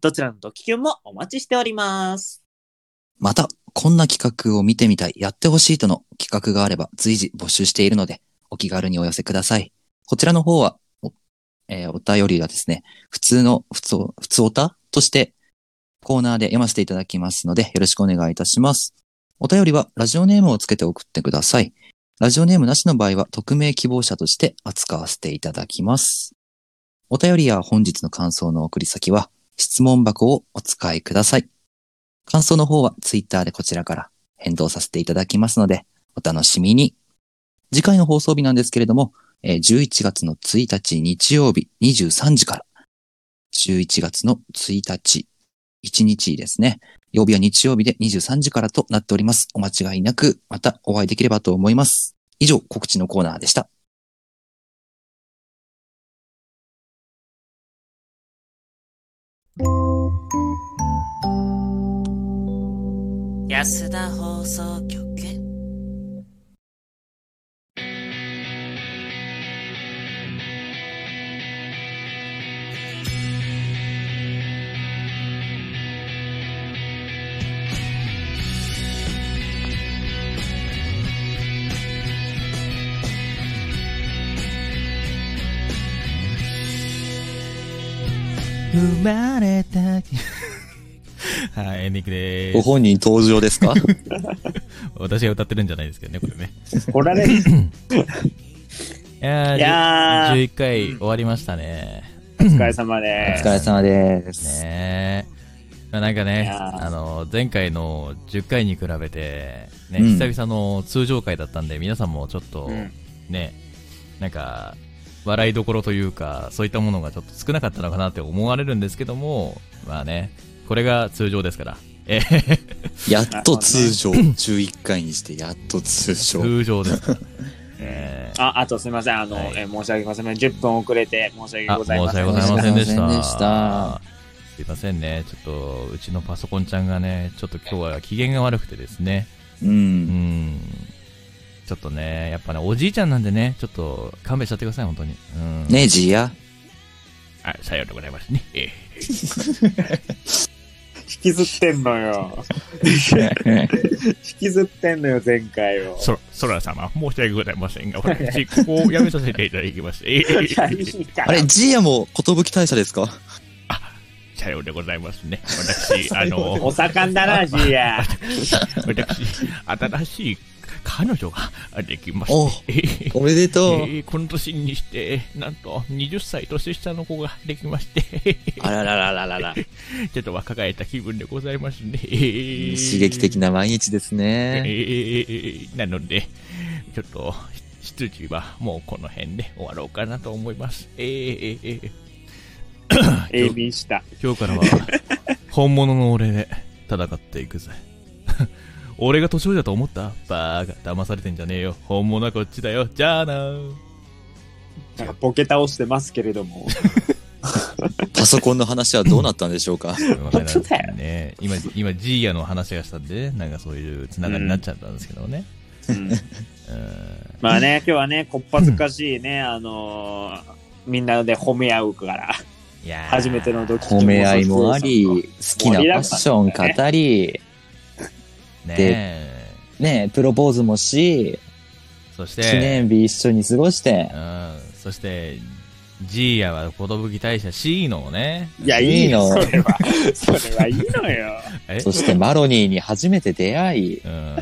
[SPEAKER 2] どちらのドキキュンもお待ちしております。
[SPEAKER 3] また、こんな企画を見てみたい、やってほしいとの企画があれば随時募集しているので、お気軽にお寄せください。こちらの方は、お、えーお便りがですね、普通の、普通、普通おたとして、コーナーで読ませていただきますので、よろしくお願いいたします。お便りは、ラジオネームをつけて送ってください。ラジオネームなしの場合は、匿名希望者として扱わせていただきます。お便りや本日の感想の送り先は、質問箱をお使いください。感想の方はツイッターでこちらから返答させていただきますので、お楽しみに。次回の放送日なんですけれども、えー11月の1日日曜日23時から、11月の1日、1日ですね。曜日は日曜日で23時からとなっております。お間違いなく、またお会いできればと思います。以上、告知のコーナーでした。
[SPEAKER 5] 安田放送局。
[SPEAKER 1] 生まれた はい、エンディングで
[SPEAKER 3] ご
[SPEAKER 1] ーす。
[SPEAKER 3] 本人登場です か
[SPEAKER 1] 私が歌ってるんじゃないですけどね、これね。
[SPEAKER 2] おられる。
[SPEAKER 1] いやー、
[SPEAKER 2] いやー、
[SPEAKER 1] 11回終わりましたね。
[SPEAKER 2] お疲れ様で
[SPEAKER 3] お
[SPEAKER 2] す
[SPEAKER 3] 疲。れ様です。
[SPEAKER 1] ねーまあなんか
[SPEAKER 2] い
[SPEAKER 1] ね、
[SPEAKER 2] やー
[SPEAKER 1] あの、前回の10回に比べて、ね、
[SPEAKER 3] うん
[SPEAKER 1] 久々の通常回だったんで、皆さんもちょっと、
[SPEAKER 2] うん
[SPEAKER 1] ね、なんか、笑いどころというか、そういったものがちょっと少なかったのかなって思われるんですけども、まあね、これが通常ですから。えへへ
[SPEAKER 3] やっと通常、11回にしてやっと通常。
[SPEAKER 1] 通常です から。えー
[SPEAKER 2] あ、あとすみません。あの、
[SPEAKER 1] はい
[SPEAKER 2] えー申し訳ございません。10分遅れて申し訳
[SPEAKER 1] あ、
[SPEAKER 2] ご
[SPEAKER 1] 申し
[SPEAKER 2] ざいませ
[SPEAKER 1] 訳
[SPEAKER 2] ん。
[SPEAKER 1] ございませんでし
[SPEAKER 3] 申し訳ござい
[SPEAKER 1] た。
[SPEAKER 3] ませんでした
[SPEAKER 1] すいませんね。ちょっと、うちのパソコンちゃんがね、ちょっと今日は機嫌が悪くてですね。
[SPEAKER 3] う。
[SPEAKER 1] うんん。ちょっとね、やっぱね、おじいちゃんなんでね、ちょっと勘弁しちゃってください、本当に。うん。。
[SPEAKER 3] ねえ、ジーヤ。
[SPEAKER 1] あ、さようでございますね。ええ
[SPEAKER 2] 引きずってんのよ。引きずってんのよ、前回を。
[SPEAKER 1] そ、そら様、申し訳ございませんが、私、ここをやめさせていただき ます。ええ
[SPEAKER 2] いやいいから
[SPEAKER 3] あれ、ジーヤも、寿大社ですか
[SPEAKER 1] さようでございますね。 私、あの
[SPEAKER 2] お盛んだな、ジーヤ。
[SPEAKER 1] 私、新しい彼女ができま
[SPEAKER 3] おう
[SPEAKER 1] して。
[SPEAKER 3] おめでとう。
[SPEAKER 1] えーこの年にして、なんと20歳年下の子ができまして、
[SPEAKER 3] あらららららら。
[SPEAKER 1] ちょっと若返った気分でございますね。
[SPEAKER 3] 刺
[SPEAKER 1] 刺
[SPEAKER 3] 激的な毎日ですね。
[SPEAKER 1] えーなので、ちょっと、出自はもうこの辺で終わろうかなと思います。えーえーえー
[SPEAKER 2] A、B した。
[SPEAKER 1] 今日からは、本物の俺で戦っていくぜ。 俺が年上だと思ったバーが騙されてんじゃねえよ。本物はこっちだよ。じゃあな
[SPEAKER 2] なんかボケ倒してますけれども。
[SPEAKER 3] パソコンの話はどうなったんでしょうか
[SPEAKER 1] 本
[SPEAKER 2] 当だよ
[SPEAKER 1] ね。今、今、ジーヤの話がしたんで、なんかそういうつながりになっちゃったんですけどね。
[SPEAKER 2] うん
[SPEAKER 1] うん
[SPEAKER 2] まあね、今日はね、こっぱずかしいね、あのーみんなで褒め合うから、
[SPEAKER 1] いやー
[SPEAKER 2] 初めてのドキ
[SPEAKER 3] 褒め合いもあり、好きなファッション語り、
[SPEAKER 1] ねえ
[SPEAKER 3] ねえ、プロポーズもし、
[SPEAKER 1] そして、
[SPEAKER 3] 記念日一緒に過ごして
[SPEAKER 1] う、ん。そして、ジーヤは寿大社 C のをね、
[SPEAKER 2] いや、い
[SPEAKER 3] い
[SPEAKER 2] い
[SPEAKER 3] い
[SPEAKER 2] よ、
[SPEAKER 3] の
[SPEAKER 2] それは。それはいいのよ。
[SPEAKER 1] え
[SPEAKER 3] そしてマロニーに初めて出会い、
[SPEAKER 1] うん。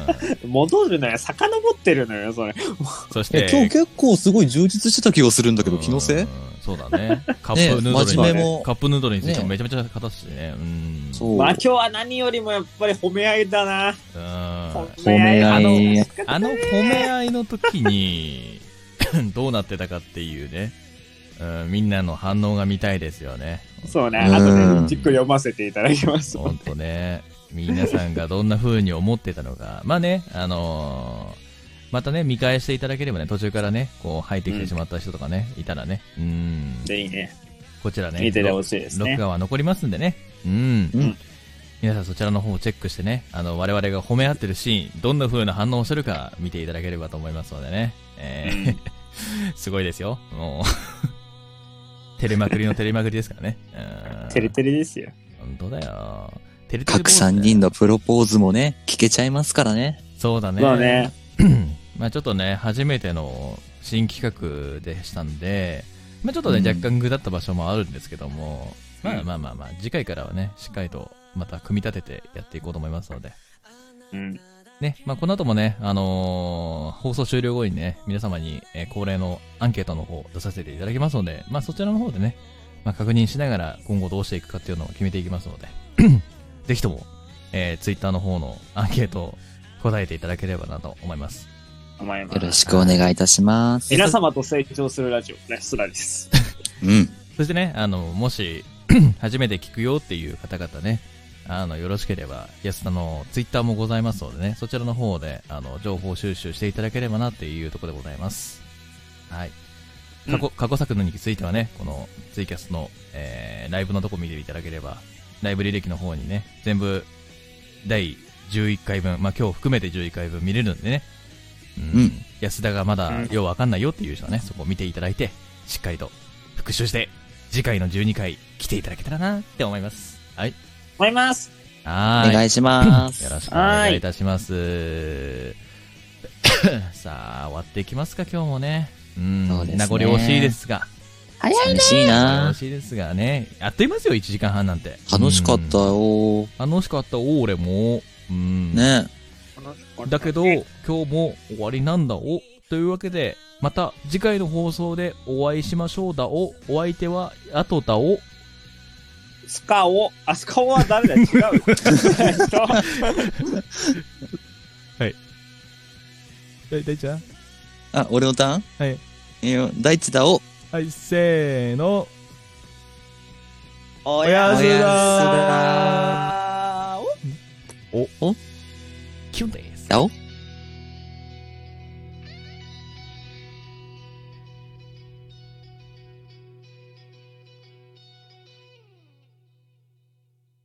[SPEAKER 2] 戻るのよ、遡ってるのよ、それ。
[SPEAKER 1] そし
[SPEAKER 3] いや
[SPEAKER 1] て、
[SPEAKER 3] 今日結構すごい充実してた気がするんだけど、
[SPEAKER 1] うん
[SPEAKER 3] 気のせい
[SPEAKER 1] そうだ ね。カップヌードル
[SPEAKER 3] 真
[SPEAKER 1] に、
[SPEAKER 3] 面目も
[SPEAKER 1] カップヌードルについてもめ
[SPEAKER 3] ね
[SPEAKER 1] ちゃめちゃ語ったしね。うん。
[SPEAKER 3] そう。
[SPEAKER 2] まあ
[SPEAKER 3] マ
[SPEAKER 2] 今日は何よりもやっぱり褒め合いだな。
[SPEAKER 1] うん。
[SPEAKER 3] 褒め合
[SPEAKER 2] あ
[SPEAKER 3] い
[SPEAKER 2] の
[SPEAKER 1] あの褒め合いの時に、 どうなってたかっていうね、うん、みんなの反応が見たいですよね。
[SPEAKER 2] そうね、
[SPEAKER 3] うん
[SPEAKER 2] あとでじっくり読ませていただきます。
[SPEAKER 1] ほんとね、皆さんがどんな風に思ってたのか。 まあね、あのーまたね、見返していただければね、途中からね、こう入ってきてしまった人とかね、いたらね、うん、
[SPEAKER 2] で、いいね。
[SPEAKER 1] こちらね、
[SPEAKER 2] 見ててほしいですね
[SPEAKER 1] 録。画は残りますんでね。うん。
[SPEAKER 3] うん
[SPEAKER 1] 皆さんそちらの方をチェックしてね、あの、我々が褒め合ってるシーン、どんな風な反応をするか見ていただければと思いますのでね。えー すごいですよ。もう。 照れまくりの照れまくりですからね。うん
[SPEAKER 2] てれてれですよ。
[SPEAKER 1] 本当だよ。照れてる坊
[SPEAKER 3] 各
[SPEAKER 1] 主だ
[SPEAKER 3] 3
[SPEAKER 1] よ
[SPEAKER 3] 人のプロポーズもね、聞けちゃいますからね。
[SPEAKER 1] そうだね。
[SPEAKER 2] そうね。
[SPEAKER 1] まあちょっとね、初めての新企画でしたんで、まあちょっとね、
[SPEAKER 3] うん
[SPEAKER 1] 若干ぐだった場所もあるんですけども、ま
[SPEAKER 2] う
[SPEAKER 1] あ
[SPEAKER 2] ん
[SPEAKER 1] まあまあまあ、次回からはね、しっかりとまた組み立ててやっていこうと思いますので、
[SPEAKER 2] うん。
[SPEAKER 1] ね、まあこの後もね、あのー放送終了後にね、皆様に、えー恒例のアンケートの方出させていただきますので、まあそちらの方でね、まあ確認しながら今後どうしていくかっていうのを決めていきますので、 ぜひとも、えー、ツイッターの方のアンケートを答えていただければなと思います。
[SPEAKER 2] 思いま
[SPEAKER 3] よ
[SPEAKER 2] す
[SPEAKER 3] ろしくお願いいたします。
[SPEAKER 2] 皆様と成長するラジオ、レスラです。
[SPEAKER 3] うん。
[SPEAKER 1] そしてね、あの、もし、 初めて聞くよっていう方々ね、あの、よろしければ、安田のツイッターもございますのでね、そちらの方で、あの、情報収集していただければなっていうところでございます。はい。過去、過去作のについてはね、このツイキャスの、えー、ライブのとこ見ていただければ、ライブ履歴の方にね、全部、第11回分、まあ、今日含めて11回分見れるんでね、うん。
[SPEAKER 3] うん
[SPEAKER 1] 安田がまだ
[SPEAKER 2] うん、
[SPEAKER 1] ようわかんないよっていう人はね、そこを見ていただいて、しっかりと復習して、次回の12回来ていただけたらなって思います。はい。
[SPEAKER 2] 思います。
[SPEAKER 1] は
[SPEAKER 3] お
[SPEAKER 1] ーい。
[SPEAKER 3] 願いします。
[SPEAKER 1] よろしくお願いいたし ます。さあ、終わっていきますか、今日もね。うん。
[SPEAKER 3] そうですね
[SPEAKER 1] 名残惜しいですが。
[SPEAKER 5] 早い
[SPEAKER 3] 寂しいな
[SPEAKER 1] 楽しいですがね。やっていますよ、1時間半なんて。
[SPEAKER 3] 楽しかった
[SPEAKER 1] うん。
[SPEAKER 3] よ。
[SPEAKER 1] 楽しかった、俺も。うん。
[SPEAKER 3] ね。
[SPEAKER 1] だけど、今日も終わりなんだお。というわけで、また次回の放送でお会いしましょうだお。お相手は、あとだお。
[SPEAKER 2] スカオ、あ、スカオは誰だ違う。 えっ
[SPEAKER 1] だ
[SPEAKER 2] と
[SPEAKER 1] いたいちゃん
[SPEAKER 3] あ、俺のターン
[SPEAKER 1] はい。
[SPEAKER 3] えー、大地だお。
[SPEAKER 1] はい、せーの。
[SPEAKER 2] お
[SPEAKER 1] や
[SPEAKER 3] すだ
[SPEAKER 2] やすだ
[SPEAKER 1] お um